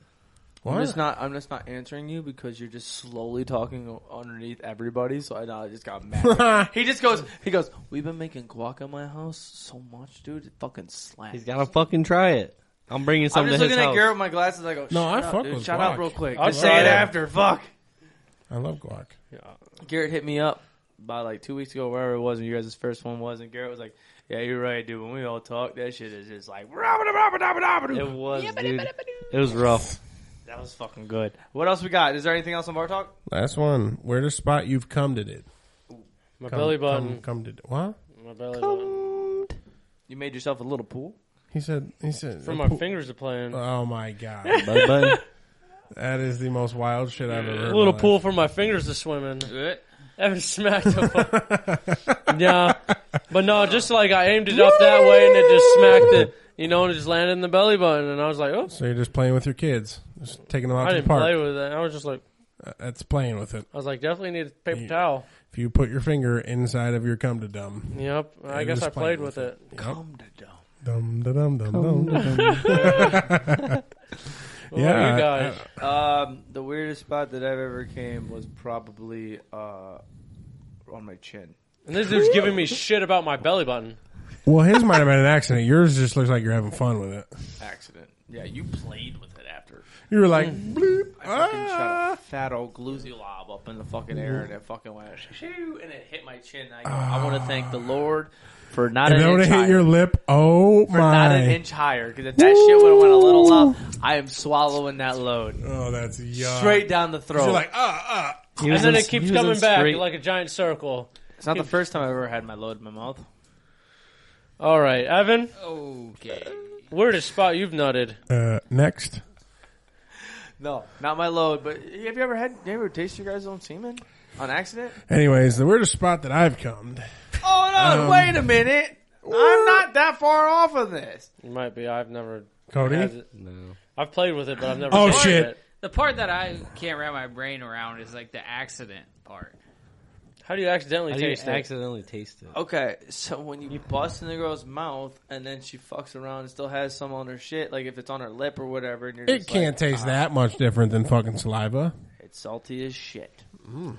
[SPEAKER 3] I'm
[SPEAKER 4] What?
[SPEAKER 3] just not. I'm just not answering you because you're just slowly talking underneath everybody. So I, I just got mad. he just goes. He goes. We've been making guac at my house so much, dude. It fucking slaps.
[SPEAKER 7] he's gotta fucking try it. I'm bringing some
[SPEAKER 3] I'm
[SPEAKER 7] to
[SPEAKER 3] just
[SPEAKER 7] his
[SPEAKER 3] looking at
[SPEAKER 7] house.
[SPEAKER 3] Garrett with my glasses. I go.
[SPEAKER 4] No, I
[SPEAKER 3] "Shut up,
[SPEAKER 4] fuck
[SPEAKER 3] dude.
[SPEAKER 4] with
[SPEAKER 3] Shut
[SPEAKER 4] guac.
[SPEAKER 3] up real quick.
[SPEAKER 2] I
[SPEAKER 3] Just
[SPEAKER 2] saw
[SPEAKER 3] say it
[SPEAKER 2] that.
[SPEAKER 3] after. Fuck.
[SPEAKER 4] I love guac.
[SPEAKER 3] Garrett hit me up about like two weeks ago, wherever it was, and you guys' first one was, and Garrett was like, "Yeah, you're right, dude. When we all talk, that shit is just like."
[SPEAKER 7] It was, dude. It was rough.
[SPEAKER 3] That was fucking good. What else we got? Is there anything else on Bar Talk?
[SPEAKER 4] Last one. Where the spot you've come to it?
[SPEAKER 2] My belly
[SPEAKER 4] Come,
[SPEAKER 2] button.
[SPEAKER 4] come to what?
[SPEAKER 2] my belly button.
[SPEAKER 3] You made yourself a little pool.
[SPEAKER 4] He said. He said.
[SPEAKER 2] From my fingers are playing.
[SPEAKER 4] Oh my god,
[SPEAKER 7] Bud Bud.
[SPEAKER 4] that is the most wild shit I've ever heard.
[SPEAKER 2] a
[SPEAKER 4] in
[SPEAKER 2] little
[SPEAKER 4] my life.
[SPEAKER 2] pool for my fingers to swim in.
[SPEAKER 5] Uh,
[SPEAKER 2] Evan smacked up. yeah, but no, just like I aimed it up that way and it just smacked it. You know, and it just landed in the belly button, and I was like, "Oh,
[SPEAKER 4] So you're just playing with your kids, just taking them out
[SPEAKER 2] I
[SPEAKER 4] to the
[SPEAKER 2] didn't
[SPEAKER 4] park. Uh,
[SPEAKER 2] play with it." I was just like,
[SPEAKER 4] That's playing with it.
[SPEAKER 2] "I was like, definitely need a paper
[SPEAKER 4] You-
[SPEAKER 2] towel."
[SPEAKER 4] if you put your finger inside of your cum to dum.
[SPEAKER 2] Yep. I
[SPEAKER 4] And
[SPEAKER 2] guess
[SPEAKER 4] just
[SPEAKER 2] I
[SPEAKER 4] played
[SPEAKER 2] played with it.
[SPEAKER 4] Cum to dum. Dum da dum dum dum.
[SPEAKER 2] What about
[SPEAKER 4] Yeah.
[SPEAKER 2] you guys?
[SPEAKER 3] Um, the weirdest spot that I've ever came was probably uh, on my chin.
[SPEAKER 2] and this dude's giving me shit about my belly button.
[SPEAKER 4] Well, his might have been an accident. Yours just looks like you're having fun with it.
[SPEAKER 3] Accident. Yeah, you played with it after.
[SPEAKER 4] You were like,
[SPEAKER 2] Mm.
[SPEAKER 4] bloop.
[SPEAKER 3] I fucking
[SPEAKER 4] ah.
[SPEAKER 3] shot a fat old gloozy lob up in the fucking air and it fucking went shoo and it hit my chin. I, go, I want to thank the Lord for not
[SPEAKER 4] Ah. And
[SPEAKER 3] an
[SPEAKER 4] then when
[SPEAKER 3] inch
[SPEAKER 4] it hit
[SPEAKER 3] higher.
[SPEAKER 4] your lip, oh
[SPEAKER 3] for not an
[SPEAKER 4] my.
[SPEAKER 3] inch higher because if that shit would have went a little up, I am swallowing that load
[SPEAKER 4] Oh, that's yuck.
[SPEAKER 3] straight down the throat.
[SPEAKER 4] You're like, ah, ah.
[SPEAKER 2] And then it keeps coming back like a giant circle.
[SPEAKER 3] it's not the first time I've ever had my load in my mouth.
[SPEAKER 2] All right, Evan,
[SPEAKER 5] Okay.
[SPEAKER 2] weirdest spot you've nutted.
[SPEAKER 4] Uh, next.
[SPEAKER 3] No, not my load. But have you ever had? Have you ever tasted your guys' own semen on accident?
[SPEAKER 4] Anyways, the weirdest spot that I've come.
[SPEAKER 3] Hold on,
[SPEAKER 4] Um,
[SPEAKER 3] wait a minute. I'm not that far off of this.
[SPEAKER 2] You might be. I've never. has
[SPEAKER 4] Cody?
[SPEAKER 2] it.
[SPEAKER 7] No.
[SPEAKER 2] I've played with it, but I've never.
[SPEAKER 4] Oh,
[SPEAKER 2] done
[SPEAKER 4] shit.
[SPEAKER 2] It.
[SPEAKER 5] The part that I can't wrap my brain around is like the accident part.
[SPEAKER 2] How do you accidentally
[SPEAKER 7] I
[SPEAKER 2] taste it?
[SPEAKER 7] accidentally tasted it.
[SPEAKER 3] Okay, so when you bust in the girl's mouth and then she fucks around and still has some on her shit, like if it's on her lip or whatever, and you're
[SPEAKER 4] It
[SPEAKER 3] just
[SPEAKER 4] can't
[SPEAKER 3] like,
[SPEAKER 4] taste that much different than fucking saliva.
[SPEAKER 3] it's salty as shit.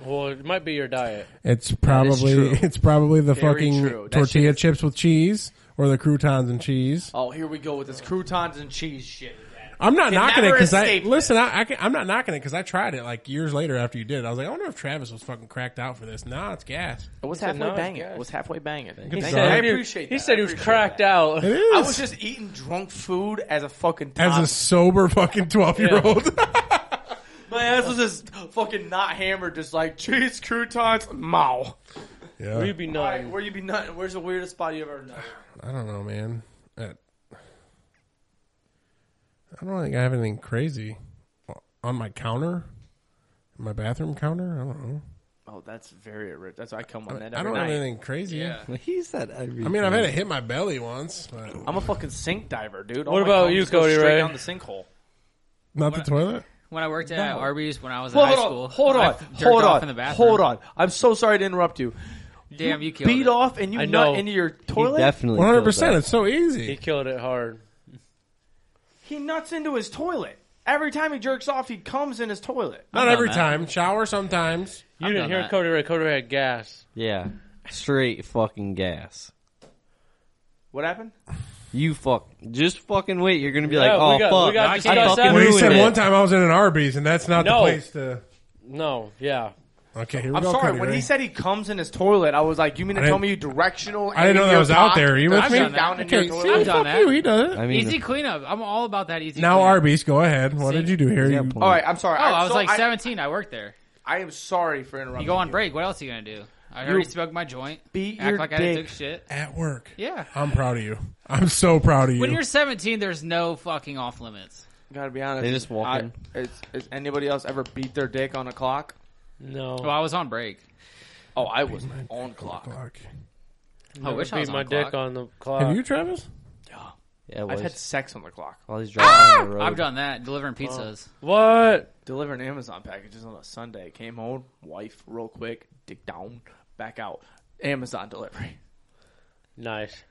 [SPEAKER 2] well, it might be your diet.
[SPEAKER 4] It's probably
[SPEAKER 3] true.
[SPEAKER 4] it's probably the
[SPEAKER 3] Very
[SPEAKER 4] fucking
[SPEAKER 3] true. That
[SPEAKER 4] tortilla
[SPEAKER 3] shit is-
[SPEAKER 4] chips with cheese or the croutons and cheese.
[SPEAKER 3] Oh, here we go with this croutons and cheese shit.
[SPEAKER 4] I'm not
[SPEAKER 3] Can
[SPEAKER 4] knocking it
[SPEAKER 3] never
[SPEAKER 4] because I
[SPEAKER 3] escape
[SPEAKER 4] listen. I, I can, I'm not knocking it because I tried it like years later after you did it. I was like, I wonder if Travis was fucking cracked out for this. Nah, it's gas.
[SPEAKER 3] It was
[SPEAKER 2] said
[SPEAKER 3] halfway
[SPEAKER 2] no, it's
[SPEAKER 3] banging.
[SPEAKER 2] gas.
[SPEAKER 3] It was halfway banging.
[SPEAKER 4] Good
[SPEAKER 3] Thank
[SPEAKER 4] job.
[SPEAKER 3] you. I
[SPEAKER 4] He
[SPEAKER 2] said-
[SPEAKER 3] appreciate that.
[SPEAKER 2] He said
[SPEAKER 3] I
[SPEAKER 2] he was
[SPEAKER 3] appreciate
[SPEAKER 2] cracked
[SPEAKER 3] that.
[SPEAKER 2] out.
[SPEAKER 4] It is.
[SPEAKER 3] I was just eating drunk food as a fucking
[SPEAKER 4] as
[SPEAKER 3] toddler.
[SPEAKER 4] a sober fucking twelve year old.
[SPEAKER 3] My ass was just fucking not hammered, just like cheese croutons. Mow.
[SPEAKER 2] We'd be
[SPEAKER 3] All right,
[SPEAKER 2] nutting.
[SPEAKER 3] where you be nutting? Where's the weirdest spot you ever nutted?
[SPEAKER 4] I don't know, man. That- I don't think I have anything crazy on my counter, my bathroom counter. I don't know.
[SPEAKER 3] Oh, that's very rich. That's why I come on that.
[SPEAKER 4] I
[SPEAKER 3] every
[SPEAKER 4] don't have
[SPEAKER 3] night.
[SPEAKER 4] anything crazy.
[SPEAKER 7] He said everything.
[SPEAKER 4] I mean, I've had it hit my belly once, but
[SPEAKER 3] I'm a fucking sink diver, dude.
[SPEAKER 2] What
[SPEAKER 3] my
[SPEAKER 2] about
[SPEAKER 3] cones
[SPEAKER 2] you,
[SPEAKER 3] go
[SPEAKER 2] Cody
[SPEAKER 3] Straight
[SPEAKER 2] Ray?
[SPEAKER 3] down the sinkhole.
[SPEAKER 4] not the toilet.
[SPEAKER 5] When I worked at Arby's when I was in
[SPEAKER 3] Hold
[SPEAKER 5] high
[SPEAKER 3] on,
[SPEAKER 5] school,
[SPEAKER 3] hold
[SPEAKER 5] I
[SPEAKER 3] on,
[SPEAKER 5] jerked
[SPEAKER 3] hold
[SPEAKER 5] off in
[SPEAKER 3] on,
[SPEAKER 5] the bathroom.
[SPEAKER 3] hold on. I'm so sorry to interrupt you.
[SPEAKER 5] Damn, you killed
[SPEAKER 3] beat
[SPEAKER 5] it.
[SPEAKER 3] off and you
[SPEAKER 2] I know.
[SPEAKER 3] nut into your
[SPEAKER 7] He
[SPEAKER 3] toilet. He,
[SPEAKER 7] definitely.
[SPEAKER 4] One hundred
[SPEAKER 7] killed
[SPEAKER 4] percent.
[SPEAKER 7] that.
[SPEAKER 4] It's so
[SPEAKER 2] He
[SPEAKER 4] easy.
[SPEAKER 2] killed it hard.
[SPEAKER 3] nuts into his toilet. Every time he jerks off, he comes in his toilet.
[SPEAKER 4] Not every
[SPEAKER 5] that.
[SPEAKER 4] time. Shower sometimes.
[SPEAKER 2] You
[SPEAKER 5] I've
[SPEAKER 2] didn't
[SPEAKER 5] done
[SPEAKER 2] hear
[SPEAKER 5] that.
[SPEAKER 2] Cody Ray. Cody Ray had gas.
[SPEAKER 7] Yeah. Straight fucking gas.
[SPEAKER 3] What happened?
[SPEAKER 7] You fuck. Just fucking wait. You're gonna be
[SPEAKER 2] Yeah,
[SPEAKER 7] like,
[SPEAKER 2] we
[SPEAKER 7] oh
[SPEAKER 2] got-
[SPEAKER 7] fuck.
[SPEAKER 2] we got
[SPEAKER 7] I
[SPEAKER 2] discussed
[SPEAKER 7] fucking
[SPEAKER 2] that.
[SPEAKER 4] Well, he
[SPEAKER 7] ruined
[SPEAKER 4] said
[SPEAKER 7] it.
[SPEAKER 4] one time I was in an Arby's, and that's not
[SPEAKER 2] No.
[SPEAKER 4] the place to.
[SPEAKER 2] No, yeah.
[SPEAKER 4] Okay, here we
[SPEAKER 3] I'm
[SPEAKER 4] go,
[SPEAKER 3] sorry.
[SPEAKER 4] Cody
[SPEAKER 3] when
[SPEAKER 4] Ray.
[SPEAKER 3] he said he comes in his toilet, I was like, "You mean to
[SPEAKER 4] I
[SPEAKER 3] tell
[SPEAKER 4] didn't-
[SPEAKER 3] me you directional?"
[SPEAKER 4] I didn't know that was out there. Are you with
[SPEAKER 5] I've
[SPEAKER 4] me?
[SPEAKER 5] done that.
[SPEAKER 3] Down in your
[SPEAKER 4] Okay, see,
[SPEAKER 3] toilet.
[SPEAKER 5] I've done
[SPEAKER 4] fuck
[SPEAKER 5] that.
[SPEAKER 4] you. He does it.
[SPEAKER 7] I mean,
[SPEAKER 5] Easy cleanup. I'm all about that easy
[SPEAKER 4] now
[SPEAKER 5] cleanup.
[SPEAKER 4] Arby's, go ahead. What
[SPEAKER 5] See?
[SPEAKER 4] did you do here?
[SPEAKER 7] yeah,
[SPEAKER 4] You-
[SPEAKER 7] point.
[SPEAKER 3] All right, I'm sorry.
[SPEAKER 5] Oh, I was
[SPEAKER 3] so
[SPEAKER 5] like
[SPEAKER 3] I,
[SPEAKER 5] 17. I worked there.
[SPEAKER 3] I am sorry for interrupting.
[SPEAKER 5] You go on break. What else are you going to do? I already smoked my joint.
[SPEAKER 3] beat
[SPEAKER 5] act
[SPEAKER 3] your
[SPEAKER 5] like I
[SPEAKER 3] dick.
[SPEAKER 5] took shit.
[SPEAKER 4] At work.
[SPEAKER 5] Yeah.
[SPEAKER 4] I'm proud of you. I'm so proud of you.
[SPEAKER 5] When you're 17, there's no fucking off limits.
[SPEAKER 3] Gotta be honest.
[SPEAKER 7] They just walk
[SPEAKER 3] I-
[SPEAKER 7] in.
[SPEAKER 3] Is, is anybody else ever beat their dick on a clock?
[SPEAKER 5] Well,
[SPEAKER 2] No.
[SPEAKER 5] I was on break.
[SPEAKER 3] Oh, I was on clock.
[SPEAKER 4] Fuck.
[SPEAKER 5] I wish I was
[SPEAKER 2] Beat
[SPEAKER 5] on
[SPEAKER 2] my
[SPEAKER 5] clock.
[SPEAKER 2] dick on the clock.
[SPEAKER 4] Have you, Travis?
[SPEAKER 7] Yeah,
[SPEAKER 3] I've
[SPEAKER 7] well,
[SPEAKER 3] had sex on the clock.
[SPEAKER 7] while he's driving on the road.
[SPEAKER 5] I've done that delivering pizzas.
[SPEAKER 2] What?
[SPEAKER 3] Delivering Amazon packages on a Sunday. Came home, wife, real quick, dick down, back out. Amazon delivery.
[SPEAKER 2] Nice.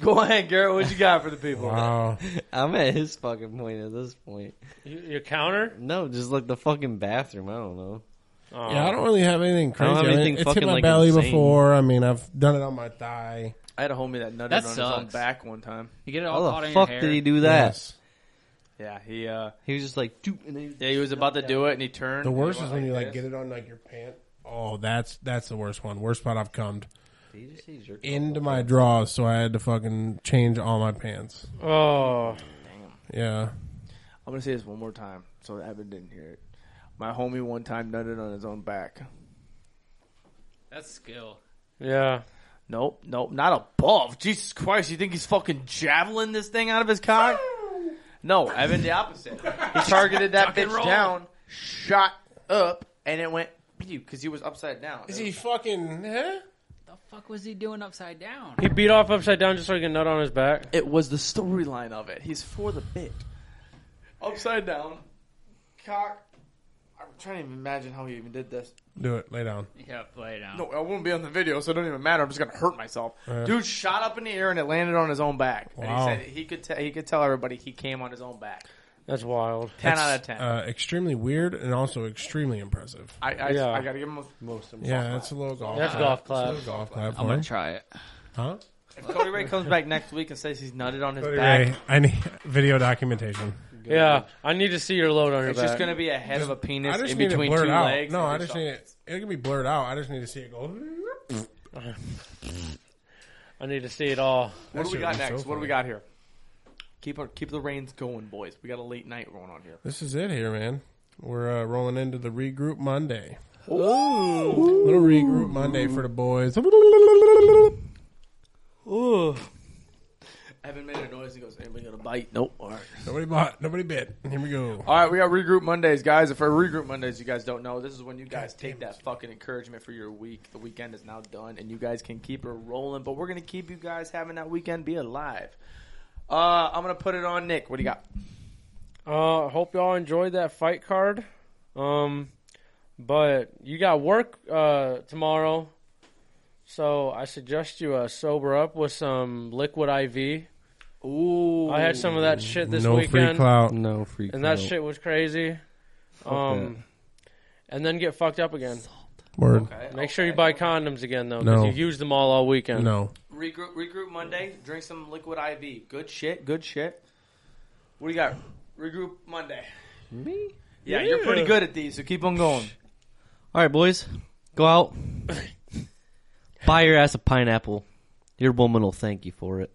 [SPEAKER 3] Go ahead, Garrett. What you got for the people?
[SPEAKER 4] Wow.
[SPEAKER 7] I'm at his fucking point at this point.
[SPEAKER 2] You, your counter?
[SPEAKER 7] No, just like the fucking bathroom. I don't know.
[SPEAKER 2] Oh.
[SPEAKER 4] Yeah, I don't really have anything crazy.
[SPEAKER 7] have
[SPEAKER 4] I mean,
[SPEAKER 7] anything
[SPEAKER 4] it's hit
[SPEAKER 7] fucking,
[SPEAKER 4] my
[SPEAKER 7] like,
[SPEAKER 4] belly
[SPEAKER 7] insane.
[SPEAKER 4] before. I mean, I've done it on my thigh.
[SPEAKER 3] I had a homie that nutted
[SPEAKER 5] That
[SPEAKER 3] on his own
[SPEAKER 5] sucks.
[SPEAKER 3] back one time.
[SPEAKER 5] You get it all
[SPEAKER 7] How
[SPEAKER 5] caught
[SPEAKER 7] the
[SPEAKER 5] in your
[SPEAKER 7] fuck
[SPEAKER 5] hair.
[SPEAKER 7] did he do that?
[SPEAKER 4] Yes.
[SPEAKER 3] Yeah, he uh,
[SPEAKER 7] He was just like, doop, and then
[SPEAKER 3] yeah, he was about to do it, and he turned.
[SPEAKER 4] The
[SPEAKER 3] and he
[SPEAKER 4] worst
[SPEAKER 3] went
[SPEAKER 4] is when you like
[SPEAKER 3] this.
[SPEAKER 4] get it on like your pant. Oh, that's that's the worst one. Worst spot I've cummed into my drawers, so I had to fucking change all my pants.
[SPEAKER 2] Oh.
[SPEAKER 4] Yeah.
[SPEAKER 3] I'm gonna say this one more time, so Evan didn't hear it. My homie one time nutted on his own back.
[SPEAKER 5] That's skill.
[SPEAKER 2] Yeah.
[SPEAKER 3] Nope, nope, not above. Jesus Christ, you think he's fucking javelin this thing out of his cock? No, Evan, the opposite. He targeted that bitch down, shot up, and it went because he was upside down.
[SPEAKER 4] Is he fucking? Huh?
[SPEAKER 5] The fuck was he doing upside down?
[SPEAKER 2] He beat off upside down just so he could nut on his back.
[SPEAKER 3] It was the storyline of it. He's for the bit. Upside down, cock. trying to even imagine how he even did this.
[SPEAKER 4] Do it. Lay down.
[SPEAKER 5] Yeah, play it out.
[SPEAKER 3] No, I won't be on the video, so it don't even matter. I'm just gonna hurt myself. Dude shot up in the air and it landed on his own back. And he
[SPEAKER 4] Wow.
[SPEAKER 3] said he could te- he could tell everybody he came on his own back.
[SPEAKER 2] That's wild.
[SPEAKER 3] Ten out of ten.
[SPEAKER 4] Uh, extremely weird and also extremely impressive.
[SPEAKER 3] I I,
[SPEAKER 2] yeah.
[SPEAKER 3] I gotta give him. A,
[SPEAKER 4] Yeah, that's a little golf.
[SPEAKER 2] That's
[SPEAKER 4] clap.
[SPEAKER 2] golf
[SPEAKER 4] It's a
[SPEAKER 2] clap.
[SPEAKER 4] little golf clap.
[SPEAKER 5] I'm
[SPEAKER 4] for him.
[SPEAKER 5] gonna try it.
[SPEAKER 4] Huh?
[SPEAKER 3] if Cody Ray comes back next week and says he's nutted on his
[SPEAKER 4] Cody
[SPEAKER 3] back,
[SPEAKER 4] Ray, I need video documentation.
[SPEAKER 2] Yeah, I need to see your load on your
[SPEAKER 3] it's
[SPEAKER 2] back.
[SPEAKER 3] just gonna be a head of a penis
[SPEAKER 4] I just
[SPEAKER 3] in
[SPEAKER 4] need it
[SPEAKER 3] between two
[SPEAKER 4] blurred out.
[SPEAKER 3] legs.
[SPEAKER 4] no,
[SPEAKER 3] and
[SPEAKER 4] I
[SPEAKER 3] it
[SPEAKER 4] just
[SPEAKER 3] shot-
[SPEAKER 4] need it. It can be blurred out. I just need to see it go.
[SPEAKER 2] I need to see it all.
[SPEAKER 3] What do we
[SPEAKER 4] shit
[SPEAKER 3] got
[SPEAKER 4] was so
[SPEAKER 3] next? what do
[SPEAKER 4] funny.
[SPEAKER 3] we got here? Keep our, keep the reins going, boys. We got a late night going on here.
[SPEAKER 4] This is it here, man. We're uh, rolling into the regroup Monday. Little regroup Monday for the boys.
[SPEAKER 3] Evan made a noise. He goes, "Anybody gonna bite?" Nope. All right.
[SPEAKER 4] Nobody bought, nobody bid. Here we go.
[SPEAKER 3] All right, we got regroup Mondays, guys. If I regroup Mondays, you guys don't know, this is when you guys take that fucking encouragement for your week. The weekend is now done, and you guys can keep it rolling. But we're gonna keep you guys having that weekend be alive. Uh, I'm gonna put it on Nick. What do you got?
[SPEAKER 2] Uh, hope y'all enjoyed that fight card. Um, but you got work uh tomorrow, so I suggest you uh sober up with some liquid IV.
[SPEAKER 3] Ooh,
[SPEAKER 2] I had some of that shit this
[SPEAKER 4] no free
[SPEAKER 2] weekend,
[SPEAKER 4] clout.
[SPEAKER 7] No freak.
[SPEAKER 2] and that
[SPEAKER 7] out.
[SPEAKER 2] shit was crazy. Um, and then get fucked up again.
[SPEAKER 4] Word.
[SPEAKER 2] Make sure you buy condoms again though, because
[SPEAKER 4] No.
[SPEAKER 2] you used them all all weekend.
[SPEAKER 4] No.
[SPEAKER 3] regroup. Regroup Monday. Drink some liquid IV. Good shit. Good shit. What do you got? Regroup Monday.
[SPEAKER 7] Me?
[SPEAKER 3] Yeah, you're pretty good at these, so keep on going.
[SPEAKER 7] All right, boys, go out, buy your ass a pineapple. Your woman will thank you for it.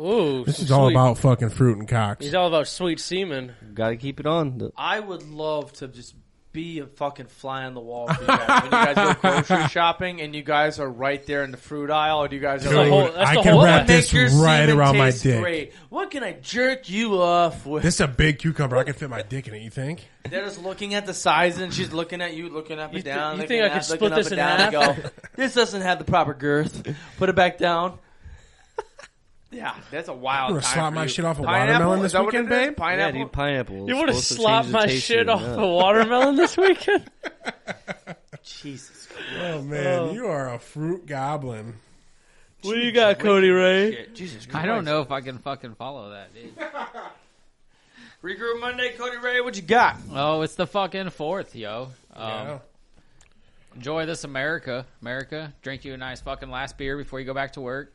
[SPEAKER 2] Ooh,
[SPEAKER 4] This
[SPEAKER 2] some
[SPEAKER 4] is all
[SPEAKER 2] sweet-
[SPEAKER 4] about fucking fruit and cocks.
[SPEAKER 2] He's all about sweet semen.
[SPEAKER 7] Got to keep it on. The-
[SPEAKER 3] I would love to just be a fucking fly on the wall for you guys. when you guys go grocery shopping and you guys are right there in the fruit aisle, and you guys are
[SPEAKER 4] Dude,
[SPEAKER 2] whole-
[SPEAKER 3] like,
[SPEAKER 2] that's
[SPEAKER 4] I
[SPEAKER 2] the
[SPEAKER 4] can
[SPEAKER 2] whole-
[SPEAKER 4] wrap
[SPEAKER 2] What
[SPEAKER 4] this
[SPEAKER 3] make your
[SPEAKER 4] right
[SPEAKER 3] semen
[SPEAKER 4] around my
[SPEAKER 3] taste
[SPEAKER 4] dick.
[SPEAKER 3] Great. What can I jerk you off with?
[SPEAKER 4] This is a big cucumber. I can fit my dick in it. You think?
[SPEAKER 3] They're just looking at the size, and she's looking at you, looking up
[SPEAKER 2] You
[SPEAKER 3] and
[SPEAKER 2] thi-
[SPEAKER 3] down.
[SPEAKER 2] you
[SPEAKER 3] looking
[SPEAKER 2] think I
[SPEAKER 3] up,
[SPEAKER 2] could
[SPEAKER 3] looking
[SPEAKER 2] split
[SPEAKER 3] up
[SPEAKER 2] this
[SPEAKER 3] and
[SPEAKER 2] in
[SPEAKER 3] down and go, this doesn't have the proper girth. Put it back down. Yeah, that's a wild.
[SPEAKER 4] You wanna
[SPEAKER 3] time
[SPEAKER 4] slap
[SPEAKER 3] for
[SPEAKER 4] my
[SPEAKER 3] you.
[SPEAKER 4] shit off a
[SPEAKER 3] Pineapple?
[SPEAKER 4] watermelon
[SPEAKER 3] Is
[SPEAKER 4] this
[SPEAKER 3] that what it
[SPEAKER 4] weekend,
[SPEAKER 3] is?
[SPEAKER 4] babe?
[SPEAKER 7] yeah,
[SPEAKER 3] Pineapple.
[SPEAKER 7] dude, pineapple.
[SPEAKER 2] You
[SPEAKER 7] would have
[SPEAKER 2] slapped my shit off a watermelon this weekend?
[SPEAKER 3] Jesus
[SPEAKER 4] Oh man, you are a fruit goblin.
[SPEAKER 2] what do you got, Cody Ray?
[SPEAKER 3] Christ. Jesus Christ.
[SPEAKER 5] I don't know if I can fucking follow that, dude.
[SPEAKER 3] Regroup Monday, Cody Ray. What you got?
[SPEAKER 5] Oh, it's the fucking fourth, yo.
[SPEAKER 2] Oh.
[SPEAKER 5] Um,
[SPEAKER 4] Yeah.
[SPEAKER 5] Enjoy this America, America. Drink you a nice fucking last beer before you go back to work.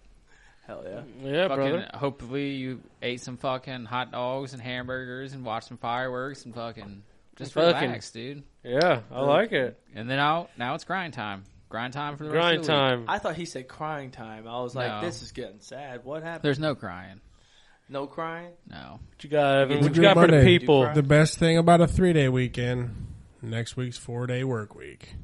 [SPEAKER 3] Hell yeah.
[SPEAKER 2] Yeah,
[SPEAKER 5] Fucking,
[SPEAKER 2] brother.
[SPEAKER 5] hopefully you ate some fucking hot dogs and hamburgers and watched some fireworks and fucking just
[SPEAKER 2] Fucking-
[SPEAKER 5] relax, dude.
[SPEAKER 2] Yeah, I like it.
[SPEAKER 5] And then now, now it's grind time. Grind time for the rest
[SPEAKER 2] Grind
[SPEAKER 5] of the week.
[SPEAKER 2] time.
[SPEAKER 3] I thought he said crying time. I was like,
[SPEAKER 5] No.
[SPEAKER 3] this is getting sad. What happened?
[SPEAKER 5] There's no crying.
[SPEAKER 3] No crying?
[SPEAKER 5] No.
[SPEAKER 2] What you got, Evan? What
[SPEAKER 4] Regroup
[SPEAKER 2] you got for the
[SPEAKER 4] Monday.
[SPEAKER 2] people?
[SPEAKER 4] The best thing about a three day weekend, next week's four day work week.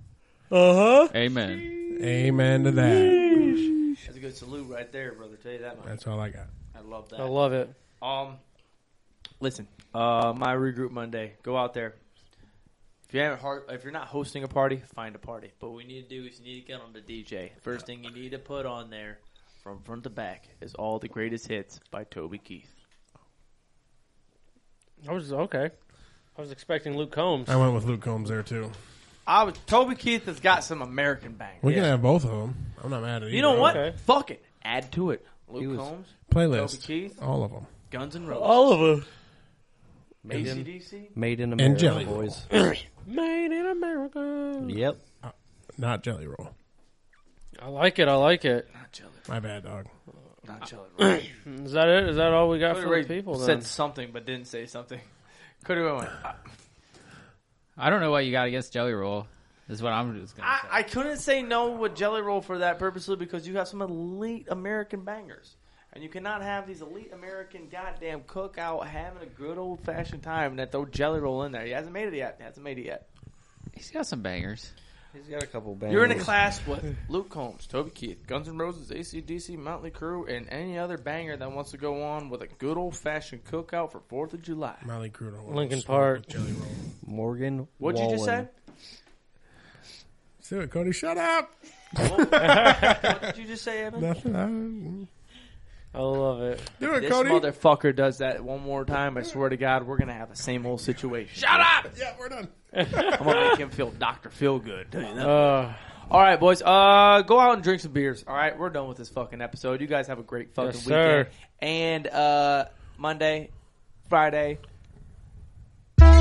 [SPEAKER 2] Uh huh.
[SPEAKER 5] Amen.
[SPEAKER 4] Amen to that.
[SPEAKER 3] That's a good salute right there, brother. Tell you that much.
[SPEAKER 4] That's all I got.
[SPEAKER 3] I love that.
[SPEAKER 2] I love it.
[SPEAKER 3] um, listen, uh, my regroup Monday. Go out there. If you haven't heart, if you're not hosting a party, find a party. But what we need to do is you need to get on the DJ. First thing you need to put on there, from front to back, is all the greatest hits by Toby Keith.
[SPEAKER 2] I was okay. I was expecting Luke Combs.
[SPEAKER 4] I went with Luke Combs there too.
[SPEAKER 3] I was, Toby Keith has got some American bangers.
[SPEAKER 4] We can have both of them. I'm not mad at
[SPEAKER 3] You know what?
[SPEAKER 2] Okay.
[SPEAKER 3] Fuck it. Add to it. Luke
[SPEAKER 7] was-
[SPEAKER 3] Combs, Toby
[SPEAKER 4] Playlist.
[SPEAKER 3] Keith,
[SPEAKER 4] All of them.
[SPEAKER 3] Guns N' Roses.
[SPEAKER 2] of us.
[SPEAKER 7] Made in,
[SPEAKER 3] ACDC?
[SPEAKER 7] made in
[SPEAKER 4] And
[SPEAKER 7] America,
[SPEAKER 4] jelly
[SPEAKER 7] boys.
[SPEAKER 2] Made in America.
[SPEAKER 7] yep.
[SPEAKER 4] Not Jelly Roll.
[SPEAKER 2] I like it. I like it.
[SPEAKER 3] Not Jelly Roll.
[SPEAKER 4] My bad, dog.
[SPEAKER 3] Not Jelly Roll.
[SPEAKER 2] Is that it? Is that all we got
[SPEAKER 3] Cody
[SPEAKER 2] for
[SPEAKER 3] Ray
[SPEAKER 2] the people? Then?
[SPEAKER 3] said something but didn't say something. Cody Ray went, I,
[SPEAKER 5] I don't know what you got against Jelly Roll. Is what I'm just gonna
[SPEAKER 3] I,
[SPEAKER 5] say.
[SPEAKER 3] I couldn't say no with Jelly Roll for that purposely because you have some elite American bangers. And you cannot have these elite American goddamn cookout having a good old fashioned time and that throw Jelly Roll in there. He hasn't made it yet. He hasn't made it yet.
[SPEAKER 5] He's got some bangers.
[SPEAKER 7] He's got a couple
[SPEAKER 3] You're in a class with Luke Combs, Toby Keith, Guns N' Roses, ACDC, Motley Crew, and any other banger that wants to go on with a good old fashioned cookout for 4th of July.
[SPEAKER 4] Molly Crudo.
[SPEAKER 2] Lincoln Park.
[SPEAKER 4] Jelly Roll.
[SPEAKER 7] Morgan.
[SPEAKER 3] What'd you just say?
[SPEAKER 7] Wallen.
[SPEAKER 4] See it, Cody. Shut up.
[SPEAKER 3] what did you just say, Evan?
[SPEAKER 4] Nothing.
[SPEAKER 2] I love it.
[SPEAKER 4] Do it,
[SPEAKER 3] This
[SPEAKER 4] Cody.
[SPEAKER 3] motherfucker does that one more time. I swear to God, we're gonna have the same old situation. Shut up!
[SPEAKER 4] Ah, yeah, we're done.
[SPEAKER 3] I'm gonna make him feel Doctor Feel Good.
[SPEAKER 2] Uh,
[SPEAKER 3] All right, boys. Uh, go out and drink some beers. All right, we're done with this fucking episode. You guys have a great fucking
[SPEAKER 2] Yes,
[SPEAKER 3] weekend.
[SPEAKER 2] sir.
[SPEAKER 3] And uh, Monday, Friday, Monday.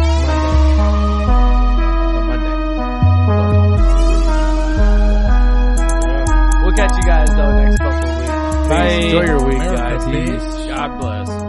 [SPEAKER 3] We'll catch you guys though next fucking week.
[SPEAKER 2] Bye.
[SPEAKER 3] Enjoy your week,
[SPEAKER 4] America,
[SPEAKER 3] guys.
[SPEAKER 4] please.
[SPEAKER 5] God bless.